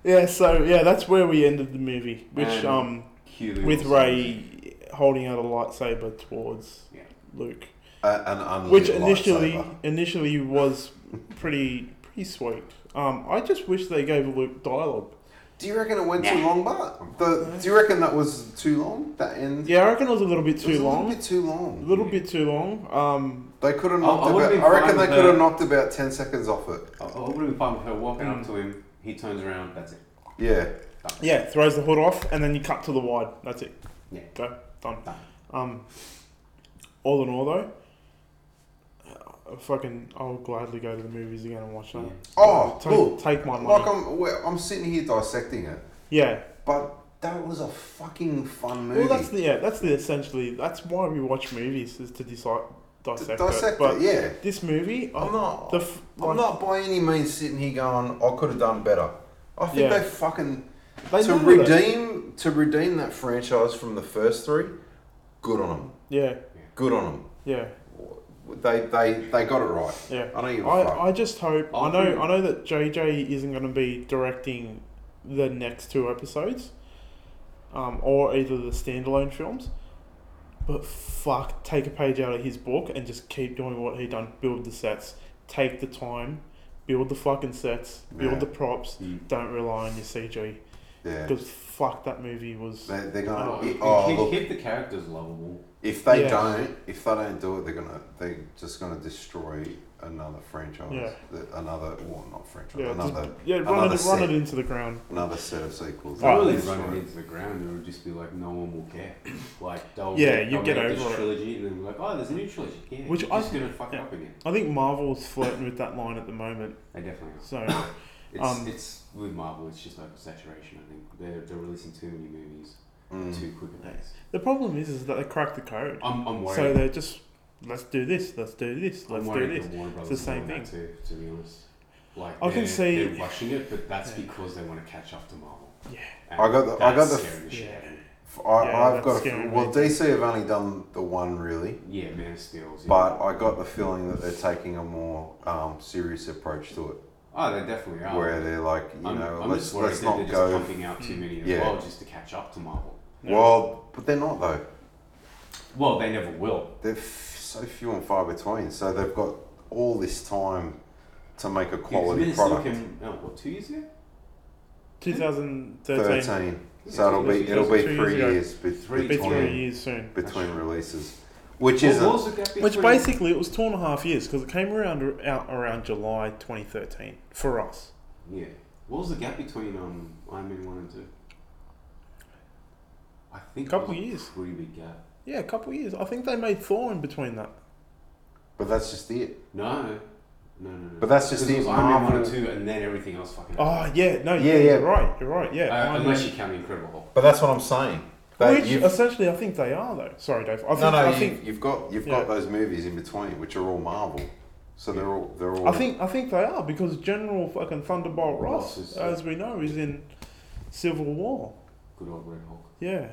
yeah, so yeah, that's where we ended the movie, which
And-
um
Cue Luke
with
or
Ray holding out a lightsaber towards
Yeah.
Luke,
Uh, an unlit
which initially
lightsaber.
initially was pretty pretty sweet. Um, I just wish they gave Luke dialogue.
Do you reckon it went too long, Bart? The, do you reckon that was too long? That end.
Yeah, I reckon it was a little bit
It was
too
A
long.
little bit too
A
long.
little bit too long. Um,
They could have
I-
knocked.
I would've
about,
been
I reckon they
fine with
could
that.
have knocked about ten seconds off it.
something. I, I would have been fine with her walking
Mm.
up to him. He turns around. That's it.
Yeah.
yeah, throws the hood off and then you cut to the wide. That's it.
Yeah.
Go done.
Done.
Um, all in all though, uh, fucking, I'll gladly go to the movies again and watch that.
Yeah.
Oh,
take,
look.
take my money.
Like I'm, we're- I'm sitting here dissecting it,
yeah.
but that was a fucking fun movie.
Well, that's the yeah. That's the essentially. That's why we watch movies is to decide
To
dissect,
dissect
it. But
it, yeah.
this movie,
I'm
I'm
not.
the f-
I'm
like,
not by any means sitting here going, I could have done better. I think
Yeah.
they fucking
they
to
nailed it.
redeem to redeem that franchise from the first three. Good on them.
Yeah,
Good on
yeah,
them. They they they got it right.
yeah.
I don't give a fuck.
I, I just hope I
I'll
know
put-
I know that JJ isn't going to be directing the next two episodes, um, or either the standalone films. But fuck, take a page out of his book and just keep doing what he done. Build the sets. Take the time. Build the fucking sets. Build
Yeah.
the props.
Mm.
Don't rely on your CG.
yeah.
Because fuck, that movie was.
They, they're
Oh,
gonna.
keep,
oh,
keep-
look,
keep the characters lovable.
if they
Yeah.
don't, if they don't do it, they're gonna they're just gonna destroy another franchise.
Yeah.
The- Another, well, not franchise.
Yeah, just-
another
yeah, run
another
it, run
set.
it into the ground.
another set of sequels.
If
Oh,
I really
Destroy.
run it into the ground, it would just be like no one will care. Like they'll
Yeah,
make,
you
they'll
get
make this
over it.
trilogy and then be like, oh, there's a new trilogy. Yeah,
Which
you're
I
just
think-
gonna fuck
yeah.
up again.
I think Marvel's flirting with that line at the moment.
They definitely are.
So
It's,
Um,
it's with Marvel. It's just oversaturation. I think they're, they're releasing too many movies
Mm.
too quick a pace.
the problem is, is that they cracked the code.
I'm, I'm worried.
So they're just let's do this, let's do this,
I'm
let's do
worried
this.
that Warner Brothers
the same
are doing that Too, to be honest, like
I can
they're-
see-
they're rushing it, but that's
Yeah.
because they want to catch up to Marvel.
Yeah.
And
I got the- I
that's
got the-
scaring the shit
Yeah.
out of me.
I,
Yeah,
I've got
that's
a,
scary,
f- well,
mate.
DC have only done the one really,
Yeah, Man of Steel's. yeah.
but I got the feeling that they're taking a more um, serious approach to it,
oh, they definitely are.
where they're like, you
I'm,
know,
I'm
let's
just worried
let's
that
not
they're
go.
just pumping out too many as
Yeah.
well just to catch up to Marvel.
Well, but they're not though.
Well, they never will.
They're f- so few and far between. So they've got all this time to make a quality
Because
product.
Minnesota Came, oh, what two years ago?
2013,
Thirteen. So it'll be
Two
it'll be
years ago.
three years be-
Three-
be three
between
years soon.
between releases, which
Well,
isn't.
what was the gap
Which
between-
basically it was two and a half years because it came around out around July 2013 for us.
Yeah. What was the gap between um Iron Man one and two? I think it
Couple
was
years.
A pretty big gap.
Yeah, a couple of years. I think they made Thor in between that.
But that's just it.
No. No, no, no.
But that's just
'Cause it
the
was Iron Man one and
Marvel-
two, and then everything else fucking.
Oh yeah, no,
Yeah,
yeah,
yeah.
you're right, you're right, yeah.
Uh,
Iron
unless
Man.
you count the Incredible Hulk.
But that's what I'm saying. That
Which
you've-
essentially I think they are though. Sorry, Dave. I think,
no, no,
I
you,
think
you've got you've
yeah.
got those movies in between, which are all Marvel, so they're all they're all.
I think I think they are because General fucking Thunderbolt
Ross
Ross,
is-
as we know, is uh, in Civil War.
Good old Red Hulk.
Yeah,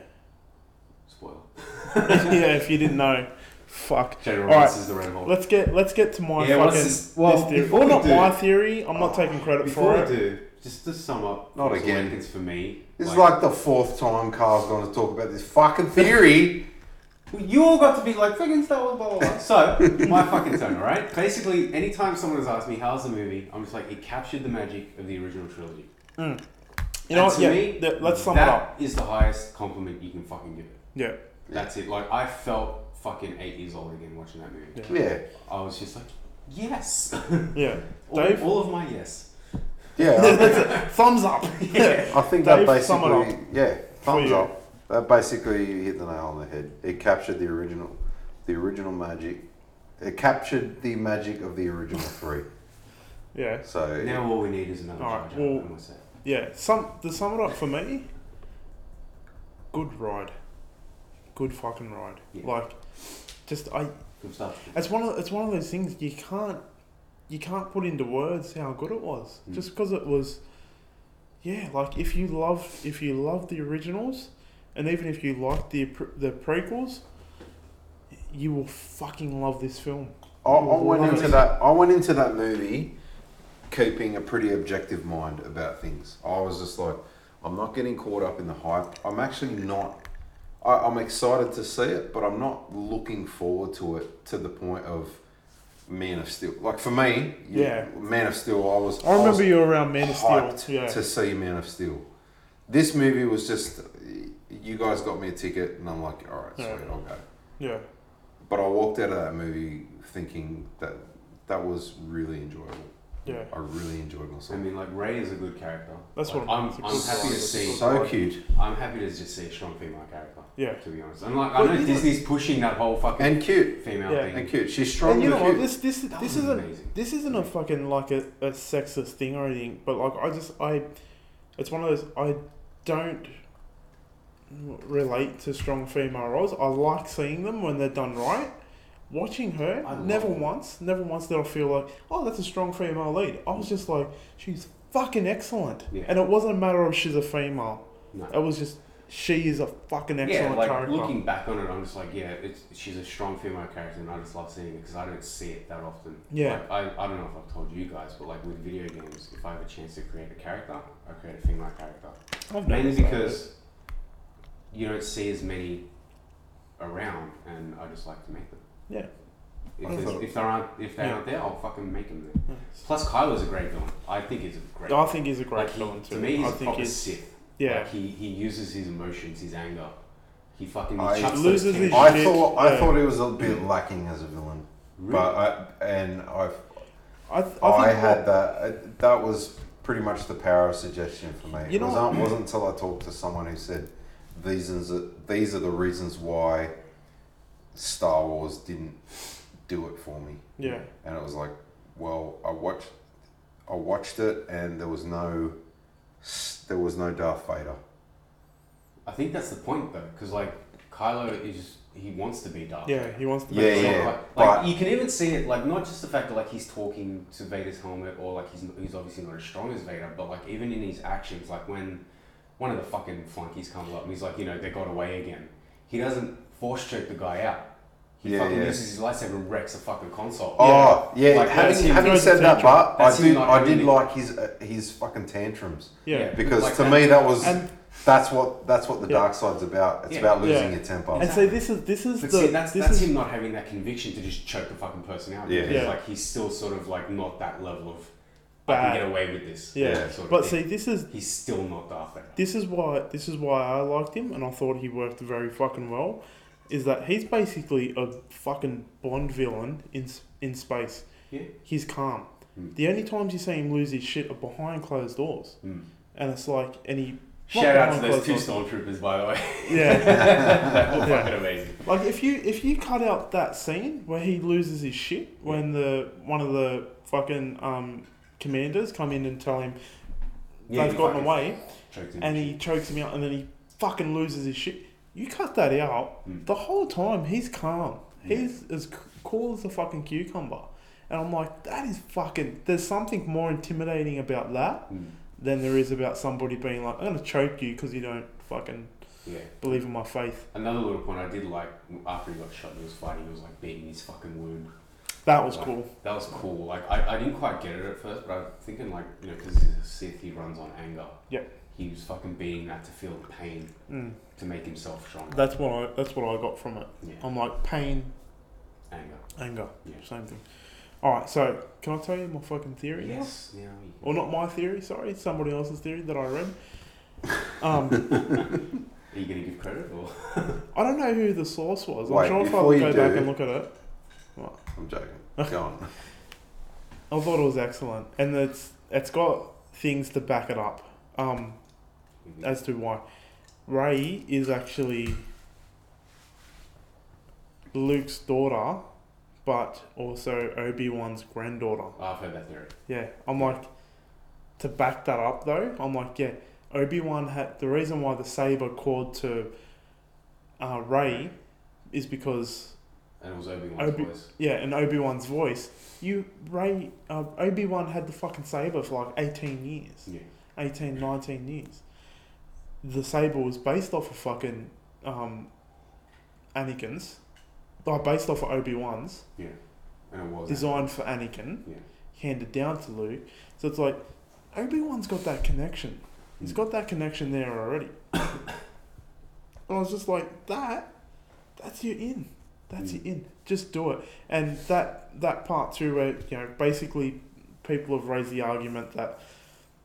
Spoiler.
yeah. If you didn't know, fuck.
General
All
Ross is the Red Hulk.
Let's get let's get to my
Yeah,
fucking
what's
this,
this- well,
theory.
before
Well,
we
not
do-
my theory. I'm not taking credit
Before
for
I
it.
do, just to sum up,
Not
Force
again.
Awakens for me.
it's like the fourth time Carl's going to talk about this fucking theory.
Well, you all got to be like fucking Star Wars, blah blah blah. So my fucking turn, all right? Basically, anytime someone has asked me how's the movie, I'm just like, it captured the magic of the original trilogy.
Mm. You know
And
what?
to
Yeah,
me,
th- let's sum it up.
That is the highest compliment you can fucking give it.
Yeah.
That's it. Like I felt fucking eight years old again watching that movie.
Yeah,
I was just like, yes,
Yeah.
all,
Dave?
all of my yes.
yeah.
Thumbs up.
I, I think that
Dave, sum it
basically, yeah, thumbs
you.
up. That basically hit the nail on the head. It captured the original, the original magic. It captured the magic of the original three.
Yeah.
So
Now all we need is another
All right,
Jar Jar,
well-
and we're set.
Yeah. Sum the sum it up for me. Good ride. Good fucking ride.
Yeah.
Like, just I.
Good stuff.
It's one of it's one of those things you can't you can't put into words how good it was.
Mm.
Just because it was, yeah. Like if you love if you love the originals, and even if you like the pre- the prequels, you will fucking love this film.
I, I went
Love
into
it.
that. I went into that movie, keeping a pretty objective mind about things. I was just like, I'm not getting caught up in the hype. I'm actually not. I, I'm excited to see it, but I'm not looking forward to it to the point of Man of Steel. Like for me, you-
Yeah.
Man of Steel. I was.
I remember
was
you were around Man of Steel.
hyped
Yeah.
to see Man of Steel. This movie was just. You guys got me a ticket, and I'm like, all right,
Yeah.
sweet, I'll go.
yeah.
But I walked out of that movie thinking that that was really enjoyable.
Yeah.
I really enjoyed
I
myself.
mean, like Ray is a good character.
That's
Like,
what
I'm.
I'm-
I'm, happy to see.
so cute
I'm happy to just see a strong female character.
Yeah.
To be honest, and like I
Well,
know
you know-
Disney's pushing that whole fucking
and cute
female
Yeah.
thing.
and cute. She's strong
And
and,
you know what?
cute.
This this
That
this
was
isn't
amazing.
this isn't a fucking like a, a sexist thing or anything, but like I just I, it's one of those I don't relate to strong female roles. I like seeing them when they're done right. Watching her,
I love
never
it.
once, never once did I feel like, oh, that's a strong female lead. I was just like, she's fucking excellent,
Yeah.
and it wasn't a matter of she's a female.
No.
It was just she is a fucking Oh, excellent
yeah, like
character.
looking back on it, I'm just like, yeah, it's, she's a strong female character, and I just love seeing it because I don't see it that often.
Yeah.
Like, I, I don't know if I've told you guys, but like with video games, if I have a chance to create a character, I create a female character.
I've
Mainly
noticed that.
because you don't see as many around, and I just like to make them.
Yeah.
If,
I
there's-
thought-
if there aren't if they
Yeah.
aren't there, I'll fucking make them there.
Yeah.
Plus, Kylo's a great villain. I think he's a great.
I think he's a great
like, he-
villain too.
To me, he's
I
a
think
proper
he's
Sith.
yeah.
Like he, he uses his emotions, his anger. He fucking
I-
he chucks
He
those
loses his
cans.
shit.
I thought I
yeah.
thought he was a bit lacking as a villain, but I and I've,
I, th-
Oh, I,
I, think
had that that. That was pretty much the power of suggestion for me.
You
it
know
wasn't, wasn't until I talked to someone who said these are these are the reasons why Star Wars didn't do it for me.
Yeah,
and it was like, well, I watched, I watched it, and there was no, there was no Darth Vader.
I think that's the point though, because like Kylo is he wants to be Darth.
yeah,
Vader.
he wants to.
Yeah,
It's
make
not
yeah.
like,
but-
like, you can even see it like not just the fact that like he's talking to Vader's helmet or like he's he's obviously not as strong as Vader, but like even in his actions, like when one of the fucking flunkies comes up and he's like, you know, they got away again. He doesn't force choke the guy out. He
Yeah,
fucking
yeah.
uses his lightsaber and wrecks a fucking console.
Oh yeah,
Like, that's
having,
him
having
throwing
said
the
that,
tantrum.
but I
That's him
did,
not
I did
owning it.
like his uh, his fucking tantrums
Yeah, yeah,
because
Like,
to
and-
me that was
and
that's what that's what the
Yeah.
dark side's about. It's
Yeah.
about losing
Yeah.
your temper.
and so this is this is
But
the
see, that's,
this
that's
is
him not having that conviction to just choke the fucking person out.
Yeah.
Because,
Yeah.
like, he's still sort of, like, not that level of, I can
bad.
get away with this.
Yeah.
Yeah.
Sort of
But
thing.
see, this is
he's still not Darth Vader.
this is why this is why I liked him, and I thought he worked very fucking well. Is that he's basically a fucking Bond villain in s- in space.
Yeah.
He's calm.
Hmm.
The only times you see him lose his shit are behind closed doors,
Mm.
and it's like, and he Not
Shout out to
behind
those two
closed
stormtroopers, by the way.
yeah.
that were
Yeah.
fucking amazing.
Like if you if you cut out that scene where he loses his shit when the one of the fucking um, commanders come in and tell him
Yeah,
they've
he
gotten
fucking
away
choked him
and
in
he chokes him out and then he fucking loses his shit. You cut that out
Mm.
the whole time. He's calm.
Yeah.
He's as c- cool as a fucking cucumber. And I'm like, that is fucking. There's something more intimidating about that
the shit.
than there is about somebody being like, I'm gonna choke you because you don't fucking
Mm. Yeah.
believe in my faith.
Another little point I did like after he got shot, and he was fighting. He was like beating his fucking wound.
That was
Like,
cool.
That was cool. Like I, I didn't quite get it at first, but I'm thinking like you know because he's a Sith, he runs on anger.
Yeah.
He was fucking beating that to feel the pain
Mm.
to make himself stronger.
That's what I. That's what I got from it.
yeah.
I'm like pain,
Anger.
anger,
Yeah.
same thing. All right. So can I tell you my fucking theory? now?
Yes. Now you
Or not my theory. Sorry, somebody else's theory that I read. Um,
Are you going to give credit or?
I don't know who the source was. I'm
Wait,
sure if I
before you
go back
do-
and look at it,
I'm joking. Go on.
I thought it was excellent, and it's it's got things to back it up. Um, as to why Ray is actually Luke's daughter, but also Obi Wan's granddaughter.
Oh, I've heard that theory.
Yeah, I'm like to back that up though. I'm like, yeah, Obi Wan had the reason why the saber called to uh, Ray is because
And it was Obi Wan's
Obi-
voice.
yeah, in Obi Wan's voice, you Ray uh, Obi Wan had the fucking saber for like eighteen years.
Yeah.
18, 19 years. The saber was based off of fucking um, Anakin's, like based off of Obi Wan's,
And it was.
designed for Anakin,
Yeah.
handed down to Luke. So it's like Obi Wan's got that connection.
Hmm.
He's got that connection there already. and I was just like, that, that's your in. That's
Mm.
your in. Just do it. And that that part too, where you know, basically, people have raised the argument that,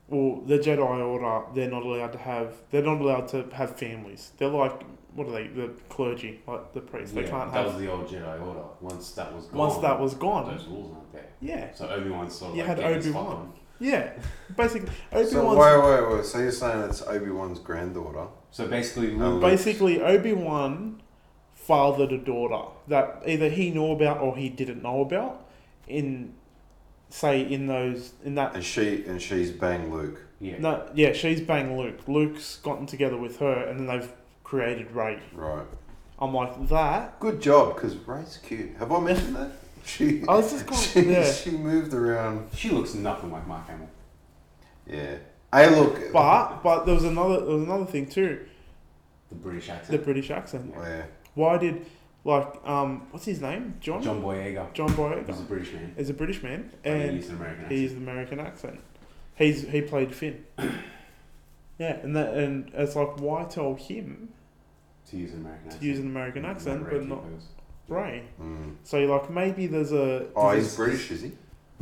well, the Jedi Order, they're not allowed to have, they're not allowed to have families. They're like, what are they? The clergy, like the priests.
Yeah,
they can't
that
have.
was the old Jedi Order. Once that was gone.
once that was gone,
Those rules aren't there.
yeah,
So Obi Wan sort of
You
like
had
getting his
Obi-Wan.
fuck on.
yeah. Basically, Obi
So
Wan's
wait, wait, wait. So you're saying it's Obi Wan's granddaughter?
So basically,
Um,
Luke.
basically Obi Wan fathered a daughter that either he knew about or he didn't know about in say in those in that
And she and she's bang Luke.
yeah.
no yeah she's banged Luke Luke's gotten together with her and then they've created Ray
Right.
I'm like that
Good job, because Ray's cute. Have I mentioned that? She
I was just kind of
she,
yeah
she moved around.
She looks nothing like Mark Hamill.
Yeah. Hey, look.
but but there was another there was another thing too
The British
the
accent.
British accent
Yeah.
why did like um what's his name John
John Boyega.
John Boyega
He's a British man.
is a British man
And he
and
used an American accent.
He's the American accent. He's he played Finn. yeah, and that and it's like why tell him
To use an American accent.
to use an American
Not
accent,
Ray
but not
Kurzweil's.
Ray.
Mm.
So you're like maybe there's a
Oh,
there's
he's
a-
British, is he?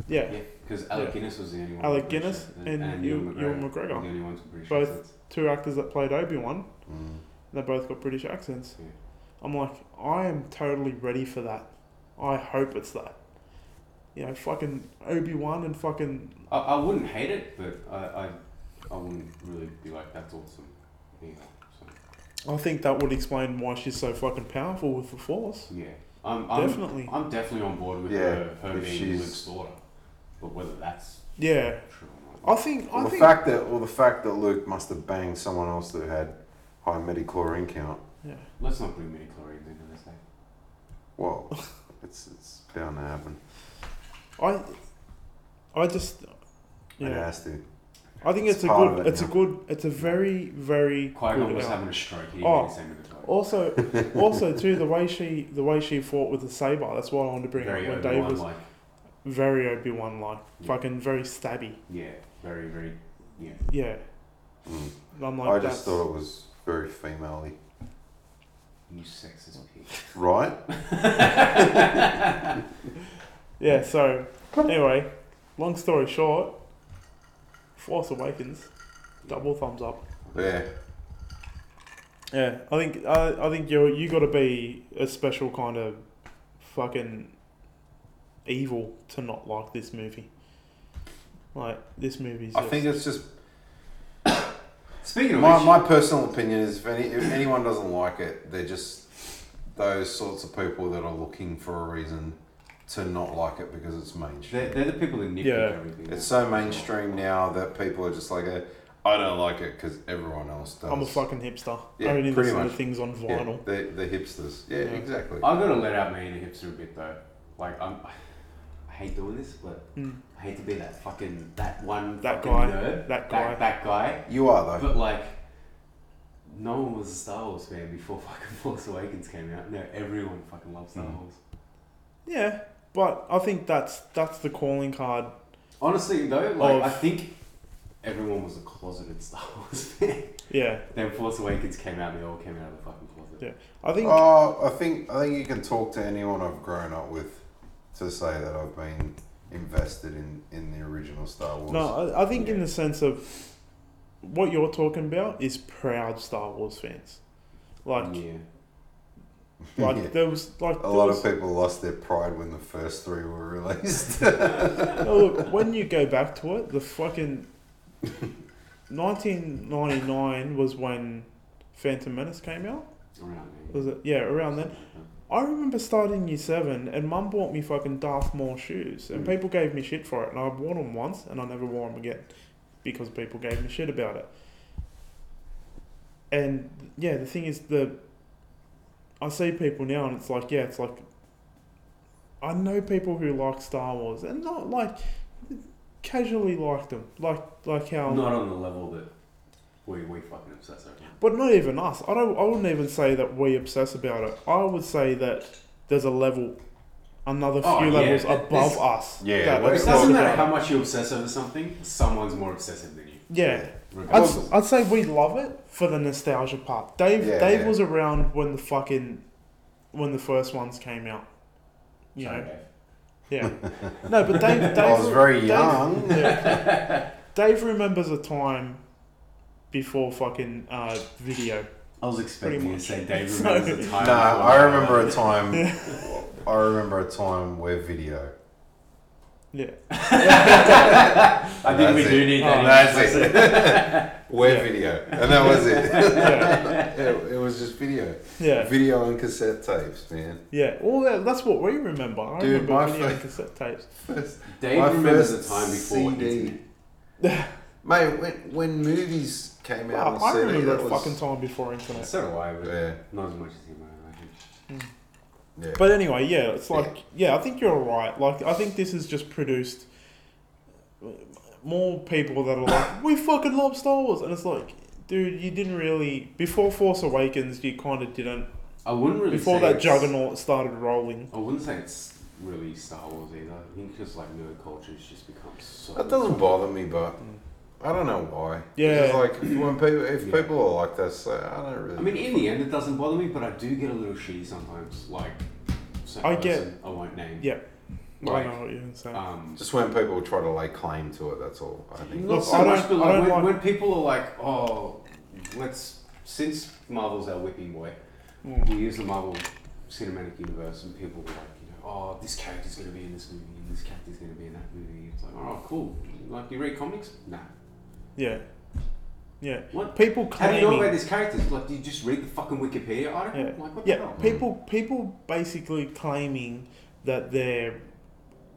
Yeah,
Yeah, because Alec
Yeah.
Guinness was the only one.
Alec
with British
Guinness
accent,
and Ewan- Ewan
were
McGregor.
The only ones with British
Both-
accents.
two actors that played Obi Wan.
Mm.
They both got British accents.
Yeah.
I'm like I am totally ready for that. I hope it's that. You know, fucking Obi Wan and fucking
I, I wouldn't hate it, but I, I, I wouldn't really be like, that's awesome either. So,
I think that would explain why she's so fucking powerful with the Force.
yeah. I'm, I'm,
Definitely.
I'm definitely on board with
Yeah,
her, her
if
being
she's-
Luke's daughter. But whether that's
Yeah,
true or
I
not.
think I
Well, the
think
fact that, well, the fact that Luke must have banged someone else that had high metachlorine count.
yeah.
Let's not bring many chlorines into this eh? thing.
Well, it's it's bound to happen.
I, I just,
It
yeah.
has to.
I think
It's
it's, a
part of
good,
it
it's a
now.
good, it's a very, very
Qui Gon
good
was
out.
having a stroke. He didn't
Oh.
get his end of the cloak.
Also, also too the way she, the way she fought with the saber. That's what I wanted to bring
very
up when Dave
Obi-Wan
was
like.
very Obi Wan like,
Yeah.
fucking very stabby.
Yeah, very, very. Yeah.
Yeah,
Mm.
And I'm like
I just
that's,
thought it was very female-y.
You sexist pig.
Right?
Yeah. So anyway, long story short, Force Awakens, double thumbs up.
Yeah.
Yeah, I think I, I think you you got to be a special kind of fucking evil to not like this movie. Like this movie's.
I
just-
think it's just
Speaking of
my,
which,
my personal opinion is if any if anyone doesn't like it, they're just those sorts of people that are looking for a reason to not like it because it's mainstream.
They're, they're the people that nitpick
Yeah.
everything.
It's so mainstream now that people are just like, eh, I don't like it because everyone else does.
I'm a fucking hipster.
Yeah,
I only
pretty
listen to
much.
things on
yeah,
vinyl.
they're, they're hipsters. Yeah,
Yeah.
exactly.
I've got to let out my inner hipster a bit though. Like I'm, I hate doing this, but
Mm.
I hate to be that fucking that one
That
fucking
guy.
nerd,
That guy.
that, that guy.
You are though.
But like, no one was a Star Wars fan before fucking Force Awakens came out. No, everyone fucking loves Star
Mm.
Wars.
Yeah, but I think that's that's the calling card.
Honestly though, like
Of-
I think everyone was a closeted Star Wars fan.
Yeah,
then Force Awakens came out, and they all came out of the fucking closet.
Yeah. I think
Oh, I think I think you can talk to anyone I've grown up with to say that I've been invested in in the original Star Wars.
no, I, I think in the sense of what you're talking about is proud Star Wars fans. Like,
yeah.
like
Yeah.
there was like
a
there
lot
was,
of people lost their pride when the first three were released.
No, Oh, look, when you go back to it, the fucking 1999 was when Phantom Menace came out.
Around there.
Was it? Yeah, around then. I remember starting year seven, and Mum bought me fucking Darth Maul shoes, and
Mm.
people gave me shit for it, and I wore them once, and I never wore them again because people gave me shit about it. And yeah, the thing is, the I see people now, and it's like, yeah, it's like I know people who like Star Wars, and not like casually like them, like like how
Um, Not on the level that we, we fucking obsess over.
but not even us. I don't. I wouldn't even say that we obsess about it. I would say that there's a level, another few
Oh, yeah,
levels
th-
above
this-
us.
Yeah,
that
well,
It
It's
doesn't
not-
matter how much you obsess over something, someone's more obsessive than you.
Yeah, I'd,
Regardless.
s- I'd say we love it for the nostalgia part. Dave,
Yeah,
Dave
yeah.
was around when the fucking, when the first ones came out. You know, yeah. No, but Dave, Dave
I was very
Dave-
young.
yeah. Dave remembers a time before fucking uh, video.
I was expecting you to
much.
say Dave remembers the time.
No,
before-
I remember a time. I remember a time where video.
Yeah.
I think we
That's
do
it.
need
Oh,
that.
That's it. where
Yeah.
video, and that was it.
Yeah.
it. It was just video,
Yeah.
video and cassette tapes, man.
Yeah, all that, that's what we remember. I
Dude,
remember
my
video
fa-
cassette tapes.
First,
Dave
My
remembers
first
the time before
CD.
internet.
mate, when when movies came out, on
I, I
CD,
remember
that
a
was,
fucking time before internet.
So do I, but
Yeah,
not as much as him. I reckon.
yeah.
But anyway, yeah, it's like yeah, I think you're right. Like I think this has just produced more people that are like, we fucking love Star Wars, and it's like, dude, you didn't really before Force Awakens, you kind of didn't
I wouldn't really
before
say
that
it's-
juggernaut started rolling.
I wouldn't say it's really Star Wars either. I think just like nerd culture's just become so.
That doesn't bother me, but I don't know why.
Yeah.
It's like if- when people if
Yeah.
people are like that, so I don't really.
I mean, in the end, it doesn't bother me, but I do get a little shitty sometimes. Like, certain
I get-
person I won't name.
Yeah.
Like,
I know what you're saying.
Um,
just when people try to lay claim to it, that's all. I think.
not
Look,
so
I
much,
don't-
but
I
like
don't
when,
like-
when people are like, "Oh, let's," since Marvel's our whipping boy,
Mm.
we use the Marvel Cinematic Universe, and people were like, you know, "Oh, this character's going to be in this movie, and this character's going to be in that movie." It's like, "Oh, cool." Like, you read comics? Nah.
yeah, yeah.
What?
People
How do you know
claiming
about these characters? Like, do you just read the fucking Wikipedia article?
Yeah.
Like, what the
Yeah,
hell?
people people basically claiming that they're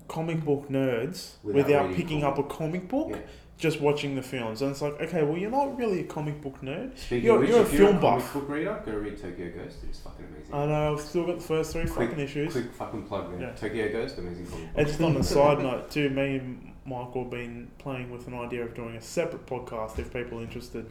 comic book nerds
Without
without,
reading
picking
comic-
up a comic book,
Yeah.
just watching the films. And it's like, okay, well, you're not really a comic book nerd.
Speaking
You're-
of which,
you're a
if
film
you're a comic
buff.
book reader, go read Tokyo Ghost. It's fucking amazing.
I know I've still got the first three fucking issues.
Quick fucking plug there.
Yeah.
Tokyo Ghost, amazing comic.
And just on a side note, too, me and Michael have been playing with an idea of doing a separate podcast if people are interested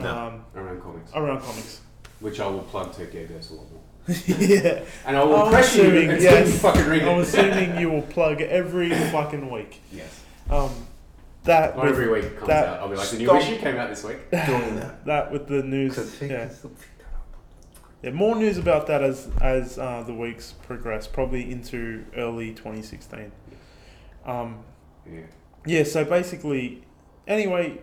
um,
No.
around comics,
around comics.
which I will plug Tokyo Ghost a lot more.
yeah,
And I will
I'm
pressure you
Oh, assuming,
until you
yes.
fucking read it.
I'm assuming you will plug every fucking week.
yes.
Um, that
Not
with-
every week it comes
that-
out. I'll be like, the new
Stop.
issue came out this week.
doing that.
that with the news. Yeah. yeah, more news about that as as uh, the weeks progress, probably into early 2016. Um,
Yeah.
yeah, so basically, anyway,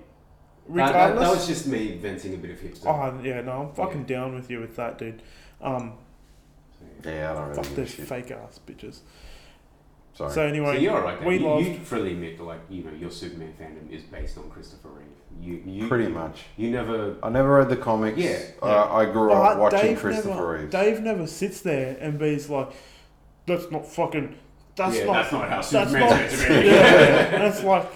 That, that,
regardless.
that was just me venting a bit of hipster.
oh, yeah, no, I'm fucking down with you with that, dude. Um,
So, yeah.
Yeah, I don't really
fuck
give a
those
shit.
fake ass bitches.
Sorry.
So,
So
anyway,
you're alright. We
we
you,
love.
you freely admit that, like, you know, your Superman fandom is based on Christopher Reeve. You, you
Pretty much.
You never.
I never read the comics.
Yeah.
I, I grew
But
up watching
Dave
Christopher
never,
Reeves.
Dave never sits there and be's like, "That's not fucking. That's
yeah,
not.
that's not how
that's
Superman's
not."
meant to be.
yeah, and it's like,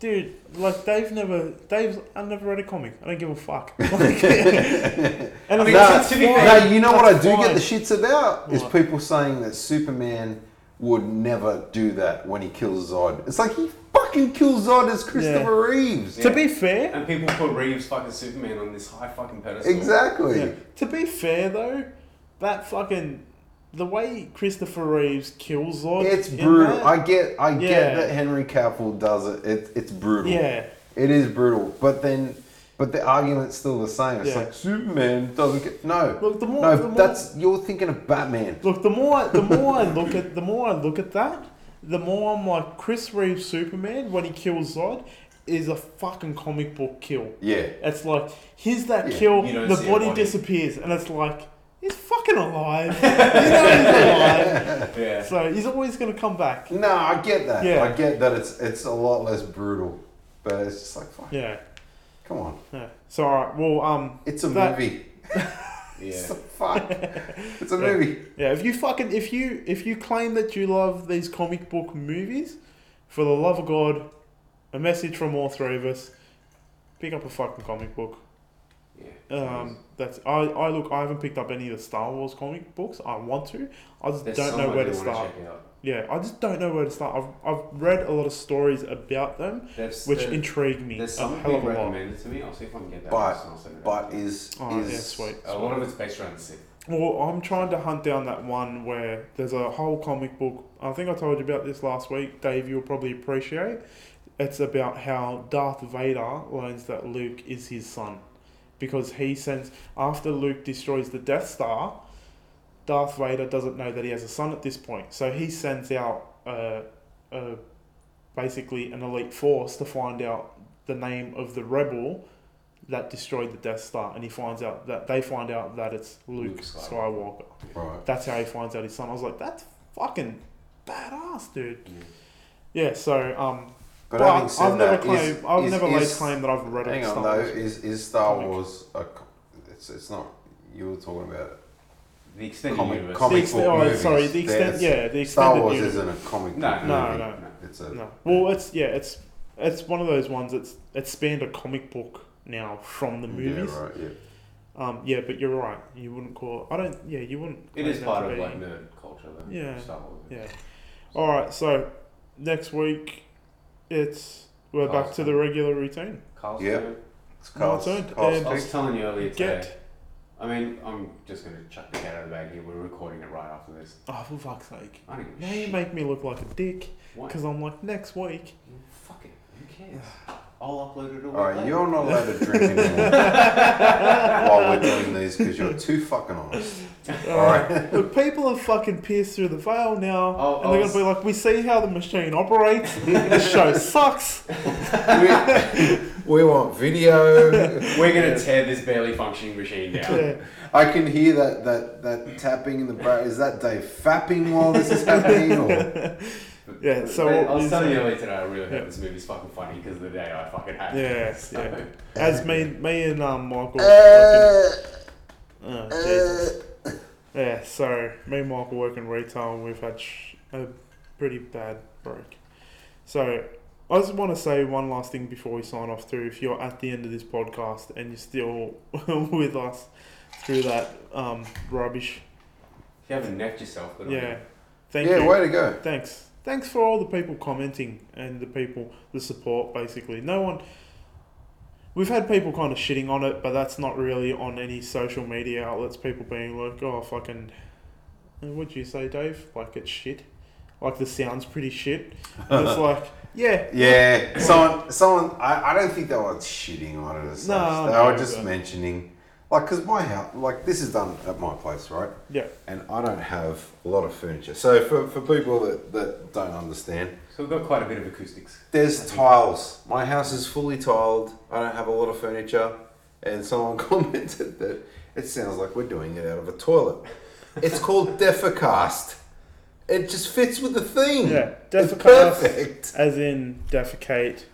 dude, like Dave never, Dave's. I never read a comic. I don't give a fuck. Like, and I
mean,
think
that's
that's
to
fine.
be fair.
No, you know what I
That's
do get
fine.
the shits about is
What?
people saying that Superman would never do that when he kills Zod. It's like he fucking kills Zod as Christopher Reeves.
To be fair,
And people put Reeves fucking Superman on this high fucking pedestal.
Exactly.
yeah, to be fair though, that fucking the way Christopher Reeves kills Zod.
It's
in
brutal.
that-
I get I
Yeah.
get that Henry Cavill does it. it it's brutal.
yeah,
It is brutal, but then, but the argument's still the same. It's
Yeah.
like Superman doesn't get no,
Look, the more, the
no.
more
That's you're thinking of Batman.
Look, the more the more I look at the more I look at that, the more I'm like Chris Reeves Superman when he kills Zod is a fucking comic book kill.
Yeah,
It's like here's that
Yeah,
kill,
you don't
the
see a
body,
body.
disappears, and it's like he's fucking alive. you know he's alive,
Yeah.
so he's always gonna come back.
no, I get that.
Yeah.
I get that. It's it's a lot less brutal, but it's just like fuck.
Yeah.
Come on,
yeah. So alright, well, um,
it's a
That-
movie. It's a
Yeah.
fuck. It's a
Yeah.
movie.
yeah, if you fucking if you if you claim that you love these comic book movies, for the love of God, a message from all three of us, pick up a fucking comic book.
Yeah.
Um, that's I, I look. I haven't picked up any of the Star Wars comic books. I want to. I just
There's
don't
some
know
I
where
do
to
wanna
start.
check out.
Yeah, I just don't know where to start. I've, I've read a lot of stories about them,
There's-
which
there-
intrigue me a
There's some
hell
people
of a lot.
recommended to me. I'll see if I can get that.
But-
first and I'll send it
But
out.
is
Oh,
is
yeah, sweet.
a lot of it's based around the Sith.
Well, I'm trying to hunt down that one where there's a whole comic book. I think I told you about this last week, Dave. You'll probably appreciate. It's about how Darth Vader learns that Luke is his son, because he sends after Luke destroys the Death Star. Darth Vader doesn't know that he has a son at this point, so he sends out uh, uh, basically an elite force to find out the name of the rebel that destroyed the Death Star, and he finds out that they find out that it's Luke,
Luke Skywalker.
Skywalker.
right.
That's how he finds out his son. I was like, that's fucking badass, dude.
Yeah.
Yeah. So um,
But,
But
having said
I've never
that,
claimed,
is-
I've
is-
never
is-
laid claim that I've read
Hang
it.
on though,
Wars.
is is Star
Comic.
Wars a? co- It's it's not. You were talking about
The extended
Comic-
universe.
comic comic
the extent,
book
oh,
movies,
sorry, the extent,
there's-
yeah, the
Star
extended
Wars
universe.
isn't a comic.
No,
book
no,
movie.
no.
It's a
No. Well, it's yeah, it's it's one of those ones that's it's spanned a comic book now from the movies.
Yeah, right. Yeah.
Um, yeah, but you're right. You wouldn't call. I don't. Yeah, you wouldn't.
It
claim
is
that
part
to
of
be-
like nerd culture though.
Yeah.
Star Wars.
Yeah. All right. So next week, it's
Oh,
we're back to
Awesome.
the regular routine.
Carl's
Yeah.
doing it.
It's
No, it's
Carl's,
alright.
Carl's
Um,
I
pick.
was telling you earlier today.
Get.
I mean, I'm just gonna chuck the cat out of the bag here. We're recording it right after this.
Oh, for fuck's sake!
I
Oh,
don't give
Now
a
you
shit.
make me look like a dick
Why?
because I'm like next week.
Fuck it. Who cares? I'll upload it all.
All right,
later.
you're not allowed to drink anymore while we're doing these because you're too fucking honest. All right.
Look, people have fucking pierced through the veil now,
Oh,
and they're
I
gonna
was-
be like, "We see how the machine operates. the show sucks."
We, we want video.
We're gonna tear this barely functioning machine down.
Yeah.
I can hear that that that tapping in the bar. Is that Dave fapping while this is happening? Or?
Yeah, so
Mate,
what
I was
is,
telling you
uh,
earlier today. I really
yeah.
hope this movie's fucking funny because the day I fucking had.
Yeah,
it.
yeah. As me, me and um, Michael.
Uh,
fucking- oh, Jesus.
uh,
Yeah, so me and Michael work in retail and we've had sh- a pretty bad break. So I just want to say one last thing before we sign off too. If you're at the end of this podcast and you're still with us through that um, rubbish,
If you haven't neffed yourself, good on
yeah,
you.
thank
yeah,
you.
way to go.
Thanks. Thanks for all the people commenting and the people, the support, basically. No one. We've had people kind of shitting on it, but that's not really on any social media outlets. People being like, oh, fucking. What'd you say, Dave? Like, it's shit. Like, the sound's pretty shit. And it's like, yeah.
Yeah, someone, someone. I, I don't think they were shitting on it as
No,
such. They
no,
were just
but-
mentioning, like, because my house, like, this is done at my place, right?
Yeah.
And I don't have a lot of furniture. So for, for people that, that don't understand,
So we've got quite a bit of acoustics.
there's tiles. My house is fully tiled. I don't have a lot of furniture. And someone commented that it sounds like we're doing it out of a toilet. It's called Defacast. It just fits with the theme.
Yeah.
It's
Defecate.
perfect.
As in, defecate.
In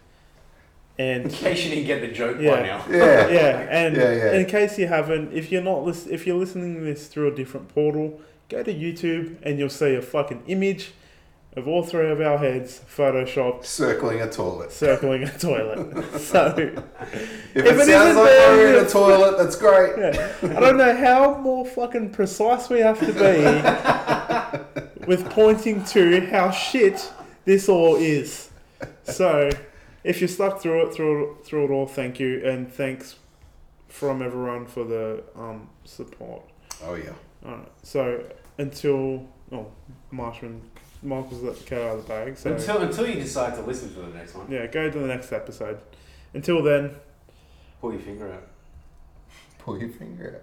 And
case you didn't get the joke by
Yeah.
now.
Yeah.
yeah, and
Yeah, yeah.
in case you haven't, if you're not lis- if you're listening to this through a different portal, go to YouTube and you'll see a fucking image of all three of our heads photoshopped
Circling a toilet.
circling a toilet. so
If, it,
If it
sounds like
isn't
we're in
there-
a toilet, that's great.
yeah, I don't know how more fucking precise we have to be with pointing to how shit this all is. So if you're stuck through it, through it, through it all, thank you and thanks from everyone for the um, support.
Oh yeah.
Alright, so until oh, Marshman, Michael's let the cat out of the bag. So
until until you decide to listen to the next one.
yeah, go to the next episode.
until then,
Pull your finger out.
Pull your finger